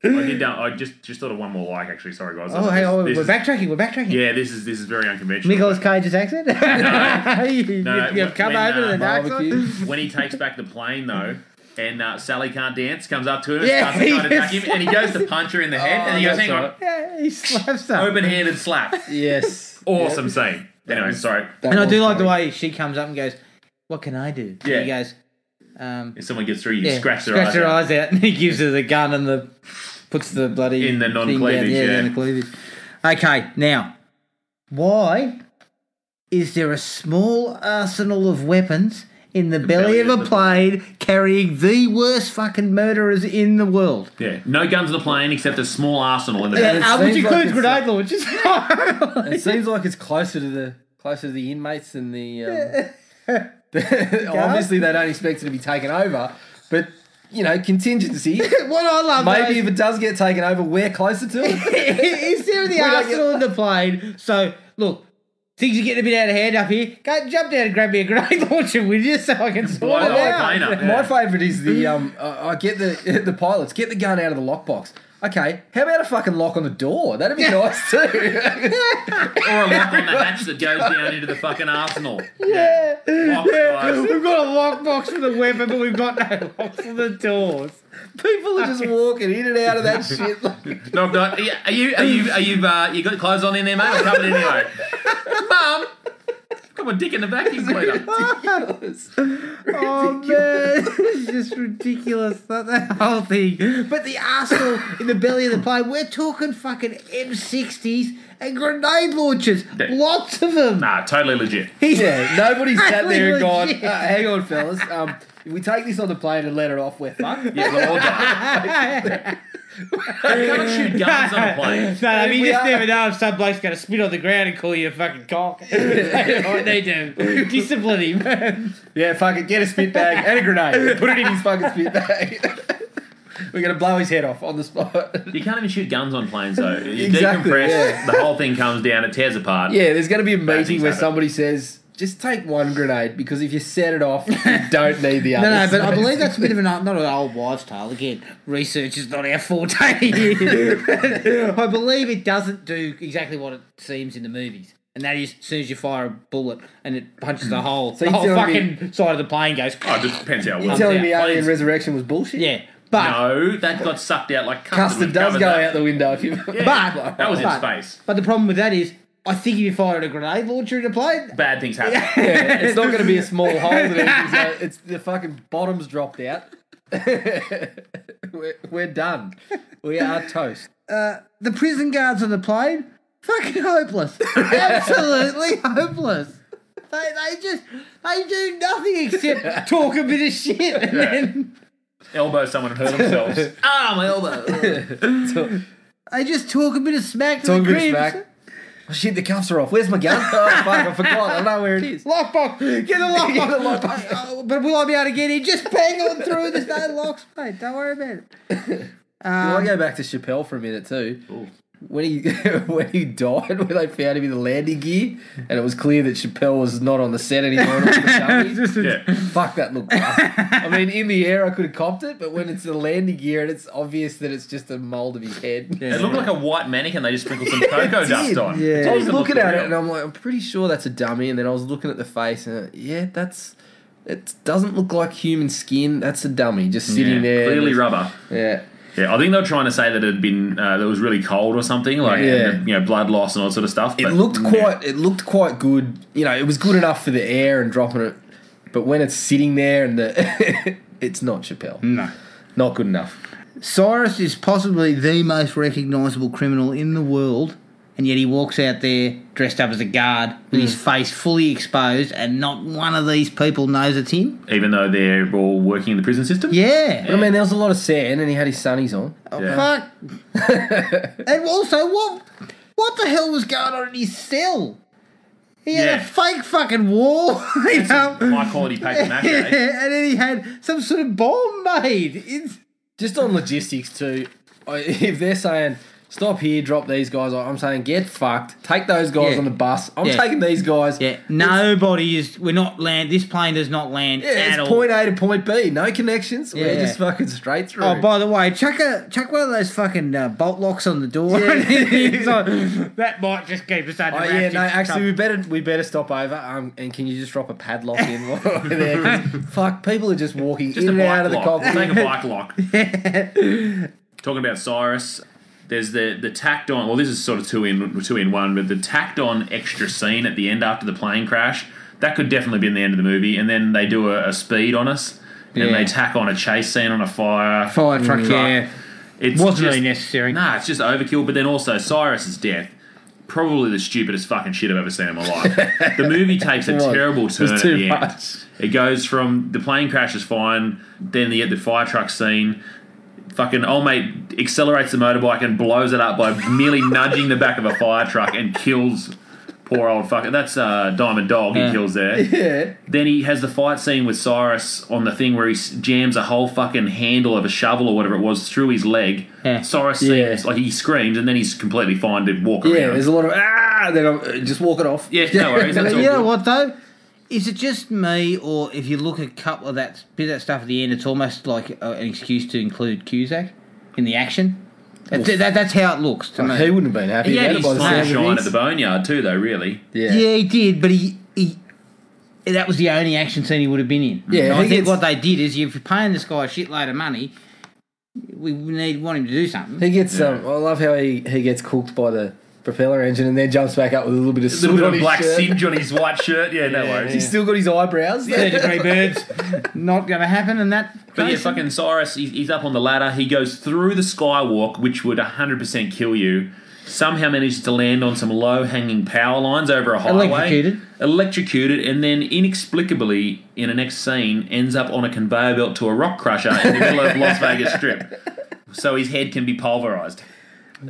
Speaker 3: I did. Uh, I just just thought of one more like actually. Sorry guys.
Speaker 1: oh, hey, oh,
Speaker 3: This
Speaker 1: we're
Speaker 3: is-
Speaker 1: backtracking. We're backtracking.
Speaker 3: Yeah, this is this is very unconventional.
Speaker 1: Nicholas Cage's accent. you,
Speaker 3: No,
Speaker 1: have come
Speaker 3: when,
Speaker 1: over to
Speaker 3: uh,
Speaker 1: the dark side.
Speaker 2: Barbecue.
Speaker 3: when he takes back the plane though. And uh, Sally can't dance. Comes up to him, and
Speaker 1: Yeah,
Speaker 3: starts to try
Speaker 1: he
Speaker 3: to attack him, and he goes to punch her in the head, and he goes,
Speaker 2: Oh, that's
Speaker 3: "Hang on,
Speaker 2: right.
Speaker 1: Yeah, he slaps up.
Speaker 3: open-handed slap."
Speaker 2: Yes.
Speaker 3: Awesome scene. Anyway, sorry.
Speaker 2: That
Speaker 1: And I
Speaker 2: was
Speaker 1: do like the
Speaker 2: funny.
Speaker 1: way she comes up and goes, "What can I do?" And
Speaker 3: Yeah.
Speaker 1: He goes, um,
Speaker 3: If someone gets through, you
Speaker 1: yeah,
Speaker 3: scratch their eyes.
Speaker 1: her
Speaker 3: out.
Speaker 1: eyes out, and he gives her the gun and the puts the bloody
Speaker 3: In the
Speaker 1: thing down.
Speaker 3: non-cleavage,
Speaker 1: yeah,
Speaker 3: yeah.
Speaker 1: the cleavage. Okay, now why is there a small arsenal of weapons in the, belly,
Speaker 3: belly
Speaker 1: of
Speaker 3: of
Speaker 1: a
Speaker 3: the
Speaker 1: plane carrying the worst fucking murderers in the world?
Speaker 3: Yeah, no guns in the plane except a small arsenal in the
Speaker 2: Yeah.
Speaker 3: back.
Speaker 1: Uh, which
Speaker 2: seems like
Speaker 1: includes
Speaker 2: it's
Speaker 1: grenade launchers.
Speaker 2: It seems like it's closer to the closer to the inmates than the. Um, obviously, they don't expect it to be taken over, but you know, contingency.
Speaker 1: what I love though,
Speaker 2: Maybe if it does get taken over, we're closer to it.
Speaker 1: is there the
Speaker 2: don't
Speaker 1: arsenal in the plane? So look, things are getting a bit out of hand up here. Go jump down and grab me a grenade launcher, will you, so I can sort
Speaker 3: Blow
Speaker 1: it
Speaker 3: the whole
Speaker 1: out.
Speaker 3: plane up.
Speaker 2: My
Speaker 3: yeah.
Speaker 2: favourite is the um. I I get the the pilots get the gun out of the lockbox. Okay, how about a fucking lock on the door? That'd be nice too.
Speaker 3: or a lock on the hatch that goes down into the fucking arsenal. Yeah. Oh, Lock eyes.
Speaker 1: We've got a lockbox for the weapon, but we've got no locks for the doors.
Speaker 2: People are just walking in and out of that shit. Like,
Speaker 3: Knock, knock. Are you, are you, are you, are you, uh, you got clothes on in there, mate? I'm coming in anyway. Mum! Come on, dick in the vacuum cleaner.
Speaker 2: Ridiculous.
Speaker 1: Oh man, it's just ridiculous that the whole thing. But the arsenal in the belly of the plane. We're talking fucking M60s and grenade launchers,
Speaker 3: That-
Speaker 1: lots of them.
Speaker 3: nah, totally legit.
Speaker 1: He's-
Speaker 2: Yeah, nobody sat there and gone,
Speaker 1: Legit.
Speaker 2: uh, hang on, fellas. Um, if we take this on the plane and let it off, we're fucked.
Speaker 3: Yeah, we're all done. You can't shoot guns on a plane.
Speaker 1: No, I mean, you
Speaker 2: We
Speaker 1: just
Speaker 2: are-
Speaker 1: never know if some bloke's going to spit on the ground and call you a fucking cock. or they do. Discipline him.
Speaker 2: Yeah, fuck it. Get a spit bag and a grenade. Put it in his fucking spit bag. we're going to blow his head off on the spot.
Speaker 3: You can't even shoot guns on planes though. You
Speaker 2: Exactly,
Speaker 3: decompress,
Speaker 2: yeah.
Speaker 3: the whole thing comes down, it tears apart.
Speaker 2: Yeah, there's going to be a
Speaker 3: things
Speaker 2: meeting where
Speaker 3: happen.
Speaker 2: somebody says, just take one grenade because if you set it off, you don't need the
Speaker 1: No,
Speaker 2: other.
Speaker 1: no, but I believe that's a bit of an not an old wives' tale. Again, research is not our forte. here. I believe it doesn't do exactly what it seems in the movies, and that is as soon as you fire a bullet and it punches a hole, the
Speaker 2: you're
Speaker 1: whole
Speaker 2: telling me-
Speaker 1: fucking side of the plane goes.
Speaker 3: Oh, it just depends how well.
Speaker 2: You're telling
Speaker 1: Yeah,
Speaker 2: me Alien
Speaker 3: planes-
Speaker 2: Resurrection was bullshit?
Speaker 1: Yeah, but
Speaker 3: No, that got sucked out like custard.
Speaker 2: Custard
Speaker 3: We've
Speaker 2: does
Speaker 3: covered
Speaker 2: go
Speaker 3: that.
Speaker 2: out the window if you.
Speaker 1: but
Speaker 3: That was in
Speaker 1: but,
Speaker 3: space.
Speaker 1: But the problem with that is, I think if you fire a grenade launcher in a plane,
Speaker 3: Bad things happen.
Speaker 2: Yeah, it's not going to be a small hole. That anything's out. it's the fucking bottom's dropped out. we're, we're done. We are toast.
Speaker 1: the prison guards on the plane, fucking hopeless. Absolutely hopeless. They, they just they do nothing except talk a bit of shit and then
Speaker 3: Elbow someone and hurt themselves. ah, my elbow.
Speaker 1: they just talk a bit of smack to
Speaker 2: Talking
Speaker 1: the
Speaker 2: about
Speaker 1: cribs.
Speaker 2: smack. Oh, shit, the cuffs are off. Where's my gun? Oh fuck, I forgot. I don't know where it is.
Speaker 1: Lockbox, get the lockbox.
Speaker 2: Get the
Speaker 1: lockbox. Oh, but will I be able to get in? Just bang on through. There's no locks, mate. Don't worry about it.
Speaker 2: Well, I go back to Chappelle for a minute too. When he when he died, when they found him in the landing gear, and it was clear that Chappelle was not on the set anymore. and it was the dummy.
Speaker 3: Yeah.
Speaker 2: Fuck that look. I mean, in the air, I could have copped it, but when it's the landing gear and it's obvious that it's just a mold of his head.
Speaker 3: It looked like a white mannequin they just sprinkled some cocoa dust on.
Speaker 1: yeah.
Speaker 3: It
Speaker 2: I
Speaker 3: didn't
Speaker 2: was
Speaker 3: even
Speaker 2: looking
Speaker 3: look
Speaker 2: at it
Speaker 3: real.
Speaker 2: and I'm like, I'm pretty sure that's a dummy. And then I was looking at the face and uh, yeah, that's it. Doesn't look like human skin. That's a dummy just sitting
Speaker 3: Yeah,
Speaker 2: there.
Speaker 3: Clearly rubber.
Speaker 2: Yeah.
Speaker 3: Yeah, I think they were trying to say that it had been uh, that it was really cold or something, like
Speaker 2: Yeah.
Speaker 3: you know blood loss and all that sort of stuff.
Speaker 2: It looked quite. It looked quite good. You know, it was good enough for the air and dropping it. But when it's sitting there and the, it's not Chappelle.
Speaker 1: No.
Speaker 2: Not good enough.
Speaker 1: Cyrus is possibly the most recognisable criminal in the world, and yet he walks out there dressed up as a guard with his face fully exposed, and not one of these people knows it's him.
Speaker 3: even though they're all working in the prison system.
Speaker 1: Yeah.
Speaker 2: But I mean, there was a lot of sand, and he had his sunnies on.
Speaker 1: Oh,
Speaker 3: Yeah.
Speaker 1: Fuck. and also, what what the hell was going on in his cell? He had
Speaker 3: Yeah.
Speaker 1: a fake fucking wall, you know,
Speaker 3: High quality paper mache. eh?
Speaker 1: and then he had some sort of bomb made. It's,
Speaker 2: Just on logistics too. I- If they're saying stop here, drop these guys, I'm saying get fucked. Take those guys
Speaker 1: Yeah.
Speaker 2: on the bus. I'm
Speaker 1: Yeah.
Speaker 2: taking these guys.
Speaker 1: yeah, nobody is. We're not land. This plane does not land
Speaker 2: Yeah,
Speaker 1: at
Speaker 2: it's
Speaker 1: all.
Speaker 2: point A to point B. No connections. We're
Speaker 1: Yeah.
Speaker 2: just fucking straight through.
Speaker 1: Oh, by the way, chuck a chuck one of those fucking uh, bolt locks on the door. that might just keep us under
Speaker 2: Oh,
Speaker 1: wraps.
Speaker 2: yeah, no.
Speaker 1: It's
Speaker 2: Actually, we
Speaker 1: trouble.
Speaker 2: better we better stop over. Um, and can you just drop a padlock in while we're there? 'Cause Fuck, people are just walking
Speaker 3: Just a
Speaker 2: in and
Speaker 3: bike
Speaker 2: out of the
Speaker 3: lock.
Speaker 2: cockpit.
Speaker 3: Take a bike lock. Talking about Cyrus, there's the the tacked on. Well, this is sort of two in two in one, but the tacked on extra scene at the end after the plane crash that could definitely be in the end of the movie. And then they do a, a speed on us, and
Speaker 1: Yeah.
Speaker 3: they tack on a chase scene on a fire.
Speaker 1: fire truck. Yeah,
Speaker 3: It's
Speaker 1: wasn't really
Speaker 3: just-
Speaker 1: necessary.
Speaker 3: Nah, it's just overkill. But then also Cyrus's death. Probably the stupidest fucking shit I've ever seen in my life. the movie takes a
Speaker 2: was.
Speaker 3: terrible
Speaker 2: It was
Speaker 3: turn at
Speaker 2: too
Speaker 3: the end.
Speaker 2: much.
Speaker 3: It goes from the plane crash is fine, then the the fire truck scene. Fucking old mate accelerates the motorbike and blows it up by merely nudging the back of a fire truck and kills poor old fucking. That's uh, Diamond Dog. He kills there.
Speaker 2: Yeah.
Speaker 3: Then he has the fight scene with Cyrus on the thing where he s- jams a whole fucking handle of a shovel or whatever it was through his leg.
Speaker 1: Yeah.
Speaker 3: Cyrus
Speaker 2: Yeah.
Speaker 3: seems like he screams and then he's completely fine to walk
Speaker 2: Yeah,
Speaker 3: around.
Speaker 2: there's a lot of ah. Then I'm, uh, just walk it off.
Speaker 3: yeah, no worries. That's all
Speaker 1: you know
Speaker 3: good.
Speaker 1: what though? Is it just me, or if you look at a couple of that bit of that stuff at the end, it's almost like uh, an excuse to include Cusack in the action. That, that- that's how it looks to me.
Speaker 2: He wouldn't have been happy.
Speaker 3: He had
Speaker 2: about
Speaker 3: his
Speaker 2: it by the
Speaker 3: time
Speaker 2: sound
Speaker 3: to
Speaker 2: of
Speaker 3: shine
Speaker 2: things.
Speaker 3: at the boneyard too, though. Really,
Speaker 1: yeah. he did, but he. he that was the only action scene he would have been in.
Speaker 2: Yeah,
Speaker 1: And
Speaker 2: he
Speaker 1: I think
Speaker 2: gets-
Speaker 1: what they did is if you're paying this guy a shitload of money, we we need want him to do something.
Speaker 2: He gets um. I love how he, he gets cooked by the propeller engine, and then jumps back up with a little bit of
Speaker 3: A little
Speaker 2: soot
Speaker 3: bit
Speaker 2: on
Speaker 3: of
Speaker 2: his
Speaker 3: black
Speaker 2: shirt.
Speaker 3: singe on his white shirt. Yeah, no worries.
Speaker 2: He's still got his eyebrows.
Speaker 1: Third degree birds. Not going to happen, and that.
Speaker 3: But yeah,
Speaker 1: Jason-
Speaker 3: fucking Cyrus, he's, he's up on the ladder. He goes through the skywalk, which would 100% kill you. Somehow manages to land on some low hanging power lines over a highway.
Speaker 1: Electrocuted.
Speaker 3: Electrocuted, and then inexplicably, in the next scene, ends up on a conveyor belt to a rock crusher in the middle of Las Vegas Strip. So his head can be pulverized.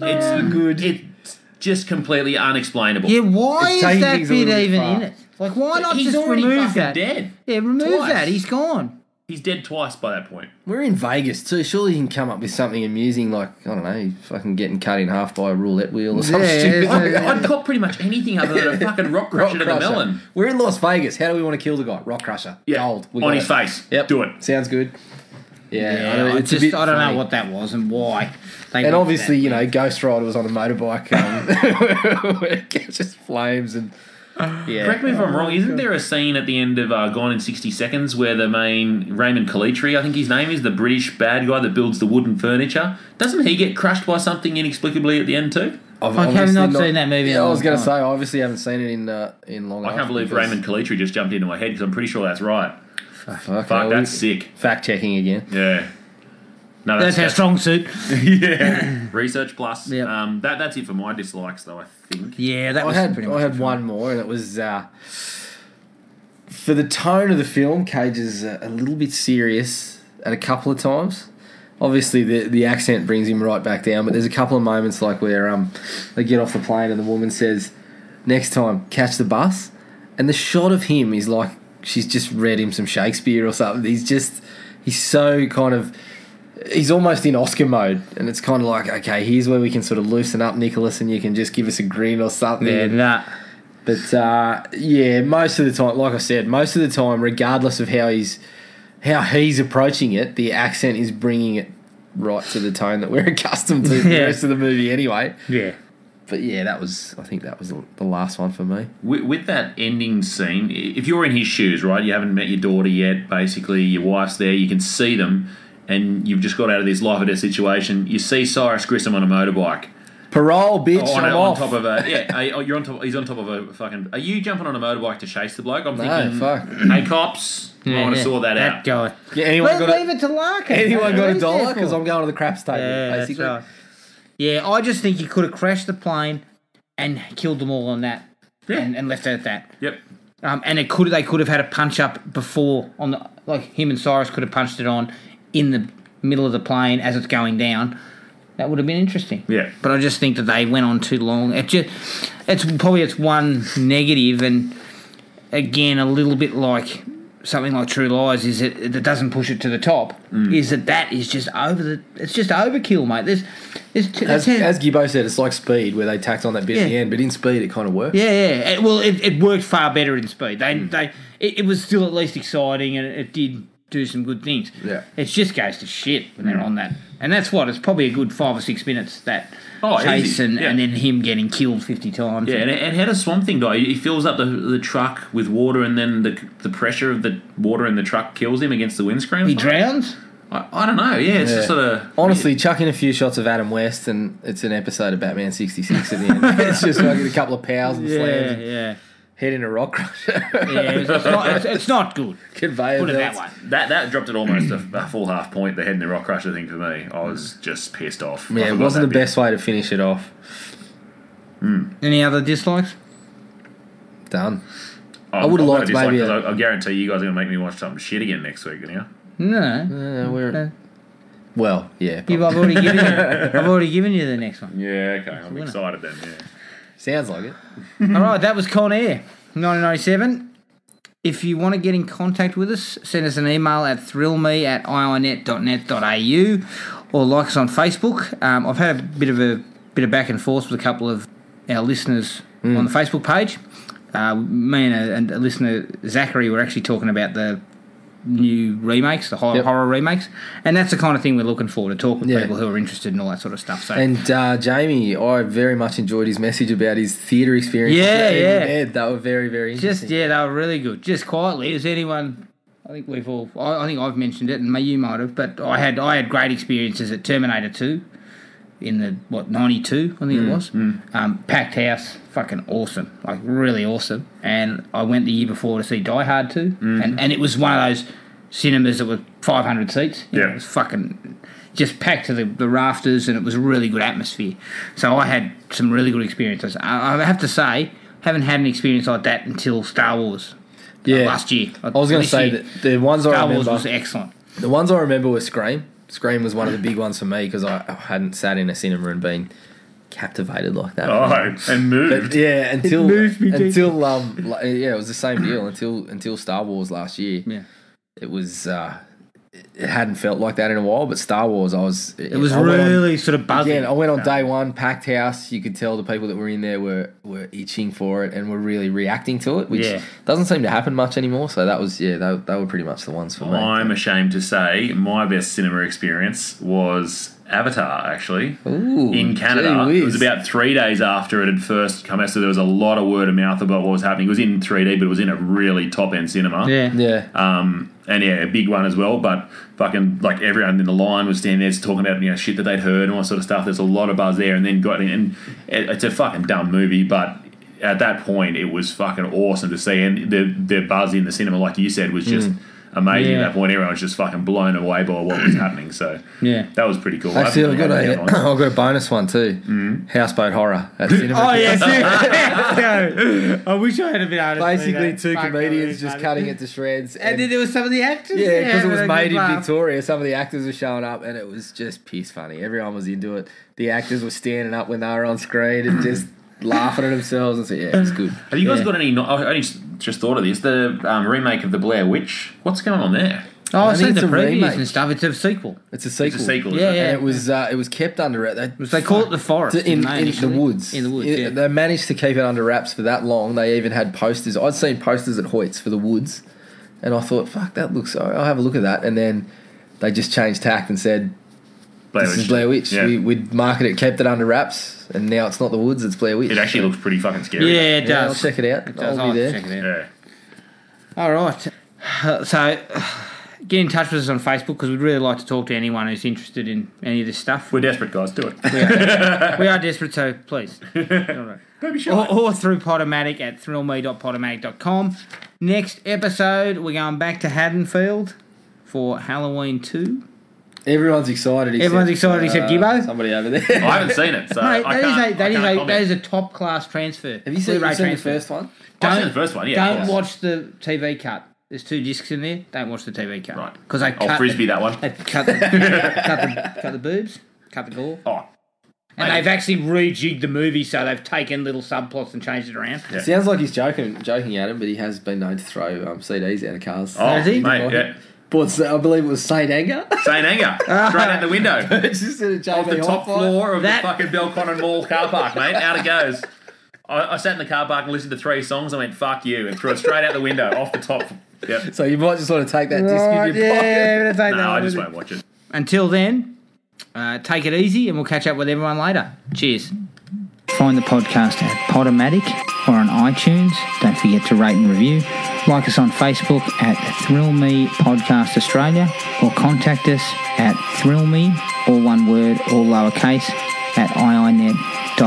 Speaker 3: It's
Speaker 2: good.
Speaker 3: It's just completely unexplainable.
Speaker 1: Yeah, why
Speaker 2: It's
Speaker 1: is
Speaker 2: taking
Speaker 1: that
Speaker 2: things a
Speaker 1: bit
Speaker 2: little bit
Speaker 1: even
Speaker 2: far.
Speaker 1: in it? Like, why not
Speaker 3: He's
Speaker 1: just
Speaker 3: already
Speaker 1: remove
Speaker 3: fucking
Speaker 1: that?
Speaker 3: dead.
Speaker 1: Yeah, remove
Speaker 3: Twice.
Speaker 1: that. He's gone.
Speaker 3: He's dead twice by that point.
Speaker 2: We're in Vegas too. Surely you can come up with something amusing, like I don't know, fucking getting cut in half by a roulette wheel or something
Speaker 1: Yeah,
Speaker 2: stupid.
Speaker 1: yeah,
Speaker 2: like that.
Speaker 1: yeah.
Speaker 3: I'd cop pretty much anything other than a fucking rock crusher to the
Speaker 2: crusher.
Speaker 3: melon.
Speaker 2: We're in Las Vegas. How do we want to kill the guy? Rock crusher.
Speaker 3: Yeah.
Speaker 2: Gold. We
Speaker 3: on
Speaker 2: got
Speaker 3: his
Speaker 2: it.
Speaker 3: face.
Speaker 2: Yep.
Speaker 3: Do it.
Speaker 2: Sounds good. Yeah. I don't,
Speaker 1: I,
Speaker 2: it's
Speaker 1: just,
Speaker 2: a bit
Speaker 1: I don't
Speaker 2: funny.
Speaker 1: know what that was and why. They went
Speaker 2: And
Speaker 1: to
Speaker 2: obviously,
Speaker 1: that.
Speaker 2: you know, Ghost Rider was on a motorbike. Um, where it catches flames and yeah.
Speaker 3: Correct me if I'm wrong. Isn't there a scene at the end of uh, Gone in 60 Seconds where the main Raymond Calitri, I think his name is, the British bad guy that builds the wooden furniture, doesn't he get crushed by something inexplicably at the end too?
Speaker 2: I've
Speaker 1: I have
Speaker 2: obviously
Speaker 1: not seen that movie in a
Speaker 2: Yeah, I
Speaker 1: long
Speaker 2: was going to
Speaker 1: time.
Speaker 2: say, I obviously haven't seen it in uh, in long.
Speaker 3: I can't believe Raymond
Speaker 2: Raymond.
Speaker 3: Calitri just jumped into my head because I'm pretty sure that's right.
Speaker 2: Fuck,
Speaker 3: Fuck,
Speaker 2: hell,
Speaker 3: that's
Speaker 2: we-
Speaker 3: sick.
Speaker 2: Fact checking again.
Speaker 3: Yeah. No,
Speaker 1: That's
Speaker 3: that's,
Speaker 1: our strong suit.
Speaker 3: yeah. Research plus.
Speaker 1: Yep.
Speaker 3: Um, that, that's it for my dislikes, though, I think.
Speaker 1: Yeah, that
Speaker 2: I
Speaker 1: was
Speaker 2: had
Speaker 1: pretty
Speaker 2: I
Speaker 1: much.
Speaker 2: had one more, and it was uh, for the tone of the film. Cage is a, a little bit serious at a couple of times. Obviously, the the accent brings him right back down. But there's a couple of moments like where um they get off the plane and the woman says, "Next time, catch the bus." And the shot of him is like she's just read him some Shakespeare or something. He's just he's so kind of he's almost in Oscar mode, and it's kind of like, okay, here's where we can sort of loosen up, Nicholas, and you can just give us a grin or something.
Speaker 1: yeah, nah.
Speaker 2: But uh, yeah, most of the time, like I said, most of the time, regardless of how he's how he's approaching it, the accent is bringing it right to the tone that we're accustomed to for
Speaker 1: Yeah.
Speaker 2: the rest of the movie, anyway.
Speaker 1: Yeah.
Speaker 2: But yeah, that was I think that was the the last one for me.
Speaker 3: With, with that ending scene, i- if you're in his shoes, right, you haven't met your daughter yet, basically, your wife's there, you can see them, and you've just got out of this life or death situation, you see Cyrus Grissom on a motorbike.
Speaker 2: Parole, bitch,
Speaker 1: Oh,
Speaker 3: On,
Speaker 2: I'm
Speaker 3: a- on
Speaker 2: off.
Speaker 3: top of a. Yeah, a- oh, you're on top, he's on top of a fucking. Are you jumping on a motorbike to chase the bloke? I'm
Speaker 2: no,
Speaker 3: thinking,
Speaker 2: fuck.
Speaker 3: hey, cops, I want to sort that, out.
Speaker 1: guy.
Speaker 2: Yeah, anyone
Speaker 1: Well,
Speaker 2: got a,
Speaker 1: leave it to Larkin.
Speaker 2: anyone got
Speaker 1: What
Speaker 2: a
Speaker 1: is there
Speaker 2: dollar?
Speaker 1: for?
Speaker 2: Because I'm going to the craps table.
Speaker 1: Yeah, that's
Speaker 2: basically.
Speaker 1: right. Yeah, I just think you could have crashed the plane and killed them all on that, and, and left it at that.
Speaker 3: Yep.
Speaker 1: Um, and it could they could have had a punch up before on the like him and Cyrus could have punched it on in the middle of the plane as it's going down. That would have been interesting.
Speaker 3: Yeah.
Speaker 1: But I just think that they went on too long. It just it's probably it's one negative and again a little bit like something like True Lies is it that doesn't push it to the top is that that is just over the it's just overkill, mate. There's there's, t-
Speaker 2: As,
Speaker 1: there's-
Speaker 2: as Gibbo said, it's like Speed where they tacked on that bit at the
Speaker 1: Yeah.
Speaker 2: end, but in Speed it kind of worked.
Speaker 1: Yeah, yeah. It, well, it, it worked far better in speed. They, they, it, it was still at least exciting, and it, it did do some good things.
Speaker 2: Yeah.
Speaker 1: it just goes to shit when they're on that, and that's what it's probably a good five or six minutes that
Speaker 3: Oh,
Speaker 1: chase
Speaker 3: easy.
Speaker 1: and,
Speaker 3: Yeah.
Speaker 1: and then him getting killed fifty times.
Speaker 3: Yeah, and, and how does Swamp Thing die? He fills up the, the truck with water, and then the the pressure of the water in the truck kills him against the windscreen.
Speaker 1: he drowns.
Speaker 3: I, I don't know. Yeah, it's
Speaker 2: Yeah.
Speaker 3: just sort of
Speaker 2: Honestly, chuck in a few shots of Adam West and it's an episode of Batman 66 at the end. it's just like a couple of pows and slams and
Speaker 1: yeah,
Speaker 2: head in a rock crusher.
Speaker 1: yeah. It's, it's not, it's, it's not good.
Speaker 2: Conveyor
Speaker 1: Put it that
Speaker 2: belts.
Speaker 1: way.
Speaker 3: That that dropped it almost a, a full half point. The head in the rock crusher thing for me, I was just pissed off. I
Speaker 2: Yeah, it
Speaker 3: forgot
Speaker 2: wasn't
Speaker 3: that
Speaker 2: the
Speaker 3: bit.
Speaker 2: best way to finish it off.
Speaker 1: Any other dislikes?
Speaker 2: Done.
Speaker 3: I'm-
Speaker 2: I would've
Speaker 3: I'm
Speaker 2: liked
Speaker 3: glad I disliked
Speaker 2: maybe
Speaker 3: it,
Speaker 2: a-
Speaker 3: 'cause I, I guarantee you guys are gonna make me watch something shit again next week. You know,
Speaker 1: No,
Speaker 2: Uh, we're, well, yeah.
Speaker 1: you've, I've
Speaker 2: probably.
Speaker 1: already given. You, I've already given you the next one.
Speaker 3: yeah, okay, I'm
Speaker 1: winner.
Speaker 3: excited then. Yeah,
Speaker 2: Sounds like it.
Speaker 1: Mm-hmm. All right, that was Con Air, 1997. If you want to get in contact with us, send us an email at thrillme at iinet.net.au or like us on Facebook. Um, I've had a bit of a bit of back and forth with a couple of our listeners
Speaker 2: Mm.
Speaker 1: on the Facebook page. Uh, me and a, and a listener, Zachary, were actually talking about the new remakes, the horror,
Speaker 2: Yep.
Speaker 1: horror remakes, and that's the kind of thing we're looking for to talk with
Speaker 2: Yeah.
Speaker 1: people who are interested in all that sort of stuff. So
Speaker 2: And uh, Jamie, I very much enjoyed his message about his theatre experience.
Speaker 1: Yeah, yeah.
Speaker 2: Ed, they were very, very
Speaker 1: Just
Speaker 2: interesting.
Speaker 1: yeah, they were really good. Just quietly, is anyone? I think we've all. I, I think I've mentioned it, and may- you might have. But I had I had great experiences at Terminator Two, in the what '92, I
Speaker 2: Mm,
Speaker 1: think it was. Um, packed house, fucking awesome, like really awesome. And I went the year before to see Die Hard too,
Speaker 2: Mm.
Speaker 1: and and it was one of those cinemas that were 500 seats. You know,
Speaker 3: Yeah.
Speaker 1: it was fucking just packed to the, the rafters, and it was a really good atmosphere. So I had some really good experiences. I, I have to say, haven't had an experience like that until Star Wars. uh,
Speaker 2: Yeah.
Speaker 1: last year.
Speaker 2: I was going to say that the ones I
Speaker 1: Star Wars
Speaker 2: remember
Speaker 1: was excellent.
Speaker 2: The ones I remember were Scream. Scream was one of the big ones for me because I I hadn't sat in a cinema and been captivated like that.
Speaker 3: Oh, and
Speaker 2: But
Speaker 3: moved.
Speaker 2: yeah, until
Speaker 1: moved me deep.
Speaker 2: until um like, yeah, it was the same deal until until Star Wars last year.
Speaker 1: Yeah.
Speaker 2: It was uh it- it hadn't felt like that in a while, but Star Wars I was
Speaker 1: It was really sort of buzzing.
Speaker 2: Again, I went on day one, packed house. You could tell the people that were in there were were itching for it and were really reacting to it, which
Speaker 1: Yeah.
Speaker 2: doesn't seem to happen much anymore. So that was yeah, they, they were pretty much the ones for me.
Speaker 3: I'm ashamed to say my best cinema experience was Avatar, actually.
Speaker 2: Ooh,
Speaker 3: in Canada.
Speaker 2: gee
Speaker 3: It was
Speaker 2: whiz.
Speaker 3: about three days after it had first come out, so there was a lot of word of mouth about what was happening. It was in 3D, but it was in a really top end cinema.
Speaker 1: Yeah.
Speaker 2: yeah.
Speaker 3: Um, and yeah, a big one as well. But fucking like everyone in the line was standing there just talking about you know shit that they'd heard and all that sort of stuff. There's a lot of buzz there, and then got in. And it, it's a fucking dumb movie, but at that point it was fucking awesome to see. And the the buzz in the cinema, like you said, was just amazing.
Speaker 1: Mm. Yeah.
Speaker 3: At that point, everyone was just fucking blown away by what was happening. So
Speaker 1: Yeah.
Speaker 3: that was pretty cool.
Speaker 2: Actually, I've
Speaker 3: haven't
Speaker 2: got, a,
Speaker 3: really had any other ones.
Speaker 2: I've got a bonus one too. Houseboat Horror. That's cinema.
Speaker 1: Mm-hmm. Oh yeah, dude. I wish I had been able to see
Speaker 2: Basically,
Speaker 1: that.
Speaker 2: two
Speaker 1: Fuck, I
Speaker 2: comedians
Speaker 1: really
Speaker 2: just
Speaker 1: can't.
Speaker 2: cutting it to shreds.
Speaker 1: And then there was some of the actors.
Speaker 2: yeah, because it
Speaker 1: but
Speaker 2: was
Speaker 1: I
Speaker 2: made
Speaker 1: could
Speaker 2: in
Speaker 1: laugh.
Speaker 2: Victoria. Some of the actors were showing up, and it was just piss funny. Everyone was into it. The actors were standing up when they were on screen and just laughing at themselves. And so, yeah, it was good.
Speaker 3: Have you guys
Speaker 1: Yeah.
Speaker 3: got any? no- I only s- just thought of this. The um, remake of the Blair Witch. What's going on there?
Speaker 1: Oh,
Speaker 2: I
Speaker 1: I've
Speaker 2: think
Speaker 1: seen
Speaker 2: it's
Speaker 1: the
Speaker 2: a
Speaker 1: previews
Speaker 2: remake.
Speaker 1: and stuff. It's a sequel.
Speaker 2: It's a sequel.
Speaker 3: It's a sequel.
Speaker 1: Yeah,
Speaker 3: isn't it?
Speaker 2: And it was uh, it was kept under wrap. They,
Speaker 1: They call it the forest
Speaker 2: To- in,
Speaker 1: didn't they,
Speaker 2: in the
Speaker 1: initially?
Speaker 2: woods.
Speaker 1: In the woods.
Speaker 2: Yeah,
Speaker 1: Yeah.
Speaker 2: They managed to keep it under wraps for that long. They even had posters. I'd seen posters at Hoyt's for the woods, and I thought, "Fuck, that looks. I'll have a look at that." And then they just changed tact and said,
Speaker 3: Blair
Speaker 2: "This is Blair Witch.
Speaker 3: Yeah.
Speaker 2: We, we'd market it, kept it under wraps, and now it's not the woods. It's Blair Witch."
Speaker 3: it actually looks pretty fucking scary.
Speaker 1: yeah, it does.
Speaker 2: Yeah, I'll check it out.
Speaker 1: It does.
Speaker 2: I'll
Speaker 1: I'll
Speaker 2: be there.
Speaker 1: check it out.
Speaker 3: Yeah.
Speaker 1: All right. So get in touch with us on Facebook because we'd really like to talk to anyone who's interested in any of this stuff.
Speaker 3: We're desperate, guys. Do it.
Speaker 1: we are desperate, so please.
Speaker 3: Don't be shy.
Speaker 1: or, or through Podomatic at thrillme.podomatic.com. Next episode, we're going back to Haddonfield for Halloween 2.
Speaker 2: Everyone's excited. Except, uh,
Speaker 1: Everyone's excited except Gibbo.
Speaker 2: Somebody over there.
Speaker 3: I haven't seen it, so
Speaker 1: Mate,
Speaker 3: Uh, I
Speaker 1: that is
Speaker 3: can't.
Speaker 1: a that
Speaker 3: I
Speaker 1: is
Speaker 3: can't
Speaker 1: a
Speaker 3: comment.
Speaker 1: that is a top class transfer.
Speaker 2: have you seen,
Speaker 1: Blu-ray
Speaker 2: you've seen the
Speaker 1: transfer.
Speaker 2: first one?
Speaker 3: I've seen
Speaker 1: Don't-
Speaker 3: the first one. Yeah, of
Speaker 1: Don't
Speaker 3: course.
Speaker 1: watch the TV cut. There's two discs in there. Don't watch the TV cut.
Speaker 3: Right.
Speaker 1: Because they cut
Speaker 3: I'll frisbee that one.
Speaker 1: They've cut the, cut, the, cut the boobs, cut the gore,
Speaker 3: Oh,
Speaker 1: and
Speaker 3: Mate.
Speaker 1: they've actually rejigged the movie so they've taken little subplots and changed it around.
Speaker 3: Yeah.
Speaker 2: Sounds like he's joking, joking at him, but he has been known to throw um, CDs out of cars.
Speaker 3: oh,
Speaker 1: Has he?
Speaker 3: mate. Yeah.
Speaker 2: But I believe it was Saint Anger.
Speaker 3: Saint anger straight out the window
Speaker 2: It's just at a
Speaker 3: off the
Speaker 2: JB
Speaker 3: top
Speaker 2: Hi-Fi.
Speaker 3: floor of
Speaker 1: That-
Speaker 3: the fucking Belconnen Mall car park, mate. Out it goes. I, I sat in the car park and listened to three songs. I went "fuck you" and threw it straight out the window off the top. Yep.
Speaker 2: So you might just want to take that disc in your pocket.
Speaker 1: I'm gonna take
Speaker 3: No, I
Speaker 1: one
Speaker 3: just
Speaker 1: with
Speaker 3: won't watch it.
Speaker 1: me. Until then, uh, take it easy, and we'll catch up with everyone later. Cheers. Find the podcast at Podomatic or on iTunes. Don't forget to rate and review. Like us on Facebook at Thrill Me Podcast Australia or contact us at Thrill Me, all one word, all lowercase, at iinet.net.au.